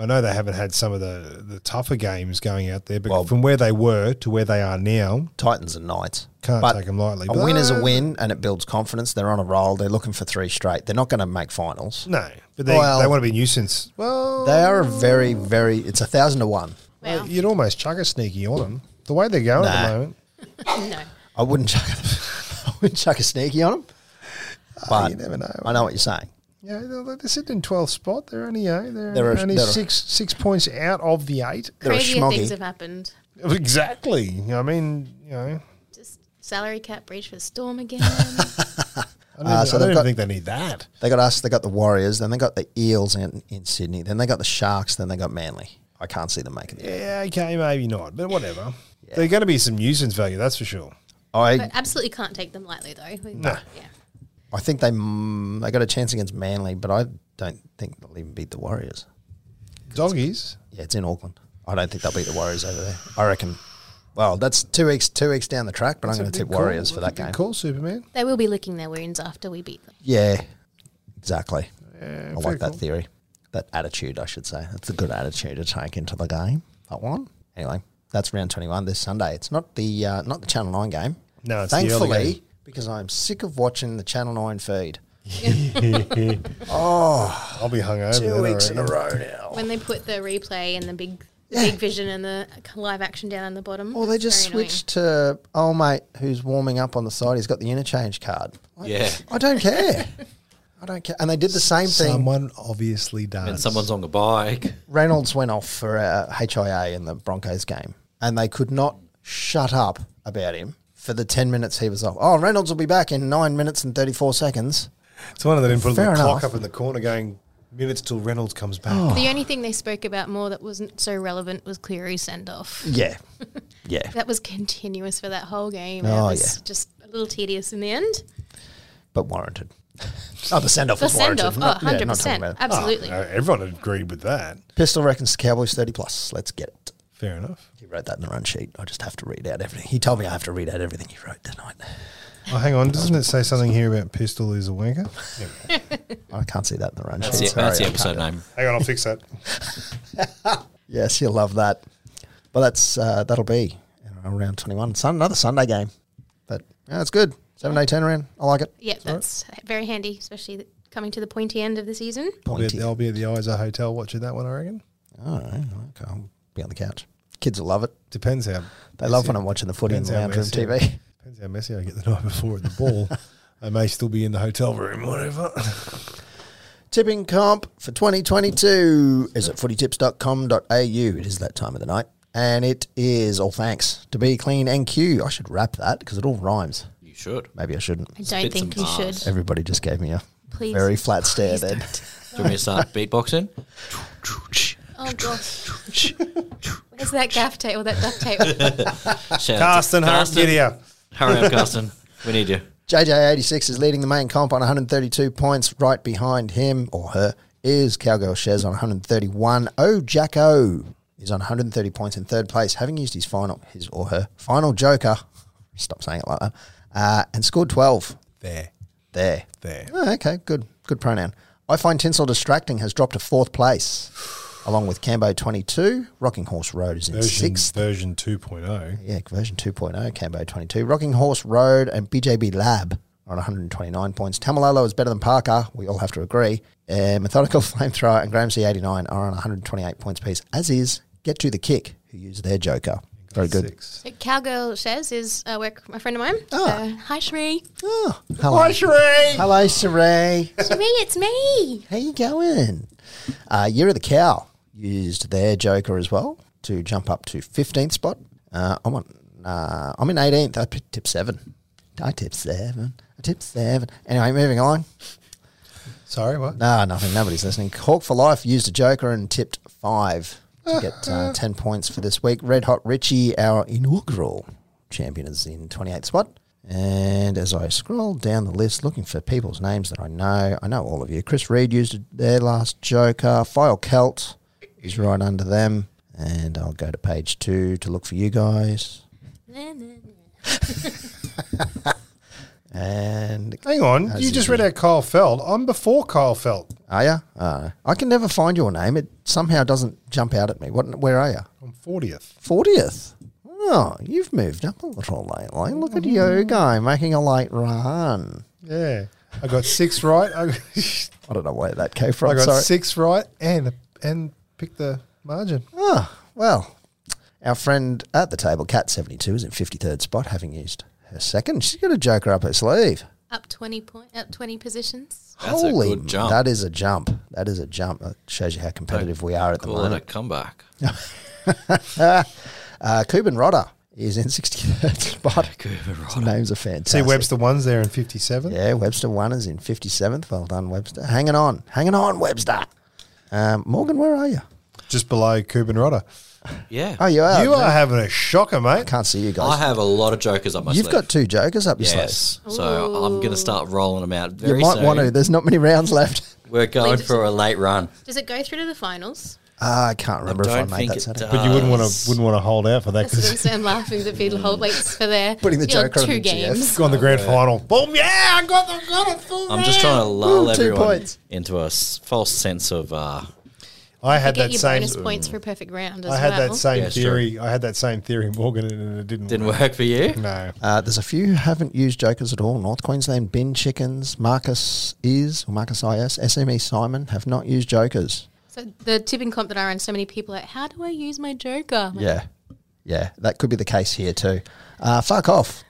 Speaker 1: I know they haven't had some of the, the tougher games going out there, but
Speaker 2: Well-
Speaker 1: from where they were to where they are now,
Speaker 2: Titans and Knights.
Speaker 1: Can't take 'em lightly,
Speaker 2: A
Speaker 1: but- uh,
Speaker 2: win is a win, and it builds confidence. They're on a roll. They're looking for three straight. They're not going to make finals.
Speaker 1: no, but they,
Speaker 2: Well-
Speaker 1: they want to be a nuisance. Well,
Speaker 2: They are a very, very. It's a thousand to one.
Speaker 4: Wow.
Speaker 1: you'd almost chuck a sneaky on them the way they're going at the
Speaker 2: Nah.
Speaker 1: moment.
Speaker 4: no.
Speaker 2: I wouldn't chuck. I wouldn't chuck a sneaky on them. But
Speaker 1: you never know.
Speaker 2: I know what you're saying.
Speaker 1: Yeah, they're, they're sitting in twelfth spot. They're only eh? they're,
Speaker 2: They're a-
Speaker 1: only
Speaker 2: they're a-
Speaker 1: six six points out of the eight.
Speaker 2: They're a
Speaker 4: Crazier
Speaker 2: schmoggy.
Speaker 4: things have happened.
Speaker 1: Exactly. I mean, you know,
Speaker 4: Just salary cap breach for Storm again.
Speaker 1: I don't,
Speaker 2: Ah,
Speaker 1: even- I
Speaker 2: so
Speaker 1: don't
Speaker 2: they've
Speaker 1: even
Speaker 2: got-
Speaker 1: think they need that.
Speaker 2: They got us. They got the Warriors. Then they got the Eels in, in Sydney. Then they got the Sharks. Then they got Manly. I can't see them making it.
Speaker 1: Yeah, okay, maybe not, but whatever. They're going to be some nuisance value, that's for sure.
Speaker 2: I
Speaker 4: but absolutely can't take them lightly though. We-
Speaker 1: No.
Speaker 4: Yeah.
Speaker 2: I think they mm, they got a chance against Manly, but I don't think they'll even beat the Warriors.
Speaker 1: Doggies.
Speaker 2: Yeah, it's in Auckland. I don't think they'll beat the Warriors over there. I reckon. Well, that's two weeks two weeks down the track, but I'm going to tip Warriors for that game.
Speaker 1: Cool, Superman.
Speaker 4: They will be licking their wounds after we beat them.
Speaker 2: Yeah, exactly. I
Speaker 1: very
Speaker 2: like that
Speaker 1: cool.
Speaker 2: theory, that attitude. I should say that's a good attitude to take into the game. That one. Anyway, that's round 21 this Sunday. It's not the uh, not the Channel Nine game.
Speaker 1: No, it's the early
Speaker 2: thankfully
Speaker 1: game.
Speaker 2: because I'm sick of watching the Channel Nine feed.
Speaker 1: I'll be hungover.
Speaker 2: Two
Speaker 1: then, I
Speaker 2: weeks in a
Speaker 1: reckon.
Speaker 2: row now.
Speaker 4: When they put the replay and the big, the
Speaker 2: Yeah.
Speaker 4: big vision and the live action down on the bottom.
Speaker 2: Well, they
Speaker 4: it's
Speaker 2: just
Speaker 4: very annoying.
Speaker 2: switched to oh mate, who's warming up on the side? He's got the interchange card. Like,
Speaker 3: Yeah.
Speaker 2: I don't care. I don't care. And they did the same thing.
Speaker 1: Someone obviously does.
Speaker 3: And someone's on a bike.
Speaker 2: Reynolds went off for uh, HIA in the Broncos game, and they could not shut up about him for the 10 minutes he was off. Oh, Reynolds will be back in nine minutes and 34 seconds.
Speaker 1: It's one of them put a
Speaker 2: Fair
Speaker 1: little clock
Speaker 2: enough.
Speaker 1: up
Speaker 2: Oh.
Speaker 1: in the corner going minutes till Reynolds comes back.
Speaker 4: The only thing they spoke about more that wasn't so relevant was Cleary's send off.
Speaker 2: Yeah. Yeah.
Speaker 4: That was continuous for that whole game.
Speaker 2: Oh,
Speaker 4: it was
Speaker 2: yeah.
Speaker 4: just a little tedious in the end.
Speaker 2: But warranted. Oh, the send off
Speaker 4: The
Speaker 2: was
Speaker 4: send
Speaker 2: warranted.
Speaker 4: off, oh,
Speaker 2: Not- yeah, not
Speaker 4: 100%.
Speaker 2: talking about it.
Speaker 1: Ah,
Speaker 4: absolutely.
Speaker 1: no, everyone agreed with that.
Speaker 2: Pistol reckons Cowboys 30 plus. Let's get it.
Speaker 1: Fair enough.
Speaker 2: He wrote that in the run sheet. I just have to read out everything. He told me I have to read out everything he wrote tonight.
Speaker 1: Oh, hang on. Doesn't it say something here about pistol is a wanker?
Speaker 2: I can't see that in the run
Speaker 3: That's,
Speaker 2: sheet.
Speaker 3: the, that's
Speaker 2: Sorry, I can't
Speaker 3: the episode
Speaker 2: do it.
Speaker 3: name.
Speaker 1: hang on, I'll fix that.
Speaker 2: Yes, you'll love that. Well, that's uh, that'll be around 21. Sun, another Sunday game. But yeah, it's good. 7 day turnaround. I like it.
Speaker 4: Yep, that's very handy, especially th- coming to the pointy end of the season.
Speaker 1: I'll be, at,
Speaker 2: Pointy.
Speaker 1: the- I'll be at the Isa Hotel watching that one. I reckon.
Speaker 2: Oh, okay. I'll be on the couch. Kids will love it.
Speaker 1: Depends how.
Speaker 2: They love when I'm watching the footy in
Speaker 1: Depends
Speaker 2: the
Speaker 1: how
Speaker 2: lounge room
Speaker 1: messy-
Speaker 2: TV.
Speaker 1: Depends how messy I get the night before at the ball. I may still be in the hotel room, whatever.
Speaker 2: Tipping comp for 2022 is at footytips.com.au. It is that time of the night. And it is all thanks to Be Clean NQ. I should wrap that because it all rhymes.
Speaker 3: You should.
Speaker 2: Maybe I shouldn't.
Speaker 4: I don't
Speaker 3: Spit
Speaker 4: think
Speaker 3: some
Speaker 4: you
Speaker 3: bars.
Speaker 4: should.
Speaker 2: Everybody just gave me a
Speaker 4: Please.
Speaker 2: very flat stare then.
Speaker 3: Do you want me to start beatboxing?
Speaker 4: Oh, gosh. Where's that gaff tape or that duct tape?
Speaker 3: Shout out to
Speaker 1: Carsten, Harris, get here.
Speaker 3: Hurry up, Carsten. We need you.
Speaker 2: JJ86 is leading the main comp on 132 points. Right behind him or her is Cowgirl Shares on 131. Oh, Jacko is on 130 points in third place, having used his final, his or her final joker. Stop saying it like that. Uh, and scored 12
Speaker 1: There,
Speaker 2: there.
Speaker 1: there.
Speaker 2: Oh, okay, good, good pronoun. I find tinsel distracting has dropped to fourth place, along with Cambo 22. Rocking Horse Road is in
Speaker 1: Version,
Speaker 2: sixth.
Speaker 1: version oh. 2.0.
Speaker 2: Yeah, version 2.0, Cambo 22. Rocking Horse Road and BJB Lab on 129 points. Tamalolo is better than Parker. We all have to agree. Uh, Methodical Flamethrower and Graham C89 are on 128 points piece, as is Get to the Kick, who used their Joker. Very good.
Speaker 1: Six.
Speaker 4: Cowgirl Shares is uh, a work a friend of mine.
Speaker 2: Ah.
Speaker 4: Uh, hi, Sheree.
Speaker 2: Oh, hello. Hello, Saray.
Speaker 4: Sheree, it's me.
Speaker 2: How you going? Uh, Year of the Cow used their Joker as well to jump up to 15th spot. Uh, I'm on. Uh, I'm in 18th. I picked tip seven. I tip seven. I tip seven. Anyway, moving on.
Speaker 1: Sorry, what?
Speaker 2: No, nothing. Nobody's listening. Hawk for Life used a Joker and tipped five to get uh, 10 points for this week. Red Hot Richie, our inaugural champion, is in 28th spot. And as I scroll down the list looking for people's names that I know, I know all of you. Chris Reed used their last Joker. File Celt is right under them. And I'll go to page two to look for you guys. And
Speaker 1: Hang on.
Speaker 2: As
Speaker 1: you just
Speaker 2: usual.
Speaker 1: read out Kyle Feld. I'm before Kyle Feld.
Speaker 2: are you? Uh, I can never find your name. It somehow doesn't jump out at me. What? Where are you?
Speaker 1: I'm 40th.
Speaker 2: Fortieth. Oh, you've moved up a little lately. Look at you
Speaker 1: Mm-hmm.
Speaker 2: guy making a late run.
Speaker 1: Yeah. I got six right. I got,
Speaker 2: I don't know where that came
Speaker 1: I
Speaker 2: from.
Speaker 1: got
Speaker 2: Sorry.
Speaker 1: six right and and picked the margin.
Speaker 2: Ah, well, our friend at the table, Cat seventy two, is in fifty third spot, having used her second. She's got a joker up her sleeve.
Speaker 4: Up 20 point, up 20 positions.
Speaker 3: That's a good jump.
Speaker 2: That is a jump. That is a jump. That shows you how competitive we are at the
Speaker 3: Call it a
Speaker 2: moment.
Speaker 3: comeback.
Speaker 2: Uh, Cuban Rodder is in sixty third spot. His names are
Speaker 1: See,
Speaker 2: fantastic.
Speaker 1: Webster one's there in 57.
Speaker 2: Yeah, Webster one is in 57th. Well done, Webster. Hanging on, hanging on, Webster. Um, Morgan, where are you?
Speaker 1: just below Coop and Rodder.
Speaker 3: Yeah.
Speaker 2: Oh, you are.
Speaker 1: you are having a shocker, mate.
Speaker 2: Can't see you
Speaker 3: I
Speaker 2: guys.
Speaker 3: have a lot of jokers on my
Speaker 2: You've
Speaker 3: sleeve.
Speaker 2: got two jokers up your sleeve.
Speaker 3: Yes. So I'm going to start rolling them out
Speaker 2: You
Speaker 3: very
Speaker 2: might
Speaker 3: soon.
Speaker 2: want to. There's not many rounds left.
Speaker 3: We're going
Speaker 4: Wait,
Speaker 3: for a late run.
Speaker 4: Does it go through to the finals?
Speaker 2: Ah, I can't remember if I
Speaker 3: don't
Speaker 2: made
Speaker 3: think
Speaker 2: that.
Speaker 3: it
Speaker 2: Saturday.
Speaker 3: does.
Speaker 1: But you wouldn't want to wouldn't want to hold out for that
Speaker 4: That's what I'm
Speaker 1: because
Speaker 4: saying. I'm laughing that people hold waits for their
Speaker 2: Putting the
Speaker 4: you know,
Speaker 2: joker on
Speaker 4: two
Speaker 2: the GF.
Speaker 4: games.
Speaker 1: go on the grand final. Boom! Oh, Yeah, I got the got it. full
Speaker 3: I'm just trying to
Speaker 1: round.
Speaker 3: lull
Speaker 2: Ooh, two
Speaker 3: everyone
Speaker 2: points.
Speaker 3: into a s- false sense of uh,
Speaker 1: I had
Speaker 4: Get
Speaker 1: that
Speaker 4: your
Speaker 1: same.
Speaker 4: bonus points for a perfect round as
Speaker 1: I had
Speaker 4: well.
Speaker 1: that same
Speaker 3: Yeah, it's
Speaker 1: theory. I had that same theory, Morgan, and it didn't
Speaker 3: didn't work for you.
Speaker 1: No.
Speaker 2: Uh, there's a few who haven't used jokers at all. North Queensland Bin Chickens, Marcus Is, or Marcus IS, SME E Simon have not used jokers.
Speaker 4: So the tipping comp that I ran, so many people are like, how do I use my joker? I'm like,
Speaker 2: Yeah. Yeah, that could be the case here too. Uh, fuck off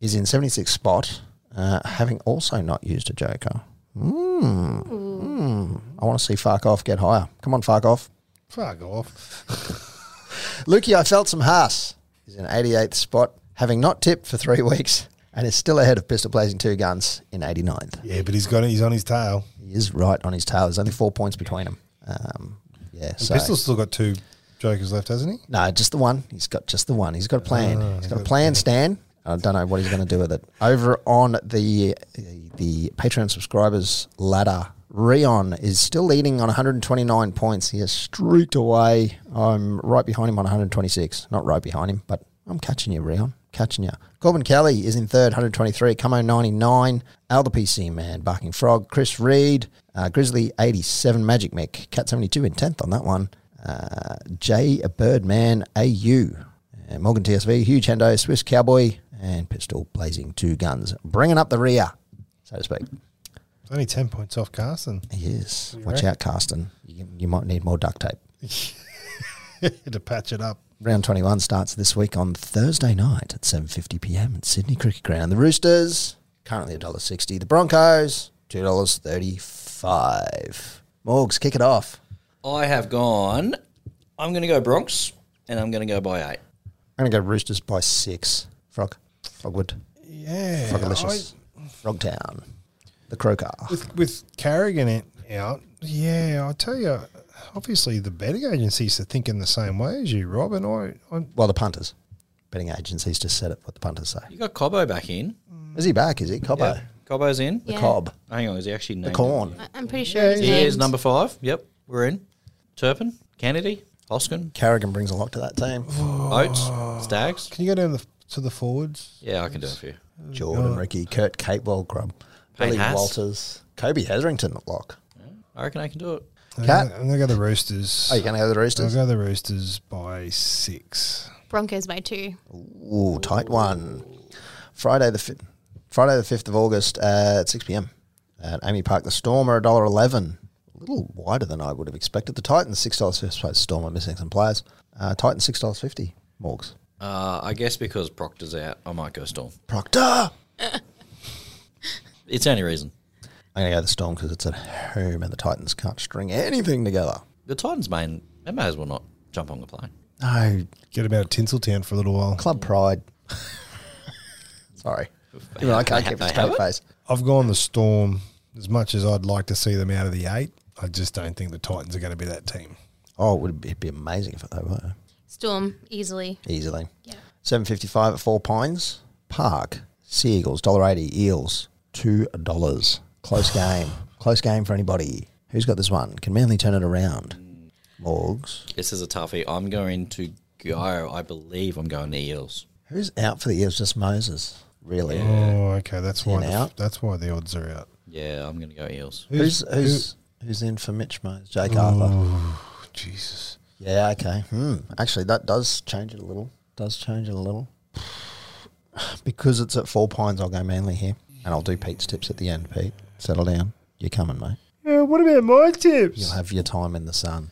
Speaker 2: is in 76th spot, uh, having also not used a joker. Mm. Mm. I want to see fuck off get higher. Come on, fuck off.
Speaker 1: Fuck off.
Speaker 2: Lukey, I felt some Haas is in 88th spot, having not tipped for three weeks and is still ahead of Pistol Blazing Two Guns in 89th.
Speaker 1: Yeah, but he's got it. He's on his tail.
Speaker 2: He is right on his tail. There's only four points between them. Um, yeah, so
Speaker 1: Pistol's still got two jokers left, hasn't he?
Speaker 2: no, just the one. He's got just the one. He's got a plan.
Speaker 1: Ah,
Speaker 2: he's got a plan, Stan. I don't know what he's going to do with it. Over on the the Patreon subscribers ladder, Rion is still leading on 129 points. He has streaked away. I'm right behind him on 126. Not right behind him, but I'm catching you, Rion. Catching you. Corbin Kelly is in third, 123. Como 99. Alder PC Man, Barking Frog. Chris Reed. Uh, Grizzly 87. Magic Mick. Cat 72 in 10th on that one. Uh, J Birdman AU. And Uh, Morgan TSV. Huge Hendo. Swiss Cowboy. And Pistol Blazing Two Guns. Bringing up the rear, so to speak.
Speaker 1: It's only ten points off Carson.
Speaker 2: Yes. Watch out, Carsten. You, you might need more duct tape.
Speaker 1: to patch it up.
Speaker 2: Round 21 starts this week on Thursday night at 7:50 p.m. at Sydney Cricket Ground. The Roosters currently $1.60. The Broncos $2.35. Morgs, kick it off.
Speaker 3: I have gone. I'm going to go Bronx, and I'm going to go by eight.
Speaker 2: I'm gonna go Roosters by six. Frog, Frogwood,
Speaker 1: Yeah.
Speaker 2: Frogalicious, Frogtown, the Croker.
Speaker 1: I- with with Carrigan in, out, yeah, I tell you, obviously the betting agencies are thinking the same way as you, Rob. And I, I
Speaker 2: Well, the punters. Betting agencies just said it. What the punters say.
Speaker 3: You got Cobbo back in.
Speaker 2: Is he back? Is he Cobbo?
Speaker 3: Yep. Cobbo's in.
Speaker 2: The
Speaker 4: Yeah.
Speaker 2: Cobb.
Speaker 3: Hang on, is he actually named?
Speaker 2: The Corn.
Speaker 4: I- I'm pretty sure
Speaker 1: Yeah,
Speaker 4: his
Speaker 3: He
Speaker 4: name's-
Speaker 3: is number five. Yep, we're in. Turpin, Kennedy, Hoskin,
Speaker 2: Carrigan brings a lot to that team.
Speaker 3: Oh, Oates, Stags.
Speaker 1: can you go down the, to the forwards?
Speaker 3: Yeah, I can do it for you.
Speaker 2: Jordan, Ricky, Kurt, Capewell, Grubb,
Speaker 3: Payne
Speaker 2: Billy
Speaker 3: Haas.
Speaker 2: Walters, Kobe Hetherington at lock.
Speaker 3: I reckon I can do it.
Speaker 2: Cat?
Speaker 1: I'm gonna go the Roosters.
Speaker 2: Oh, you going to go the
Speaker 1: I'll
Speaker 2: Roosters?
Speaker 1: go the Roosters by six.
Speaker 4: Broncos by two.
Speaker 2: Ooh, tight one. Friday the fi- Friday the fifth of August uh, at six pm at Amy Park. The Storm are a dollar eleven, a little wider than I would have expected. The Titans six dollars fifty. Suppose Storm are missing some players. Uh, Titans six dollars fifty. Morgs
Speaker 3: Uh, I guess because Proctor's out, I might go Storm.
Speaker 2: Proctor.
Speaker 3: It's the only reason.
Speaker 2: I'm going to go the Storm because it's at home and the Titans can't string anything together.
Speaker 3: The Titans' main, they may as well not jump on the plane.
Speaker 2: No
Speaker 1: Get him out of Tinseltown for a little while.
Speaker 2: club pride. Sorry, Even I can't
Speaker 3: They
Speaker 2: keep a
Speaker 3: have
Speaker 2: straight
Speaker 3: it?
Speaker 2: face.
Speaker 1: I've gone the Storm. As much as I'd like to see them out of the eight, I just don't think the Titans are going to be that team.
Speaker 2: Oh, it would be, it'd be amazing if they were
Speaker 4: Storm easily.
Speaker 2: easily.
Speaker 4: Yeah.
Speaker 2: Seven fifty five at Four Pines Park. Sea Eagles dollar eighty. Eels two dollars. Close game. Close game for anybody. Who's got this one? Can Manly turn it around? Morgs.
Speaker 3: This is a toughie. I'm going to go. I believe I'm going the Eels.
Speaker 2: Who's out for the Eels? Just Moses. Really?
Speaker 1: Oh, okay. That's why.
Speaker 2: And
Speaker 1: The,
Speaker 2: out.
Speaker 1: That's why the odds are out.
Speaker 3: Yeah, I'm going to go Eels.
Speaker 2: Who's who's who's in for Mitch Moses? Jake Arthur.
Speaker 1: who- Jesus.
Speaker 2: Yeah. Okay. Hmm. Actually, that does change it a little. Does change it a little. Because it's at Four Pines, I'll go Manly here, and I'll do Pete's tips at the end. Pete, settle down. You're coming, mate.
Speaker 1: Yeah. What about my
Speaker 2: You'll
Speaker 1: tips?
Speaker 2: have your time in the sun.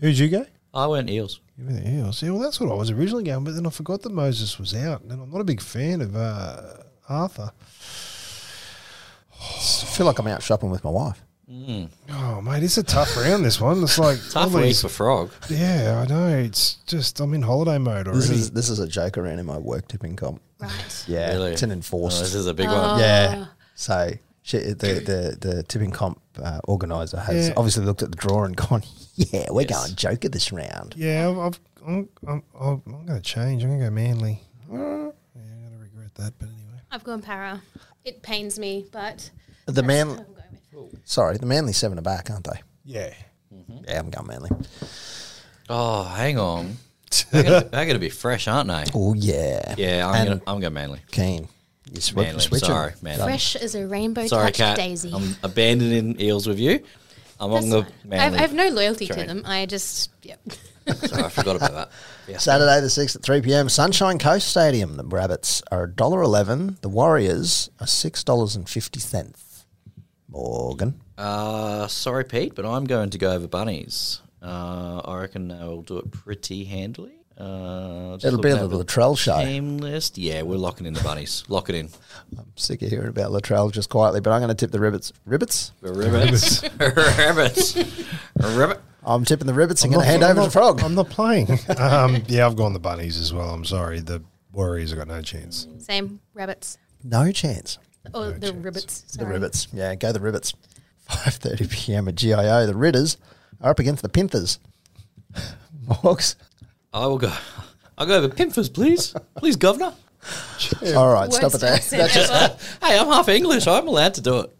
Speaker 1: Who'd you go?
Speaker 3: I went Eels.
Speaker 1: You went
Speaker 5: E.
Speaker 1: the Eels. Yeah, well, that's what I was originally going, but then I forgot that Moses was out, and I'm not a big fan of uh, Arthur.
Speaker 2: I feel like I'm out shopping with my wife.
Speaker 1: Oh, mate, it's a tough round. This one. It's like
Speaker 3: Tough
Speaker 1: all
Speaker 3: week
Speaker 1: these-
Speaker 3: for Frog.
Speaker 1: Yeah, I know. It's just I'm in holiday mode already.
Speaker 2: This is this is a joke around in my work tipping comp.
Speaker 4: Right.
Speaker 2: Yeah,
Speaker 3: Really?
Speaker 2: it's an
Speaker 3: Oh, this
Speaker 2: enforced.
Speaker 3: is a big
Speaker 4: Oh.
Speaker 3: one.
Speaker 2: yeah, so She, the, the the tipping comp uh, organizer has
Speaker 5: Yeah.
Speaker 2: obviously looked at the draw and gone, yeah, we're
Speaker 3: Yes.
Speaker 2: going Joker this round.
Speaker 5: Yeah, I've, I've, I'm, I'm, I'm, I'm going to change. I'm going to go manly. Yeah, I'm going to regret that, but anyway.
Speaker 4: I've gone para. It pains me, but
Speaker 2: The
Speaker 4: that's
Speaker 2: man-
Speaker 4: who I'm going with.
Speaker 2: Sorry, the Manly seven are back, aren't they?
Speaker 5: Yeah.
Speaker 2: Yeah, I'm going Manly.
Speaker 3: Oh, hang on. They're gonna, they're gonna be fresh, aren't they?
Speaker 2: Oh yeah,
Speaker 3: Yeah, I'm
Speaker 2: and
Speaker 3: gonna I'm gonna manly.
Speaker 2: Keen. You swi-
Speaker 3: Manly,
Speaker 2: switching.
Speaker 3: sorry, Manly.
Speaker 4: Fresh as a rainbow
Speaker 3: Sorry,
Speaker 4: touched
Speaker 3: Kat.
Speaker 4: daisy.
Speaker 3: I'm abandoning eels with you. I'm
Speaker 4: That's
Speaker 3: on the
Speaker 4: fine. I've,
Speaker 3: manly.
Speaker 4: I have no loyalty to
Speaker 3: train.
Speaker 4: them. I just yep.
Speaker 3: Sorry, I forgot about that. Yeah.
Speaker 2: Saturday the sixth at three pm, Sunshine Coast Stadium. The Rabbits are $1.11. The Warriors are six dollars and fifty cents. Morgan.
Speaker 3: Uh, sorry, Pete, but I'm going to go over bunnies. Uh, I reckon they'll do it pretty handily. Uh, just
Speaker 2: It'll be a
Speaker 3: looking
Speaker 2: little
Speaker 3: over
Speaker 2: Latrell show.
Speaker 3: the Team list. Yeah, we're locking in the bunnies. Lock it in.
Speaker 2: I'm sick of hearing about Latrell just quietly, but I'm going to tip the Ribbits. Ribbits?
Speaker 3: The rabbits. rabbits. Rabbit.
Speaker 2: I'm tipping the Ribbits. I'm, going
Speaker 5: Not-
Speaker 2: to hand
Speaker 5: I'm
Speaker 2: over to
Speaker 5: not-
Speaker 2: Frog.
Speaker 5: I'm not playing. um, yeah, I've gone the bunnies as well. I'm sorry. The Warriors have got no chance.
Speaker 4: Same rabbits
Speaker 2: no chance.
Speaker 4: or the ribbits.
Speaker 2: The
Speaker 4: sorry.
Speaker 2: Ribbits. Yeah, go the Ribbits. 5.30 p.m. at GIO. The Ritters are up against the Pinthers. Morgs.
Speaker 3: I will go. I'll go over Pimfers, please. Please, Governor.
Speaker 2: All right, stop it
Speaker 4: Worst
Speaker 2: there.
Speaker 4: accent ever.
Speaker 3: Hey, I'm half English. I'm allowed to do it.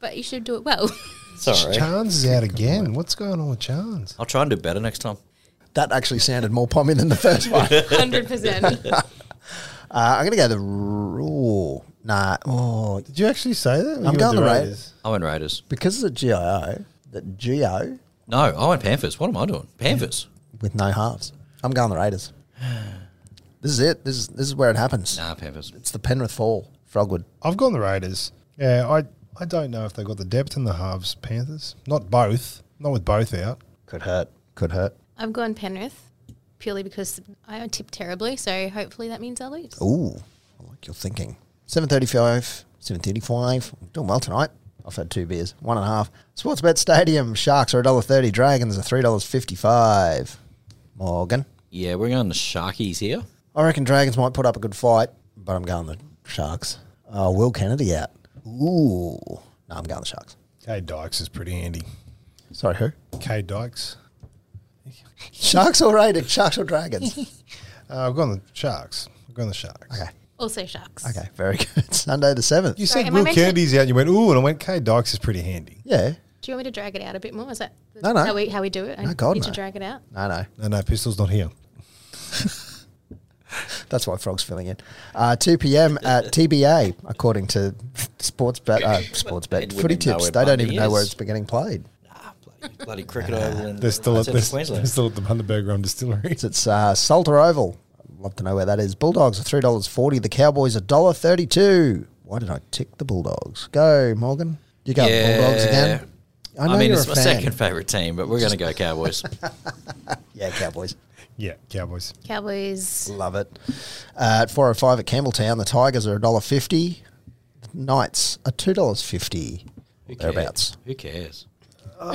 Speaker 4: but you should do it well.
Speaker 3: Sorry.
Speaker 5: Chance is out again. What's going on with Chance?
Speaker 3: I'll try and do better next time.
Speaker 2: That actually sounded more pommy than the first one. uh,
Speaker 4: Hundred percent.
Speaker 2: I'm going to go the... R- oh, nah. Oh,
Speaker 5: Did you actually say that?
Speaker 2: I'm going the Raiders.
Speaker 3: I went Raiders.
Speaker 2: Because it's a GIO, the GO
Speaker 3: No, I went Panthers. What am I doing? Panthers.
Speaker 2: with no halves. I'm going the Raiders. This is it. This is, this is where it happens.
Speaker 3: Nah, Panthers.
Speaker 2: It's the Penrith Fall, Frogwood.
Speaker 5: I've gone the Raiders. Yeah, I, I don't know if they've got the depth in the halves, Panthers. Not both. Not with both out.
Speaker 2: Could hurt. Could hurt.
Speaker 4: I've gone Penrith purely because I tipped terribly, so hopefully that means I'll lose.
Speaker 2: Ooh, I like your thinking. 7.35, 7.35. I'm doing well tonight. I've had two beers, one and a half. Sportsbet Stadium, Sharks are $1.30, Dragons are $3.55. Morgan.
Speaker 3: Yeah, we're going the Sharkies here.
Speaker 2: I reckon Dragons might put up a good fight, but I'm going the Sharks. Oh, Will Kennedy out. Ooh. No, I'm going the Sharks.
Speaker 5: K Dykes is pretty handy.
Speaker 2: Sorry, who?
Speaker 5: K Dykes.
Speaker 2: Sharks or Raiders? Sharks or Dragons?
Speaker 5: Uh, I've gone the Sharks. I've gone the Sharks.
Speaker 2: Okay.
Speaker 4: Also sharks.
Speaker 2: Okay, very good. Sunday the 7th.
Speaker 5: You
Speaker 4: Sorry,
Speaker 5: said
Speaker 4: am I
Speaker 5: Will
Speaker 4: meant to-
Speaker 5: Kennedy's out. And you went, ooh, and I went, K Dykes is pretty handy.
Speaker 2: yeah.
Speaker 4: Do you want me to drag it out a bit more? Is that
Speaker 2: No, no.
Speaker 4: how we how we do it? I
Speaker 2: No, God,
Speaker 4: need
Speaker 2: no.
Speaker 4: to drag it out.
Speaker 2: I know.
Speaker 5: No, no, Pistol's not here.
Speaker 2: That's why Frog's filling in. Uh, 2 p.m. at TBA, according to Sportsbet. Uh, Sportsbet.
Speaker 3: wouldn't
Speaker 2: Footy
Speaker 3: even know
Speaker 2: tips.
Speaker 3: where
Speaker 2: They don't
Speaker 3: Bundy
Speaker 2: even know where
Speaker 3: is.
Speaker 2: it's getting played.
Speaker 3: Nah, bloody, bloody cricket oval in
Speaker 5: They're still, at,
Speaker 3: that's in
Speaker 5: they're, they're
Speaker 3: Queensland.
Speaker 5: still at the Bundaberg Rum Distillery.
Speaker 2: It's, it's uh, Salter Oval. I'd love to know where that is. Bulldogs are $3.40. The Cowboys are $1.32. Why did I tick the Bulldogs? Go, Morgan. You go
Speaker 3: Yeah.
Speaker 2: Bulldogs again. I
Speaker 3: I,
Speaker 2: know
Speaker 3: mean,
Speaker 2: you're
Speaker 3: it's
Speaker 2: a
Speaker 3: my
Speaker 2: fan.
Speaker 3: second favourite team, but we're going to go Cowboys.
Speaker 2: Yeah, Cowboys.
Speaker 5: Yeah, Cowboys.
Speaker 4: Cowboys.
Speaker 2: Love it. Uh, at 4.05 at Campbelltown, the Tigers are $1.50. The Knights are $2.50.
Speaker 3: Who cares?
Speaker 2: Thereabouts.
Speaker 3: Who cares?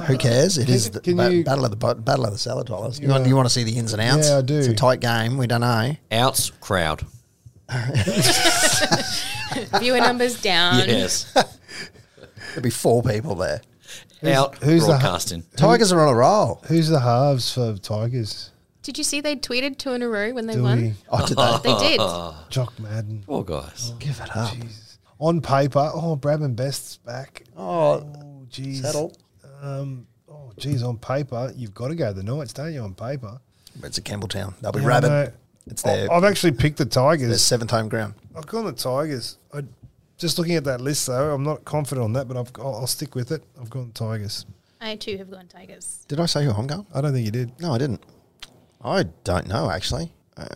Speaker 2: Who cares? It is the
Speaker 5: can
Speaker 2: ba-
Speaker 5: you-
Speaker 2: battle of the bo- battle of the salad dollars. You,
Speaker 5: Yeah.
Speaker 2: want, you want to see the ins and outs?
Speaker 5: Yeah, I do.
Speaker 2: It's a tight game. We don't know.
Speaker 3: Outs crowd.
Speaker 4: Viewer numbers down.
Speaker 3: Yes.
Speaker 2: There'll be four people there.
Speaker 3: Out
Speaker 5: who's the-
Speaker 3: broadcasting.
Speaker 2: Tigers are on a roll.
Speaker 5: Who's the halves for Tigers?
Speaker 4: Did you see they tweeted two in a row when they
Speaker 5: Dewey,
Speaker 4: won?
Speaker 2: Oh, did they?
Speaker 4: They did.
Speaker 5: Jock Madden.
Speaker 3: Poor guys.
Speaker 2: Oh, Give it up.
Speaker 5: On paper, oh, Brabham Best's back.
Speaker 2: Oh,
Speaker 5: Oh, geez.
Speaker 2: settle.
Speaker 5: Um, oh, geez, on paper, you've got to go the Knights, don't you, on paper?
Speaker 2: It's at Campbelltown. They'll be
Speaker 5: Yeah, I
Speaker 2: rabid.
Speaker 5: know. Oh,
Speaker 2: It's their,
Speaker 5: I- I've actually picked the
Speaker 2: their
Speaker 5: Tigers.
Speaker 2: seventh home ground.
Speaker 5: I've gone the Tigers. I, just looking at that list, though, I'm not confident on that, but I've, I'll, I'll stick with it. I've gone Tigers.
Speaker 4: I too have gone Tigers.
Speaker 2: Did I say who I'm going?
Speaker 5: I don't think you did.
Speaker 2: No, I didn't. I don't know actually, um,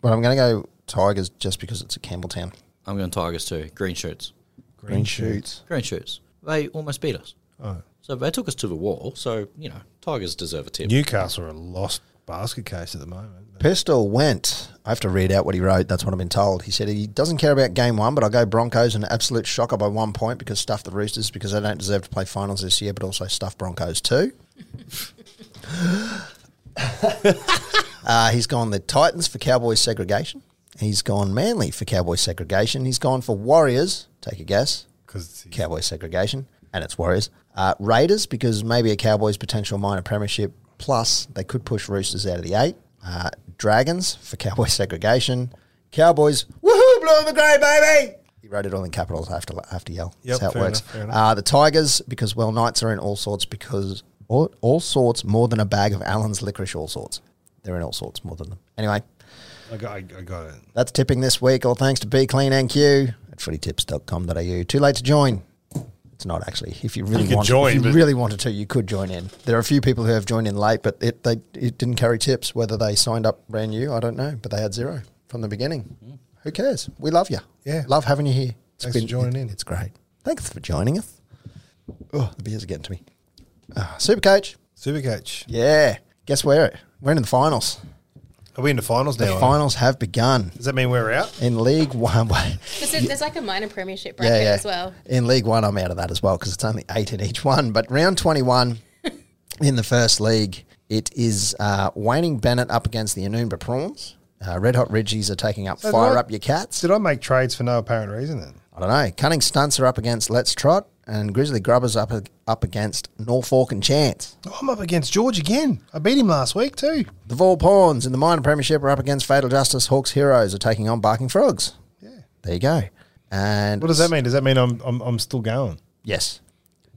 Speaker 2: but I'm going to go Tigers just because it's at Campbelltown.
Speaker 3: I'm going Tigers too. Green shirts.
Speaker 5: Green
Speaker 2: shoots.
Speaker 3: Green shirts. They almost beat us.
Speaker 5: Oh.
Speaker 3: So they took us to the wall. So, you know, Tigers deserve a tip.
Speaker 5: Newcastle are a lost basket case at the moment.
Speaker 2: Pistol went. I have to read out what he wrote. That's what I've been told. He said he doesn't care about game one, but I'll go Broncos an absolute shocker by one point because stuff the Roosters because they don't deserve to play finals this year, but also stuff Broncos too. uh, he's gone the Titans for Cowboys segregation. He's gone Manly for Cowboys segregation. He's gone for Warriors. Take a guess.
Speaker 1: because
Speaker 2: Cowboys segregation, and it's Warriors. Uh, Raiders, because maybe a Cowboys potential minor premiership, plus they could push Roosters out of the eight. Uh, Dragons for Cowboys segregation. Cowboys, woohoo, blue and the grey, baby! He wrote it all in capitals. I have to, I have to yell.
Speaker 1: Yep,
Speaker 2: That's how it
Speaker 1: fair
Speaker 2: works.
Speaker 1: enough, fair enough.
Speaker 2: Uh, the Tigers, because, well, Knights are in all sorts because all, all sorts more than a bag of Allen's licorice, all sorts. They're in all sorts more than them. Anyway,
Speaker 1: I got, I, I got it.
Speaker 2: that's tipping this week. All thanks to Be Clean NQ at footytips.com.au. Too late to join. It's not actually. If you really
Speaker 1: You could
Speaker 2: want,
Speaker 1: join,
Speaker 2: if you
Speaker 1: but-
Speaker 2: really wanted to, you could join in. There are a few people who have joined in late, but it they it didn't carry tips. Whether they signed up brand new, I don't know, but they had zero from the beginning. Who cares? We love you.
Speaker 1: Mm-hmm. Yeah.
Speaker 2: love having you here. It's
Speaker 1: Thanks for joining in.
Speaker 2: It's great. Thanks for joining us. Oh, the beers are getting to me. Uh, Super coach.
Speaker 1: Supercoach.
Speaker 2: Yeah. Guess where? We're in the finals.
Speaker 1: Are we in the finals
Speaker 2: The
Speaker 1: now?
Speaker 2: finals have begun
Speaker 1: Does that mean we're out?
Speaker 2: in League One.
Speaker 4: There's, a- there's like a minor premiership bracket as well.
Speaker 2: In League One, I'm out of that as well because it's only eight in each one. But round 21 in the first league, it is uh, Waning Bennett up against the Anoomba Prawns. Uh, Red Hot Ridgies are taking up
Speaker 1: So
Speaker 2: Fire
Speaker 1: did I-
Speaker 2: Up Your Cats.
Speaker 1: Did I make trades for no apparent reason then?
Speaker 2: I don't know. Cunning Stunts are up against Let's Trot, and Grizzly Grubbers up up against Norfolk and Chance.
Speaker 1: Oh, I'm up against George again. I beat him last week too.
Speaker 2: The Vol Pawns in the minor premiership are up against Fatal Justice. Hawks Heroes are taking on Barking Frogs.
Speaker 1: Yeah.
Speaker 2: There you go. And
Speaker 1: What does that mean? Does that mean I'm I'm, I'm still going?
Speaker 2: Yes.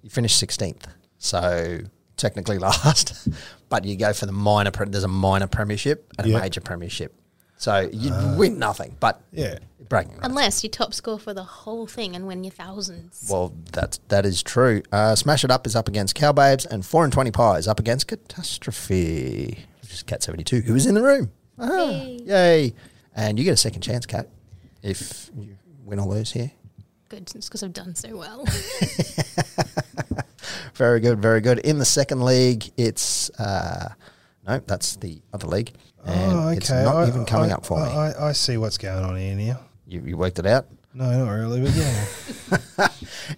Speaker 2: You finish 16th. So technically last, but you go for the minor, pre- there's a minor premiership and
Speaker 1: Yeah. Ah.
Speaker 2: a major premiership. So you win nothing, but
Speaker 1: Yeah.
Speaker 2: bragging rights.
Speaker 4: Unless you top score for the whole thing and win your thousands.
Speaker 2: Well, that's, that is true. Uh, Smash It Up is up against Cowbabes and 4 and 20 Pies up against Catastrophe, which is Cat 72, who is in the room. Ah,
Speaker 4: Yay.
Speaker 2: yay. And you get a second chance, Cat, if you win or lose here.
Speaker 4: Good, it's because I've done so well.
Speaker 2: Very good, very good. In the second league, it's uh, no, that's the other league, and it's
Speaker 5: Oh,
Speaker 2: not
Speaker 1: Oh, I-
Speaker 2: even coming
Speaker 1: I-
Speaker 2: up for
Speaker 1: I,
Speaker 2: me.
Speaker 1: I, I see what's going on here now.
Speaker 2: you, you worked it out.
Speaker 1: No, not really, but yeah.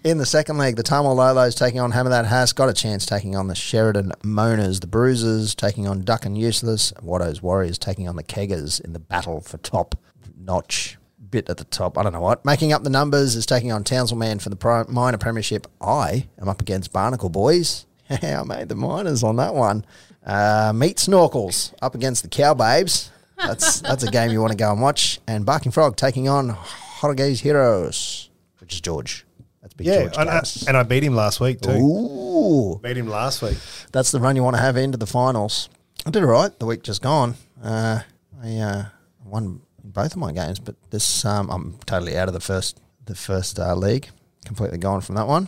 Speaker 2: In the second league, the Tamal Lolos taking on Hammer That Has got a chance taking on the Sheridan Moaners, the Bruisers taking on Duck and Useless, Watto's Warriors taking on the Keggers in the battle for top notch bit at the top. I don't know what. Making up the numbers is taking on Townsville Man for the pri- minor premiership. I am up against Barnacle Boys. I made the miners on that one. Uh, meet Snorkels up against the Cow Babes. That's that's a game you want to go and watch. And Barking Frog taking on Horoge's Heroes, which is George. That's big
Speaker 1: yeah,
Speaker 2: George.
Speaker 1: and I,
Speaker 2: Gaddis.
Speaker 1: and I beat him last week too.
Speaker 2: Ooh,
Speaker 1: Beat him last week.
Speaker 2: that's the run you want to have into the finals. I did all right the week just gone. Uh, I uh, won both of my games, but this um, I'm totally out of the first the first uh, league. Completely gone from that one.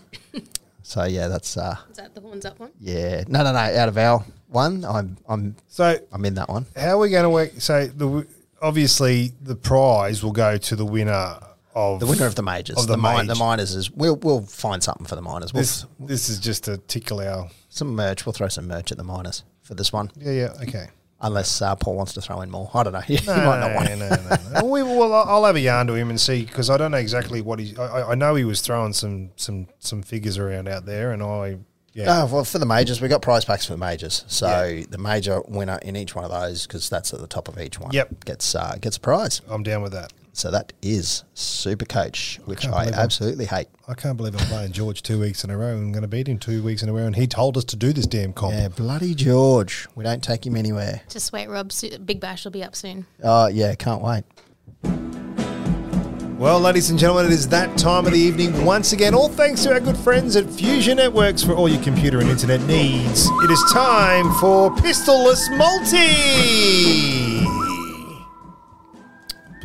Speaker 2: so yeah, that's uh,
Speaker 4: Is that the horns up one?
Speaker 2: yeah. No, no, no. Out of our one, I'm I'm
Speaker 1: So
Speaker 2: I'm in that one.
Speaker 1: how are we going to work? So the w- obviously the prize will go to the winner of
Speaker 2: The winner of the majors,
Speaker 1: Of the
Speaker 2: mi-
Speaker 1: major.
Speaker 2: the miners is we'll we'll find something for the miners. We'll
Speaker 1: This this is just a tickle our
Speaker 2: some merch. We'll throw some merch at the miners for this one,
Speaker 1: yeah yeah okay.
Speaker 2: unless uh, Paul wants to throw in more. I don't know. he
Speaker 1: No,
Speaker 2: might not
Speaker 1: no,
Speaker 2: want.
Speaker 1: no, no, no. We, well, I'll I'll have a yarn to him and see because I don't know exactly what he's. I, I- I know he was throwing some some some figures around out there, and I yeah.
Speaker 2: Oh, well, for the majors, we got prize packs for the majors. So the major winner in each one of those, because that's at the top of each one,
Speaker 1: Yep.
Speaker 2: gets uh, gets a prize.
Speaker 1: I'm down with that.
Speaker 2: So that is Super Coach, which
Speaker 1: can't
Speaker 2: I
Speaker 1: believe I'm-
Speaker 2: absolutely hate.
Speaker 1: I can't believe I'm playing George two weeks in a row and going to beat him two weeks in a row, and he told us to do this damn comp.
Speaker 2: Yeah, bloody George. We don't take him anywhere.
Speaker 4: Just wait, Rob. so- Big Bash will be up soon.
Speaker 2: Oh, yeah, can't wait.
Speaker 1: Well, ladies and gentlemen, it is that time of the evening once again. All thanks to our good friends at Fusion Networks for all your computer and internet needs. It is time for Pistolless Multi.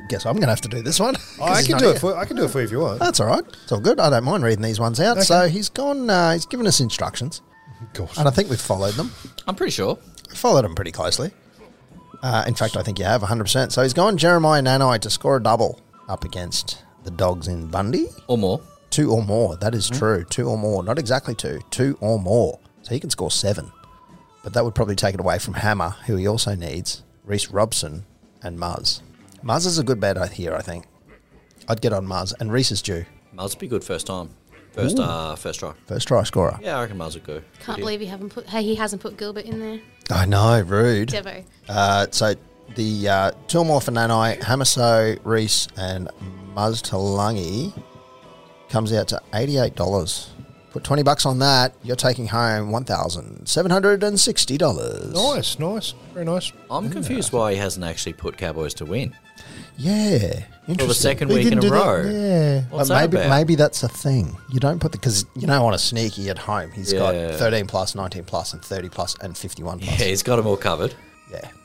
Speaker 2: Guess I'm going to have to do this one. 'cause
Speaker 1: I
Speaker 2: he's
Speaker 1: can
Speaker 2: not
Speaker 1: do
Speaker 2: here.
Speaker 1: it for I can do it for you if you want.
Speaker 2: That's all right. It's all good. I don't mind reading these ones out. So he's gone, uh, he's given us instructions,
Speaker 1: Gosh.
Speaker 2: and I think we've followed them.
Speaker 3: I'm pretty sure.
Speaker 2: followed him pretty closely. Uh, in fact, I think you have 100%. So he's gone Jeremiah Nanai to score a double up against the Dogs in Bundy.
Speaker 3: Or more.
Speaker 2: Two or more. That is true. Two or more. Not exactly two. Two or more. So he can score seven. But that would probably take it away from Hammer, who he also needs, Reese Robson, and Muzz. Muzz is a good bet I- here, I think. I'd get on Muzz. And Reese is due.
Speaker 3: Mars would be good first time. First uh, first try.
Speaker 2: First try scorer.
Speaker 3: Yeah, I reckon Mars would go.
Speaker 4: Can't believe you haven't put. Hey, he hasn't put Gilbert in there.
Speaker 2: I know, rude.
Speaker 4: Devo.
Speaker 2: Uh, so the uh, Tulmore for Nanai, Hamaso, Reese, and Muztalangi comes out to $88. Put 20 bucks on that, you're taking home $1,760.
Speaker 1: Nice, nice, very nice.
Speaker 3: I'm confused why he hasn't actually put Cowboys to win
Speaker 2: Yeah. Interesting.
Speaker 3: for the second
Speaker 1: They
Speaker 3: week in
Speaker 1: didn't
Speaker 3: a
Speaker 1: do that,
Speaker 3: row.
Speaker 2: Yeah,
Speaker 3: What's
Speaker 2: but
Speaker 3: that
Speaker 2: maybe
Speaker 3: about?
Speaker 2: maybe that's a thing. You don't put the because you know on a sneaky at home he's
Speaker 3: Yeah.
Speaker 2: got thirteen plus, nineteen plus, and thirty plus, and fifty one
Speaker 3: Yeah,
Speaker 2: plus. Yeah,
Speaker 3: he's got them all covered.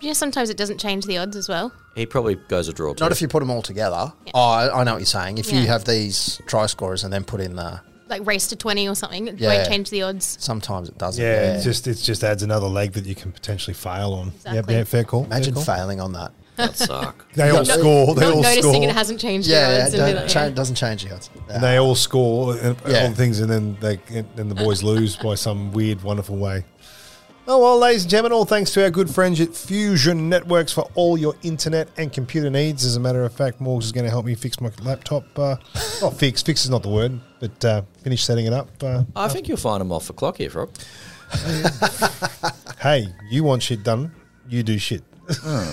Speaker 4: You know, sometimes it doesn't change the odds as well.
Speaker 3: He probably goes a draw. Too.
Speaker 2: not if you put them all together. Oh, I, I know what you're saying. If you
Speaker 4: Yeah.
Speaker 2: have these try scorers and then put in the,
Speaker 4: Like race to 20 or something, it
Speaker 2: Yeah.
Speaker 4: won't change the odds.
Speaker 2: sometimes it doesn't.
Speaker 1: Yeah, it just it just adds another leg that you can potentially fail on. Yep,
Speaker 4: Exactly.
Speaker 1: yeah, fair call. fair
Speaker 2: Imagine
Speaker 1: call.
Speaker 2: failing on that.
Speaker 3: that suck.
Speaker 1: They all
Speaker 2: No-
Speaker 1: score. They
Speaker 4: Not
Speaker 1: all
Speaker 4: noticing
Speaker 1: score.
Speaker 4: it hasn't changed the
Speaker 2: Yeah,
Speaker 4: odds.
Speaker 2: it
Speaker 4: and be
Speaker 2: don't,
Speaker 4: like,
Speaker 2: cha-
Speaker 4: yeah.
Speaker 2: doesn't change the odds.
Speaker 1: And they all score and
Speaker 2: Yeah.
Speaker 1: all the things, and then they and the boys lose by some weird, wonderful way. Oh well, ladies and gentlemen, all thanks to our good friends at Fusion Networks for all your internet and computer needs. As a matter of fact, Morgs is going to help me fix my laptop. Uh, not fix, fix is not the word, but uh, finish setting it up. Uh,
Speaker 3: I think you'll find him off the clock here, Rob.
Speaker 1: hey, you want shit done, you do shit.
Speaker 4: Are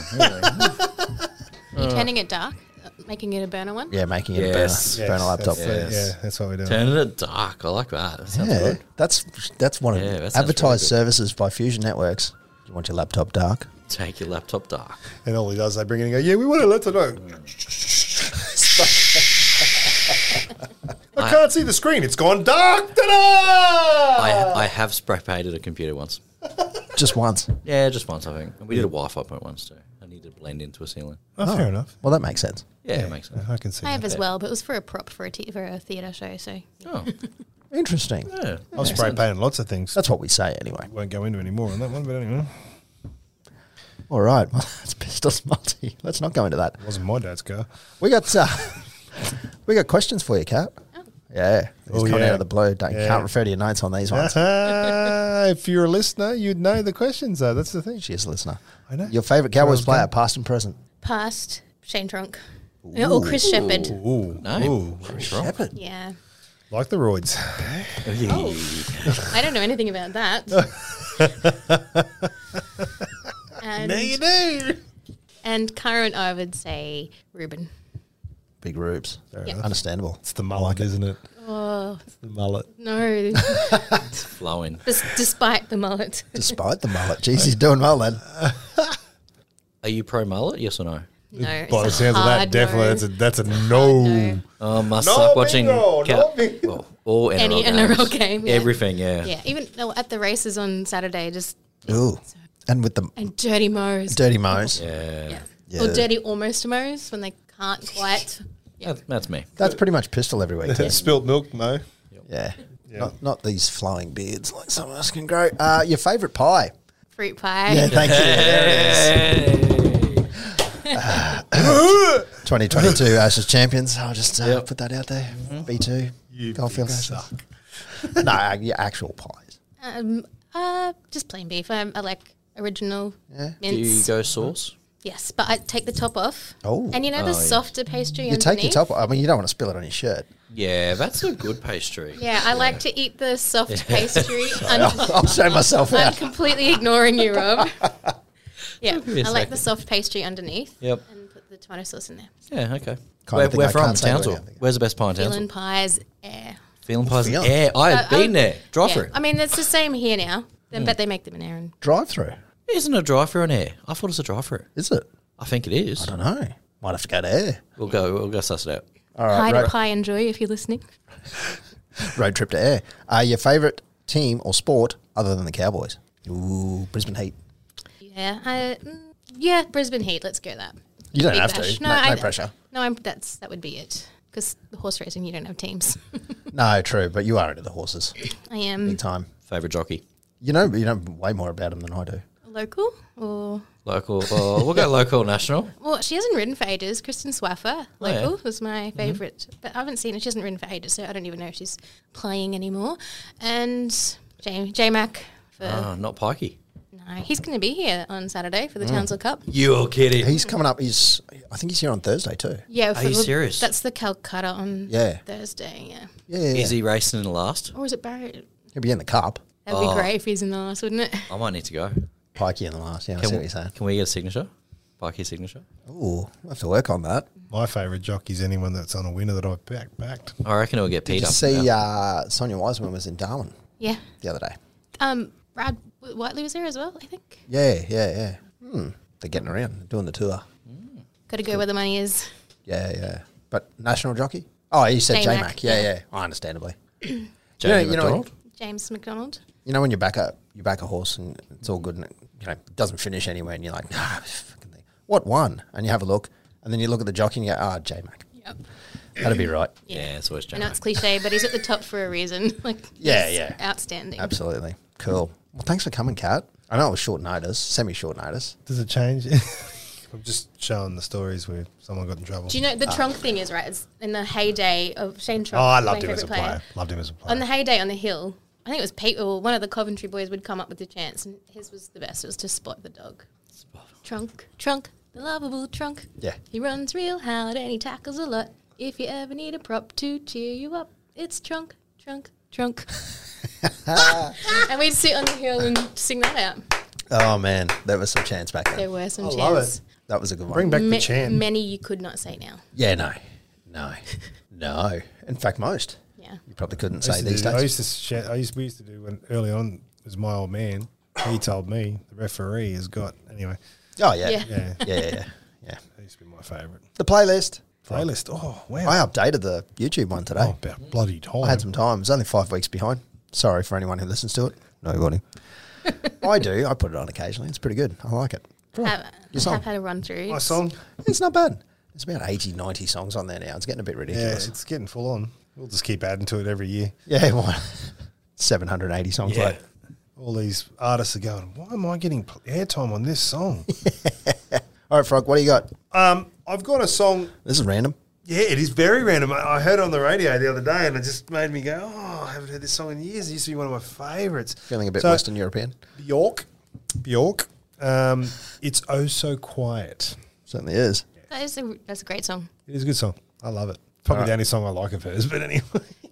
Speaker 4: you turning it dark? Uh, Making it a burner one?
Speaker 2: Yeah, making it
Speaker 3: Yes.
Speaker 2: a burner, burner laptop.
Speaker 1: That's,
Speaker 3: Yes.
Speaker 1: Yeah, that's what we do.
Speaker 3: Turning it dark. I like that. That sounds
Speaker 2: Yeah,
Speaker 3: good.
Speaker 2: that's that's one of
Speaker 3: Yeah, that sounds really
Speaker 2: advertised
Speaker 3: good.
Speaker 2: services by Fusion Networks. You want your laptop dark?
Speaker 3: Take your laptop dark.
Speaker 1: And all he does, they bring it in and go, yeah, we want to let her know. I can't see the screen. It's gone dark. Ta-da!
Speaker 3: I, I have spray painted a computer once.
Speaker 2: Just once.
Speaker 3: Yeah, just once, I think. And we did a Wi Fi point once, too. I need to blend into a ceiling.
Speaker 1: Oh, fair enough.
Speaker 2: Well, that makes sense.
Speaker 3: Yeah, it makes
Speaker 5: Uh-huh.
Speaker 3: sense.
Speaker 1: I can see
Speaker 4: I have
Speaker 1: that.
Speaker 4: as well, but it was for a prop for a, t- for a theatre show, so
Speaker 3: Oh,
Speaker 2: Interesting.
Speaker 3: yeah.
Speaker 1: I've spray painted lots of things.
Speaker 2: That's what we say anyway.
Speaker 1: won't go into any more on that one, but anyway.
Speaker 2: All right. Well, that's Pistols Multi. Let's not go into that.
Speaker 1: It wasn't my dad's car.
Speaker 2: We got uh, we got questions for you, Kat. Yeah. It's
Speaker 1: Oh,
Speaker 2: coming
Speaker 1: yeah.
Speaker 2: out of the blue. Don't,
Speaker 1: Yeah.
Speaker 2: Can't refer to your notes on these ones.
Speaker 1: if you're a listener, you'd know the questions, though. That's the thing.
Speaker 2: Cheers, listener.
Speaker 1: I know.
Speaker 2: Your favourite Cowboys
Speaker 1: Well,
Speaker 2: player, past and present?
Speaker 4: past Shane Tronk. Yeah, Or Chris Shepherd.
Speaker 1: Ooh,
Speaker 3: Name.
Speaker 1: ooh.
Speaker 2: Shepard.
Speaker 4: Yeah.
Speaker 1: Like the roids.
Speaker 4: I don't know anything about that. and,
Speaker 1: do.
Speaker 4: and current, I would say Ruben.
Speaker 2: Big Rubes.
Speaker 4: Yeah. enough.
Speaker 2: Understandable.
Speaker 1: It's the mullet, isn't it?
Speaker 4: Oh,
Speaker 1: It's the mullet.
Speaker 4: no.
Speaker 3: Flowing.
Speaker 4: Des- Despite the mullet.
Speaker 2: Despite the mullet. Jeez, he's doing well then.
Speaker 3: Are you pro mullet? Yes or no?
Speaker 4: No. it's
Speaker 1: By
Speaker 4: a
Speaker 1: the sounds of
Speaker 4: hard
Speaker 1: that, definitely,
Speaker 4: no.
Speaker 1: that's a, that's a no.
Speaker 4: no.
Speaker 3: Oh, must
Speaker 1: No
Speaker 3: suck watching
Speaker 1: bingo, no
Speaker 3: Cow-
Speaker 1: bingo.
Speaker 3: well, all NRL
Speaker 4: Any
Speaker 3: games.
Speaker 4: NRL game, yeah.
Speaker 3: Everything, yeah.
Speaker 4: Yeah, even though at the races on Saturday, just
Speaker 2: Ooh. And with the
Speaker 4: and dirty mows.
Speaker 2: dirty moans.
Speaker 3: Yeah.
Speaker 4: yeah.
Speaker 2: Yeah.
Speaker 4: Or dirty almost mows when they can't quite.
Speaker 3: That- that's me.
Speaker 2: That's pretty much pistol every week. yeah.
Speaker 1: Spilt milk, no.
Speaker 2: Yeah. Not, not these flowing beards like some of us can grow. Uh, your favourite pie?
Speaker 4: Fruit pie.
Speaker 2: Yeah, thank you. There it is. 2022 Ashes champions. I'll just uh,
Speaker 3: Yep.
Speaker 2: put that out there. B2.
Speaker 1: You
Speaker 2: Goldfield
Speaker 1: big
Speaker 2: Ashes. no, uh, your actual pies.
Speaker 4: Um, uh, just plain beef. I, I like original
Speaker 2: Yeah.
Speaker 3: Do you
Speaker 4: mince.
Speaker 3: go sauce?
Speaker 4: Yes, but I take the top off.
Speaker 2: Oh.
Speaker 4: And you know
Speaker 3: Oh,
Speaker 4: the
Speaker 3: yeah.
Speaker 4: softer pastry
Speaker 2: You take your
Speaker 4: underneath?
Speaker 2: top. I mean, you don't want to spill it on your shirt.
Speaker 3: Yeah, that's a good pastry.
Speaker 4: Yeah, I like to eat the soft pastry. I'm,
Speaker 2: I'll show myself
Speaker 4: I'm
Speaker 2: out.
Speaker 4: completely ignoring you, Rob. yeah,
Speaker 3: me a
Speaker 4: I like
Speaker 3: second.
Speaker 4: the soft pastry underneath.
Speaker 3: Yep.
Speaker 4: And put the tomato sauce in there.
Speaker 3: Yeah, okay.
Speaker 2: Kind
Speaker 3: Where,
Speaker 2: of thing
Speaker 3: where
Speaker 2: I
Speaker 3: from?
Speaker 2: can't say
Speaker 3: Townsville.
Speaker 2: where I am.
Speaker 3: Where's the best pie in
Speaker 4: Feeling
Speaker 3: Townsville?
Speaker 4: pies, air.
Speaker 3: Feeling pies.
Speaker 2: Phelan.
Speaker 3: Yeah, I have
Speaker 4: I- I-
Speaker 3: been there. Drive
Speaker 4: Yeah.
Speaker 3: through.
Speaker 4: I mean, it's the same here now,
Speaker 2: Hmm.
Speaker 4: then, but they make them in air. And
Speaker 2: Drive through.
Speaker 3: Isn't a drive through an air? I thought it was a drive through.
Speaker 2: Is it?
Speaker 3: I think it is.
Speaker 2: I don't know. Might have to go to air.
Speaker 3: We'll go. We'll go suss it out.
Speaker 2: All right.
Speaker 4: Hi
Speaker 2: Road,
Speaker 4: to Pie and Joy, if you're listening.
Speaker 2: road trip to air. Uh, your favourite team or sport other than the Cowboys? Ooh, Brisbane Heat.
Speaker 4: Yeah, I, mm, yeah, Brisbane Heat. Let's go that.
Speaker 2: You don't
Speaker 4: Big
Speaker 2: have
Speaker 4: bash.
Speaker 2: to. No, no pressure.
Speaker 4: No, I'm, that's that would be it. Because horse racing, you don't have teams.
Speaker 2: No, true, but you are into the horses.
Speaker 4: I am
Speaker 2: Big time.
Speaker 3: Favorite jockey.
Speaker 2: You know, you know way more about them than I do.
Speaker 4: local, or
Speaker 3: Local. Oh, we'll go local. National.
Speaker 4: well, she hasn't ridden for ages. Kristen
Speaker 2: Oh,
Speaker 4: Swaffer,
Speaker 3: yeah.
Speaker 4: local, was
Speaker 2: Mm-hmm.
Speaker 4: my favorite but I haven't seen her. She hasn't ridden for ages, so I don't even know if she's playing anymore. And J J Mac for
Speaker 3: Oh, not Pikey.
Speaker 4: no, he's going to be here on Saturday for the Townsville Cup.
Speaker 3: You're kidding.
Speaker 2: He's coming up. He's, I think he's here on Thursday too.
Speaker 4: Yeah, for
Speaker 3: you
Speaker 4: the-
Speaker 3: serious?
Speaker 4: That's the Calcutta on
Speaker 2: Yeah.
Speaker 4: Thursday. Yeah,
Speaker 2: Yeah, yeah,
Speaker 3: Is
Speaker 2: yeah.
Speaker 3: he racing in the last?
Speaker 4: or is it Barrett?
Speaker 2: he'll be in the cup.
Speaker 4: That'd be great if he's in the last, wouldn't it?
Speaker 3: I might need to go.
Speaker 2: Pikey in the last. Yeah, I
Speaker 3: Can
Speaker 2: see
Speaker 3: we,
Speaker 2: what you're saying.
Speaker 3: Can we get a signature? by his signature.
Speaker 2: Ooh, I have to work on that.
Speaker 1: My favourite jockey is anyone that's on a winner that I've back, backed.
Speaker 3: I reckon it'll get
Speaker 2: Did
Speaker 3: Pete
Speaker 2: you
Speaker 3: up.
Speaker 2: see
Speaker 3: for that.
Speaker 2: uh, Sonia Wiseman was in Darwin
Speaker 4: Yeah.
Speaker 2: the other day?
Speaker 4: Um, Brad Whiteley was there as well, I think.
Speaker 2: Yeah, yeah, yeah. Hmm. They're getting around, doing the tour.
Speaker 4: Got to go where the money is.
Speaker 2: Yeah, yeah. But national jockey? Oh, you said J
Speaker 4: J-Mac,
Speaker 2: Mac. Yeah,
Speaker 4: yeah.
Speaker 2: yeah. I understandably.
Speaker 3: Jamie
Speaker 2: you know-
Speaker 3: McDonald.
Speaker 4: James McDonald.
Speaker 2: You know when you back a you back a horse and it's all good and it, you know it doesn't finish anywhere and you're like, nah, this fucking thing. What one? And you have a look and then you look at the jockey and you go, ah, J Mac.
Speaker 4: Yep.
Speaker 2: That'd be right.
Speaker 3: Yeah, it's always
Speaker 4: I
Speaker 3: Jamie.
Speaker 4: know it's cliche, but he's at the top for a reason. Like,
Speaker 2: Yeah,
Speaker 4: he's
Speaker 2: yeah.
Speaker 4: outstanding.
Speaker 2: Absolutely. Cool. Well, thanks for coming, Kat. I know it was short notice, semi short notice.
Speaker 1: Does it change? I'm just showing the stories where someone got in trouble.
Speaker 4: Do you know the Tronk thing is right? It's in the heyday of Shane Tronk.
Speaker 1: oh, I
Speaker 4: my
Speaker 1: loved him as a
Speaker 4: favourite
Speaker 1: player. Loved him as a player.
Speaker 4: On the heyday on the hill, I think it was Pete or one of the Coventry boys would come up with the chance, and his was the best. It was to spot the dog. Trunk, trunk, the lovable trunk.
Speaker 2: Yeah.
Speaker 4: He runs real hard and he tackles a lot. If you ever need a prop to cheer you up, it's trunk, trunk, trunk. and we'd sit on the hill and sing that out.
Speaker 2: Oh man, there was some chance back
Speaker 4: There
Speaker 2: then.
Speaker 4: were some
Speaker 1: I
Speaker 4: chants.
Speaker 1: love it.
Speaker 2: That was a good one.
Speaker 1: Bring back
Speaker 4: Ma-
Speaker 1: the chan.
Speaker 4: Many you could not say now.
Speaker 2: yeah, no. No. No. In fact most.
Speaker 4: Yeah.
Speaker 2: You probably couldn't
Speaker 1: I
Speaker 2: say
Speaker 1: used, to
Speaker 2: these
Speaker 1: do, I
Speaker 2: days.
Speaker 1: used to shout, I used, we used to do when early on was my old man. He told me the referee has got anyway.
Speaker 2: Oh yeah. Yeah.
Speaker 4: Yeah.
Speaker 1: Yeah,
Speaker 2: Yeah, yeah, yeah. yeah.
Speaker 1: that used to be my favourite
Speaker 2: The playlist.
Speaker 1: playlist. Oh wow!
Speaker 2: I updated the YouTube one today.
Speaker 1: oh, about bloody time.
Speaker 2: I had some time. It was only five weeks behind. Sorry for anyone who listens to it. No warning. I do. I put it on occasionally. It's pretty good. I like it.
Speaker 4: Have,
Speaker 2: Your
Speaker 4: have
Speaker 2: song.
Speaker 4: had a run through.
Speaker 1: my song.
Speaker 2: It's not bad. There's about 80, 90 songs on there now. It's getting a bit
Speaker 1: Yeah,
Speaker 2: ridiculous.
Speaker 1: it's getting full on. We'll just keep adding to it every year.
Speaker 2: Yeah, what? 780 songs
Speaker 1: Yeah.
Speaker 2: like
Speaker 1: All these artists are going. Why am I getting pl- airtime on this song?
Speaker 2: All right, Frog, what do you got?
Speaker 1: um, I've got a song
Speaker 2: This is random.
Speaker 1: Yeah, it is very random. I I heard it on the radio the other day, and it just made me go, "Oh, I haven't heard this song in years." It used to be one of my favourites.
Speaker 2: Feeling a bit
Speaker 1: So,
Speaker 2: Western European.
Speaker 1: Bjork, Bjork. Um, it's oh so quiet.
Speaker 2: Certainly is.
Speaker 4: That is a, that's a great song.
Speaker 1: It is a good song. I love it. Probably the only song I like of hers. But anyway,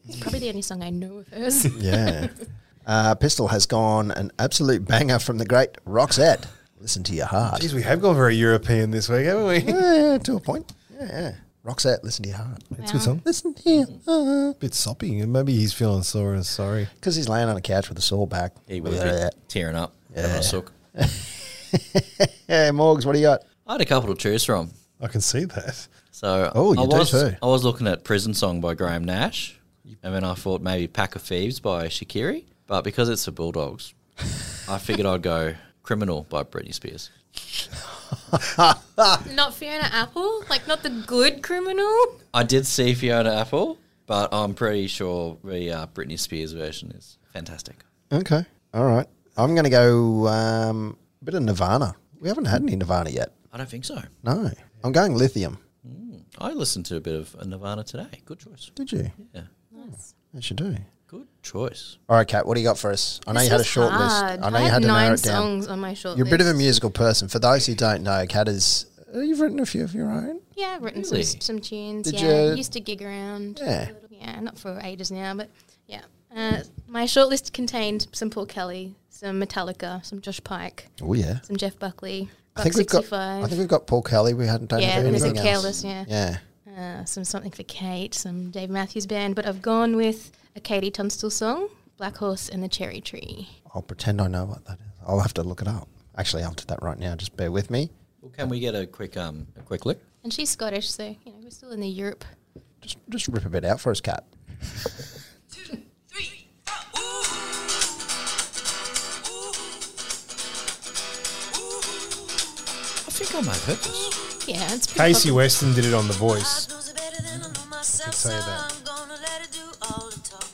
Speaker 4: It's probably the only song I know of hers.
Speaker 2: Yeah. uh, Pistol has gone an absolute banger from the great Roxette. Listen to your heart.
Speaker 1: geez, we have gone very European this week, haven't we?
Speaker 2: Yeah, to a point. Yeah, yeah. Roxette, listen to your heart.
Speaker 1: It's a good
Speaker 4: Wow.
Speaker 1: song.
Speaker 2: Listen to your heart.
Speaker 1: bit soppy, and maybe he's feeling sore and sorry.
Speaker 2: Because he's laying on a couch with a sore back.
Speaker 3: He was a bit tearing up. having a sook.
Speaker 2: Hey, Morgs, what do you got?
Speaker 3: I had a couple to choose from.
Speaker 1: I can see that.
Speaker 3: So
Speaker 2: Oh, you
Speaker 3: I
Speaker 2: do
Speaker 3: was
Speaker 2: too.
Speaker 3: I was looking at Prison Song by Graham Nash, and then I thought maybe Pack of Thieves by Shakiri, but because it's for Bulldogs, I figured I'd go Criminal by Britney Spears.
Speaker 4: not Fiona Apple, like not the good criminal.
Speaker 3: I did see Fiona Apple, but I'm pretty sure the uh, Britney Spears version is fantastic.
Speaker 2: Okay. All right. I'm going to go um, a bit of Nirvana. We haven't had any Nirvana yet.
Speaker 3: I don't think so.
Speaker 2: No. I'm going Lithium.
Speaker 3: I listened to a bit of Nirvana today. Good choice.
Speaker 2: Did you?
Speaker 3: Yeah,
Speaker 2: That should do.
Speaker 3: good choice.
Speaker 2: All right, Kat, what do you got for us? I know you had a short list. I know you had to
Speaker 4: nine
Speaker 2: narrow it down.
Speaker 4: songs on my short
Speaker 2: You're a
Speaker 4: list.
Speaker 2: bit of a musical person. For those who don't know, Kat is. uh, You've written a few of your own.
Speaker 4: yeah, I've written
Speaker 3: Really?
Speaker 4: some, some tunes.
Speaker 2: Did
Speaker 4: yeah,
Speaker 2: you-
Speaker 4: used to gig around.
Speaker 2: Yeah.
Speaker 4: a little- yeah, not for ages now, but yeah. Uh, my short list contained some Paul Kelly, some Metallica, some Josh Pike,
Speaker 2: Oh, yeah.
Speaker 4: some Jeff Buckley,
Speaker 2: I
Speaker 4: Buck
Speaker 2: think we've got.
Speaker 4: 65.
Speaker 2: I think we've got Paul Kelly. We hadn't done
Speaker 4: yeah,
Speaker 2: anything
Speaker 4: and there's a
Speaker 2: else.
Speaker 4: careless, yeah.
Speaker 2: Yeah.
Speaker 4: Uh, some something for Kate, some Dave Matthews Band, but I've gone with a Katie Tunstall song, Black Horse and the Cherry Tree.
Speaker 2: I'll pretend I know what that is. I'll have to look it up. Actually, I'll do that right now. Just bear with me.
Speaker 3: Well, can we get a quick um a quick look?
Speaker 4: And she's Scottish, so you know we're still in the Europe.
Speaker 2: Just just rip a bit out for us, Kat.
Speaker 6: two, three, four. Ooh. Ooh. Ooh.
Speaker 3: I think I might have heard this.
Speaker 4: Yeah, it's pretty
Speaker 1: Casey
Speaker 4: popular.
Speaker 1: Weston did it on The Voice.
Speaker 6: Say
Speaker 1: say that.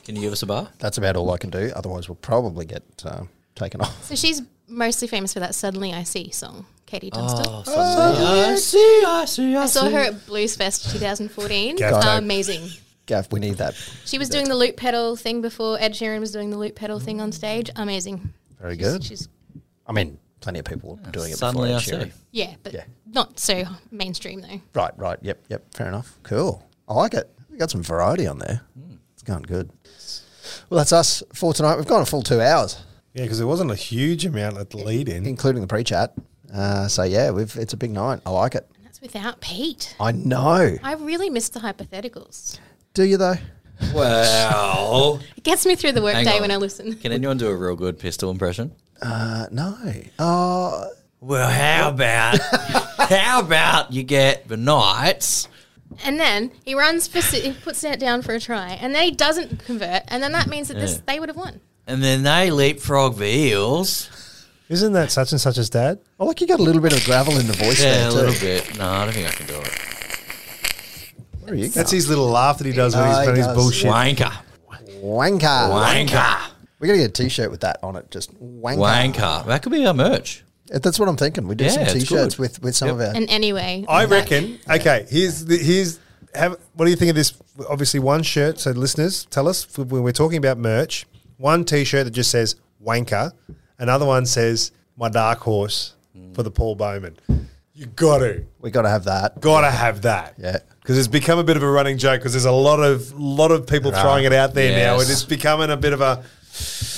Speaker 3: Can you give us a bar?
Speaker 2: That's about all I can do. Otherwise, we'll probably get um, taken off.
Speaker 4: So she's mostly famous for that "Suddenly I See" song, Katie Tunstall.
Speaker 3: I see, Oh, I see,
Speaker 4: I saw her at Bluesfest 2014.
Speaker 1: Gaff tape.
Speaker 4: Amazing.
Speaker 2: Gav, we need that.
Speaker 4: She was doing the loop pedal thing before Ed Sheeran was doing the loop pedal thing on stage. Amazing.
Speaker 2: Very
Speaker 4: She's-
Speaker 2: good.
Speaker 4: She's
Speaker 2: I mean, plenty of people were doing it
Speaker 3: Suddenly I
Speaker 2: before. Ed
Speaker 3: see.
Speaker 2: Sheeran.
Speaker 4: yeah, but
Speaker 2: Yeah.
Speaker 4: not so mainstream though.
Speaker 2: Right, right. Yep, yep. Fair enough. Cool. I like it. We got some variety on there. It's going good. Well, that's us for tonight. We've gone a full two hours,
Speaker 1: Yeah, because there wasn't a huge amount at the lead in.
Speaker 2: including the pre-chat. Uh, so yeah, we've it's a big night. I like it.
Speaker 4: That's without Pete.
Speaker 2: I know.
Speaker 4: I really miss the hypotheticals.
Speaker 2: Do you though?
Speaker 3: Wow.
Speaker 4: It gets me through the
Speaker 3: Hang
Speaker 4: workday
Speaker 3: on.
Speaker 4: when I listen.
Speaker 3: Can anyone do a real good pistol impression?
Speaker 2: Uh, no. Oh,
Speaker 3: Well, how about how about you get the knights?
Speaker 4: And then he runs for si- he puts it down for a try, and then he doesn't convert, and then that means that this
Speaker 3: Yeah.
Speaker 4: they would have won.
Speaker 3: And then they leapfrog the eels.
Speaker 1: Isn't that such and such as dad?
Speaker 2: I like you got a little bit of gravel in the voice
Speaker 3: Yeah,
Speaker 2: there
Speaker 3: a
Speaker 2: too.
Speaker 3: little bit. No, I don't think I can do it.
Speaker 2: Where are you
Speaker 1: That's his little laugh that he does when
Speaker 2: Oh,
Speaker 1: he's
Speaker 2: he
Speaker 1: playing his
Speaker 2: does.
Speaker 1: bullshit.
Speaker 3: Wanker.
Speaker 2: going? Wanker.
Speaker 3: Wanker.
Speaker 2: We're gonna get a T-shirt with that on it. Just wanker.
Speaker 3: Wanker. That could be our merch.
Speaker 2: That's what I'm thinking. We do
Speaker 3: Yeah,
Speaker 2: some
Speaker 3: it's
Speaker 2: T-shirts
Speaker 3: good.
Speaker 2: with with some
Speaker 3: Yep.
Speaker 2: of our.
Speaker 4: And anyway,
Speaker 1: I
Speaker 4: that-
Speaker 1: reckon. Okay, here's the, here's have. What do you think of this? Obviously, one shirt. So, listeners, tell us f- when we're talking about merch. One T-shirt that just says "wanker," another one says "my dark horse" for the Paul Bowman. You got to,
Speaker 2: we got to have that.
Speaker 1: got to have that.
Speaker 2: Yeah.
Speaker 1: because it's become a bit of a running joke. Because there's a lot of lot of people throwing it out there now,
Speaker 3: Yes.
Speaker 1: and it's becoming a bit of a.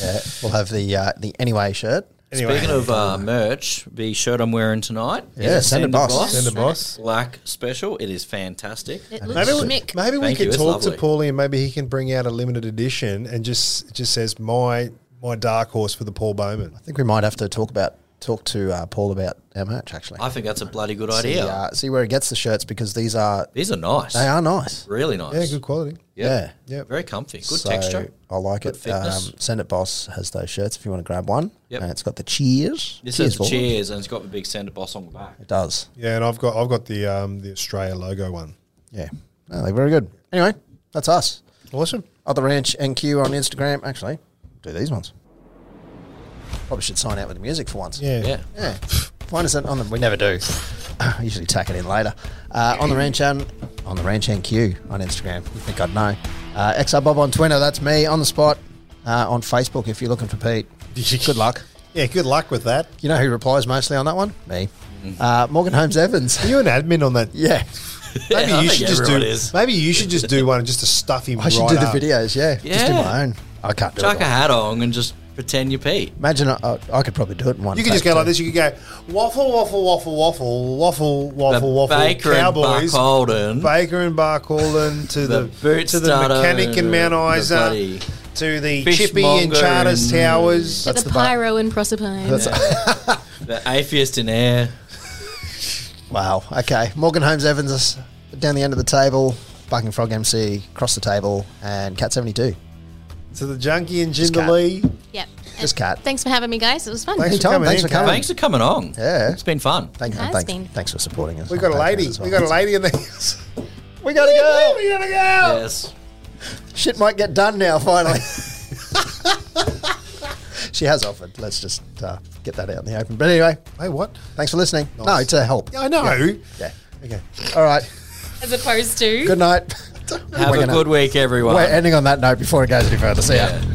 Speaker 2: Yeah, we'll have the uh, the anyway shirt.
Speaker 1: Anyway,
Speaker 3: Speaking of uh, merch, the shirt I'm wearing tonight.
Speaker 2: Yeah,
Speaker 3: is a
Speaker 2: send it, boss.
Speaker 1: send a boss.
Speaker 3: Black special. It is fantastic.
Speaker 4: it looks
Speaker 1: Maybe we,
Speaker 4: schmick.
Speaker 1: maybe we
Speaker 3: Thank you,
Speaker 1: could
Speaker 3: it's
Speaker 1: talk to Paulie
Speaker 3: lovely.
Speaker 1: and maybe he can bring out a limited edition and just it just says my my dark horse for the Paul Bowman.
Speaker 2: I think we might have to talk about talk to uh, Paul about our merch actually.
Speaker 3: I think that's a bloody good
Speaker 2: see,
Speaker 3: idea.
Speaker 2: uh, see where he gets the shirts because these are
Speaker 3: These are nice.
Speaker 2: they are nice.
Speaker 3: Really nice.
Speaker 1: Yeah, good quality.
Speaker 2: Yeah.
Speaker 1: Yeah.
Speaker 3: Very comfy. Good
Speaker 2: So,
Speaker 3: texture.
Speaker 2: I like
Speaker 3: Good
Speaker 2: it. Um,
Speaker 3: thickness.
Speaker 2: Send it Boss has those shirts if you want to grab one.
Speaker 3: Yep.
Speaker 2: And it's got the cheers.
Speaker 3: This
Speaker 2: cheers
Speaker 3: says
Speaker 2: board.
Speaker 3: cheers and it's got the big sender boss on the back.
Speaker 2: It does.
Speaker 1: Yeah, and I've got I've got the um the Australia logo one.
Speaker 2: Yeah. No, they're very good. Anyway, that's us.
Speaker 1: Awesome.
Speaker 2: Other Ranch NQ on Instagram. Actually, do these ones. Probably should sign out with the music for once.
Speaker 1: Yeah.
Speaker 3: Yeah.
Speaker 2: Yeah. Find us at- on the. We never do. I usually tack it in later. Uh, on the ranch on, on the ranch NQ on Instagram. You think I'd know? Uh, XR Bob on Twitter. That's me on the spot. Uh, on Facebook, if you're looking for Pete. Good luck.
Speaker 1: Yeah, good luck with that.
Speaker 2: You know who replies mostly on that one? Me. Uh, Morgan Holmes Evans.
Speaker 1: Are you an admin on that?
Speaker 2: yeah.
Speaker 1: Maybe
Speaker 3: I
Speaker 1: you
Speaker 3: think
Speaker 1: should just do
Speaker 3: everyone is.
Speaker 1: maybe you should just do one just to stuff him.
Speaker 2: I should
Speaker 1: right
Speaker 2: do the
Speaker 1: up.
Speaker 2: videos. Yeah. Just do
Speaker 3: Yeah.
Speaker 2: my own. I can't do
Speaker 3: Chuck
Speaker 2: it.
Speaker 3: a
Speaker 2: all.
Speaker 3: hat on and just pretend you're Pete.
Speaker 2: Imagine I, I, I could probably do it in one.
Speaker 1: You could just
Speaker 2: take,
Speaker 1: go like
Speaker 2: too.
Speaker 1: this. You could go waffle, waffle, waffle, waffle, waffle, waffle, waffle.
Speaker 3: Baker and
Speaker 1: Cowboys,
Speaker 3: Buck Holden.
Speaker 1: Baker and Barcolin to the,
Speaker 3: The boot
Speaker 1: to the
Speaker 3: starter
Speaker 1: mechanic and
Speaker 3: and
Speaker 1: Mount
Speaker 3: the
Speaker 1: Isa
Speaker 3: bloody
Speaker 1: to the
Speaker 3: fishmonger
Speaker 1: Chippy and Charters
Speaker 3: and-
Speaker 1: Towers.
Speaker 4: To
Speaker 2: That's
Speaker 4: the
Speaker 2: the bar-
Speaker 4: pyro and prosopine.
Speaker 3: the atheist in air.
Speaker 2: Wow. Okay. Morgan Holmes Evans is down the end of the table. Bucking Frog MC across the table, and Cat seventy two.
Speaker 1: To the Junkie and
Speaker 2: cat.
Speaker 1: Jinder Lee.
Speaker 4: Yep.
Speaker 2: Just cat.
Speaker 4: Thanks for having me, guys. It was fun.
Speaker 1: Thanks
Speaker 2: Hey,
Speaker 1: for
Speaker 2: Tom,
Speaker 1: coming
Speaker 2: thanks
Speaker 1: in,
Speaker 2: for coming.
Speaker 1: Kat.
Speaker 3: Thanks for coming on.
Speaker 2: Yeah.
Speaker 3: It's been fun.
Speaker 2: Thank,
Speaker 4: It has
Speaker 2: thanks,
Speaker 4: been.
Speaker 2: thanks for supporting us.
Speaker 1: We got a
Speaker 2: on Patreon
Speaker 1: lady.
Speaker 2: as well.
Speaker 1: We got a lady in the house.
Speaker 2: We gotta go.
Speaker 1: We gotta go.
Speaker 3: Yes.
Speaker 2: Shit might get done now. Finally. she has offered. Let's just uh, get that out in the open. But anyway,
Speaker 1: Hey, what?
Speaker 2: thanks for listening. No, to help.
Speaker 1: Yeah, I know.
Speaker 2: Yeah.
Speaker 1: Okay.
Speaker 2: All right.
Speaker 4: As opposed to.
Speaker 2: Good night.
Speaker 3: Have
Speaker 2: We're
Speaker 3: a
Speaker 2: gonna-
Speaker 3: good week, everyone.
Speaker 2: We're ending on that note before it goes any further. See ya.
Speaker 3: Yeah.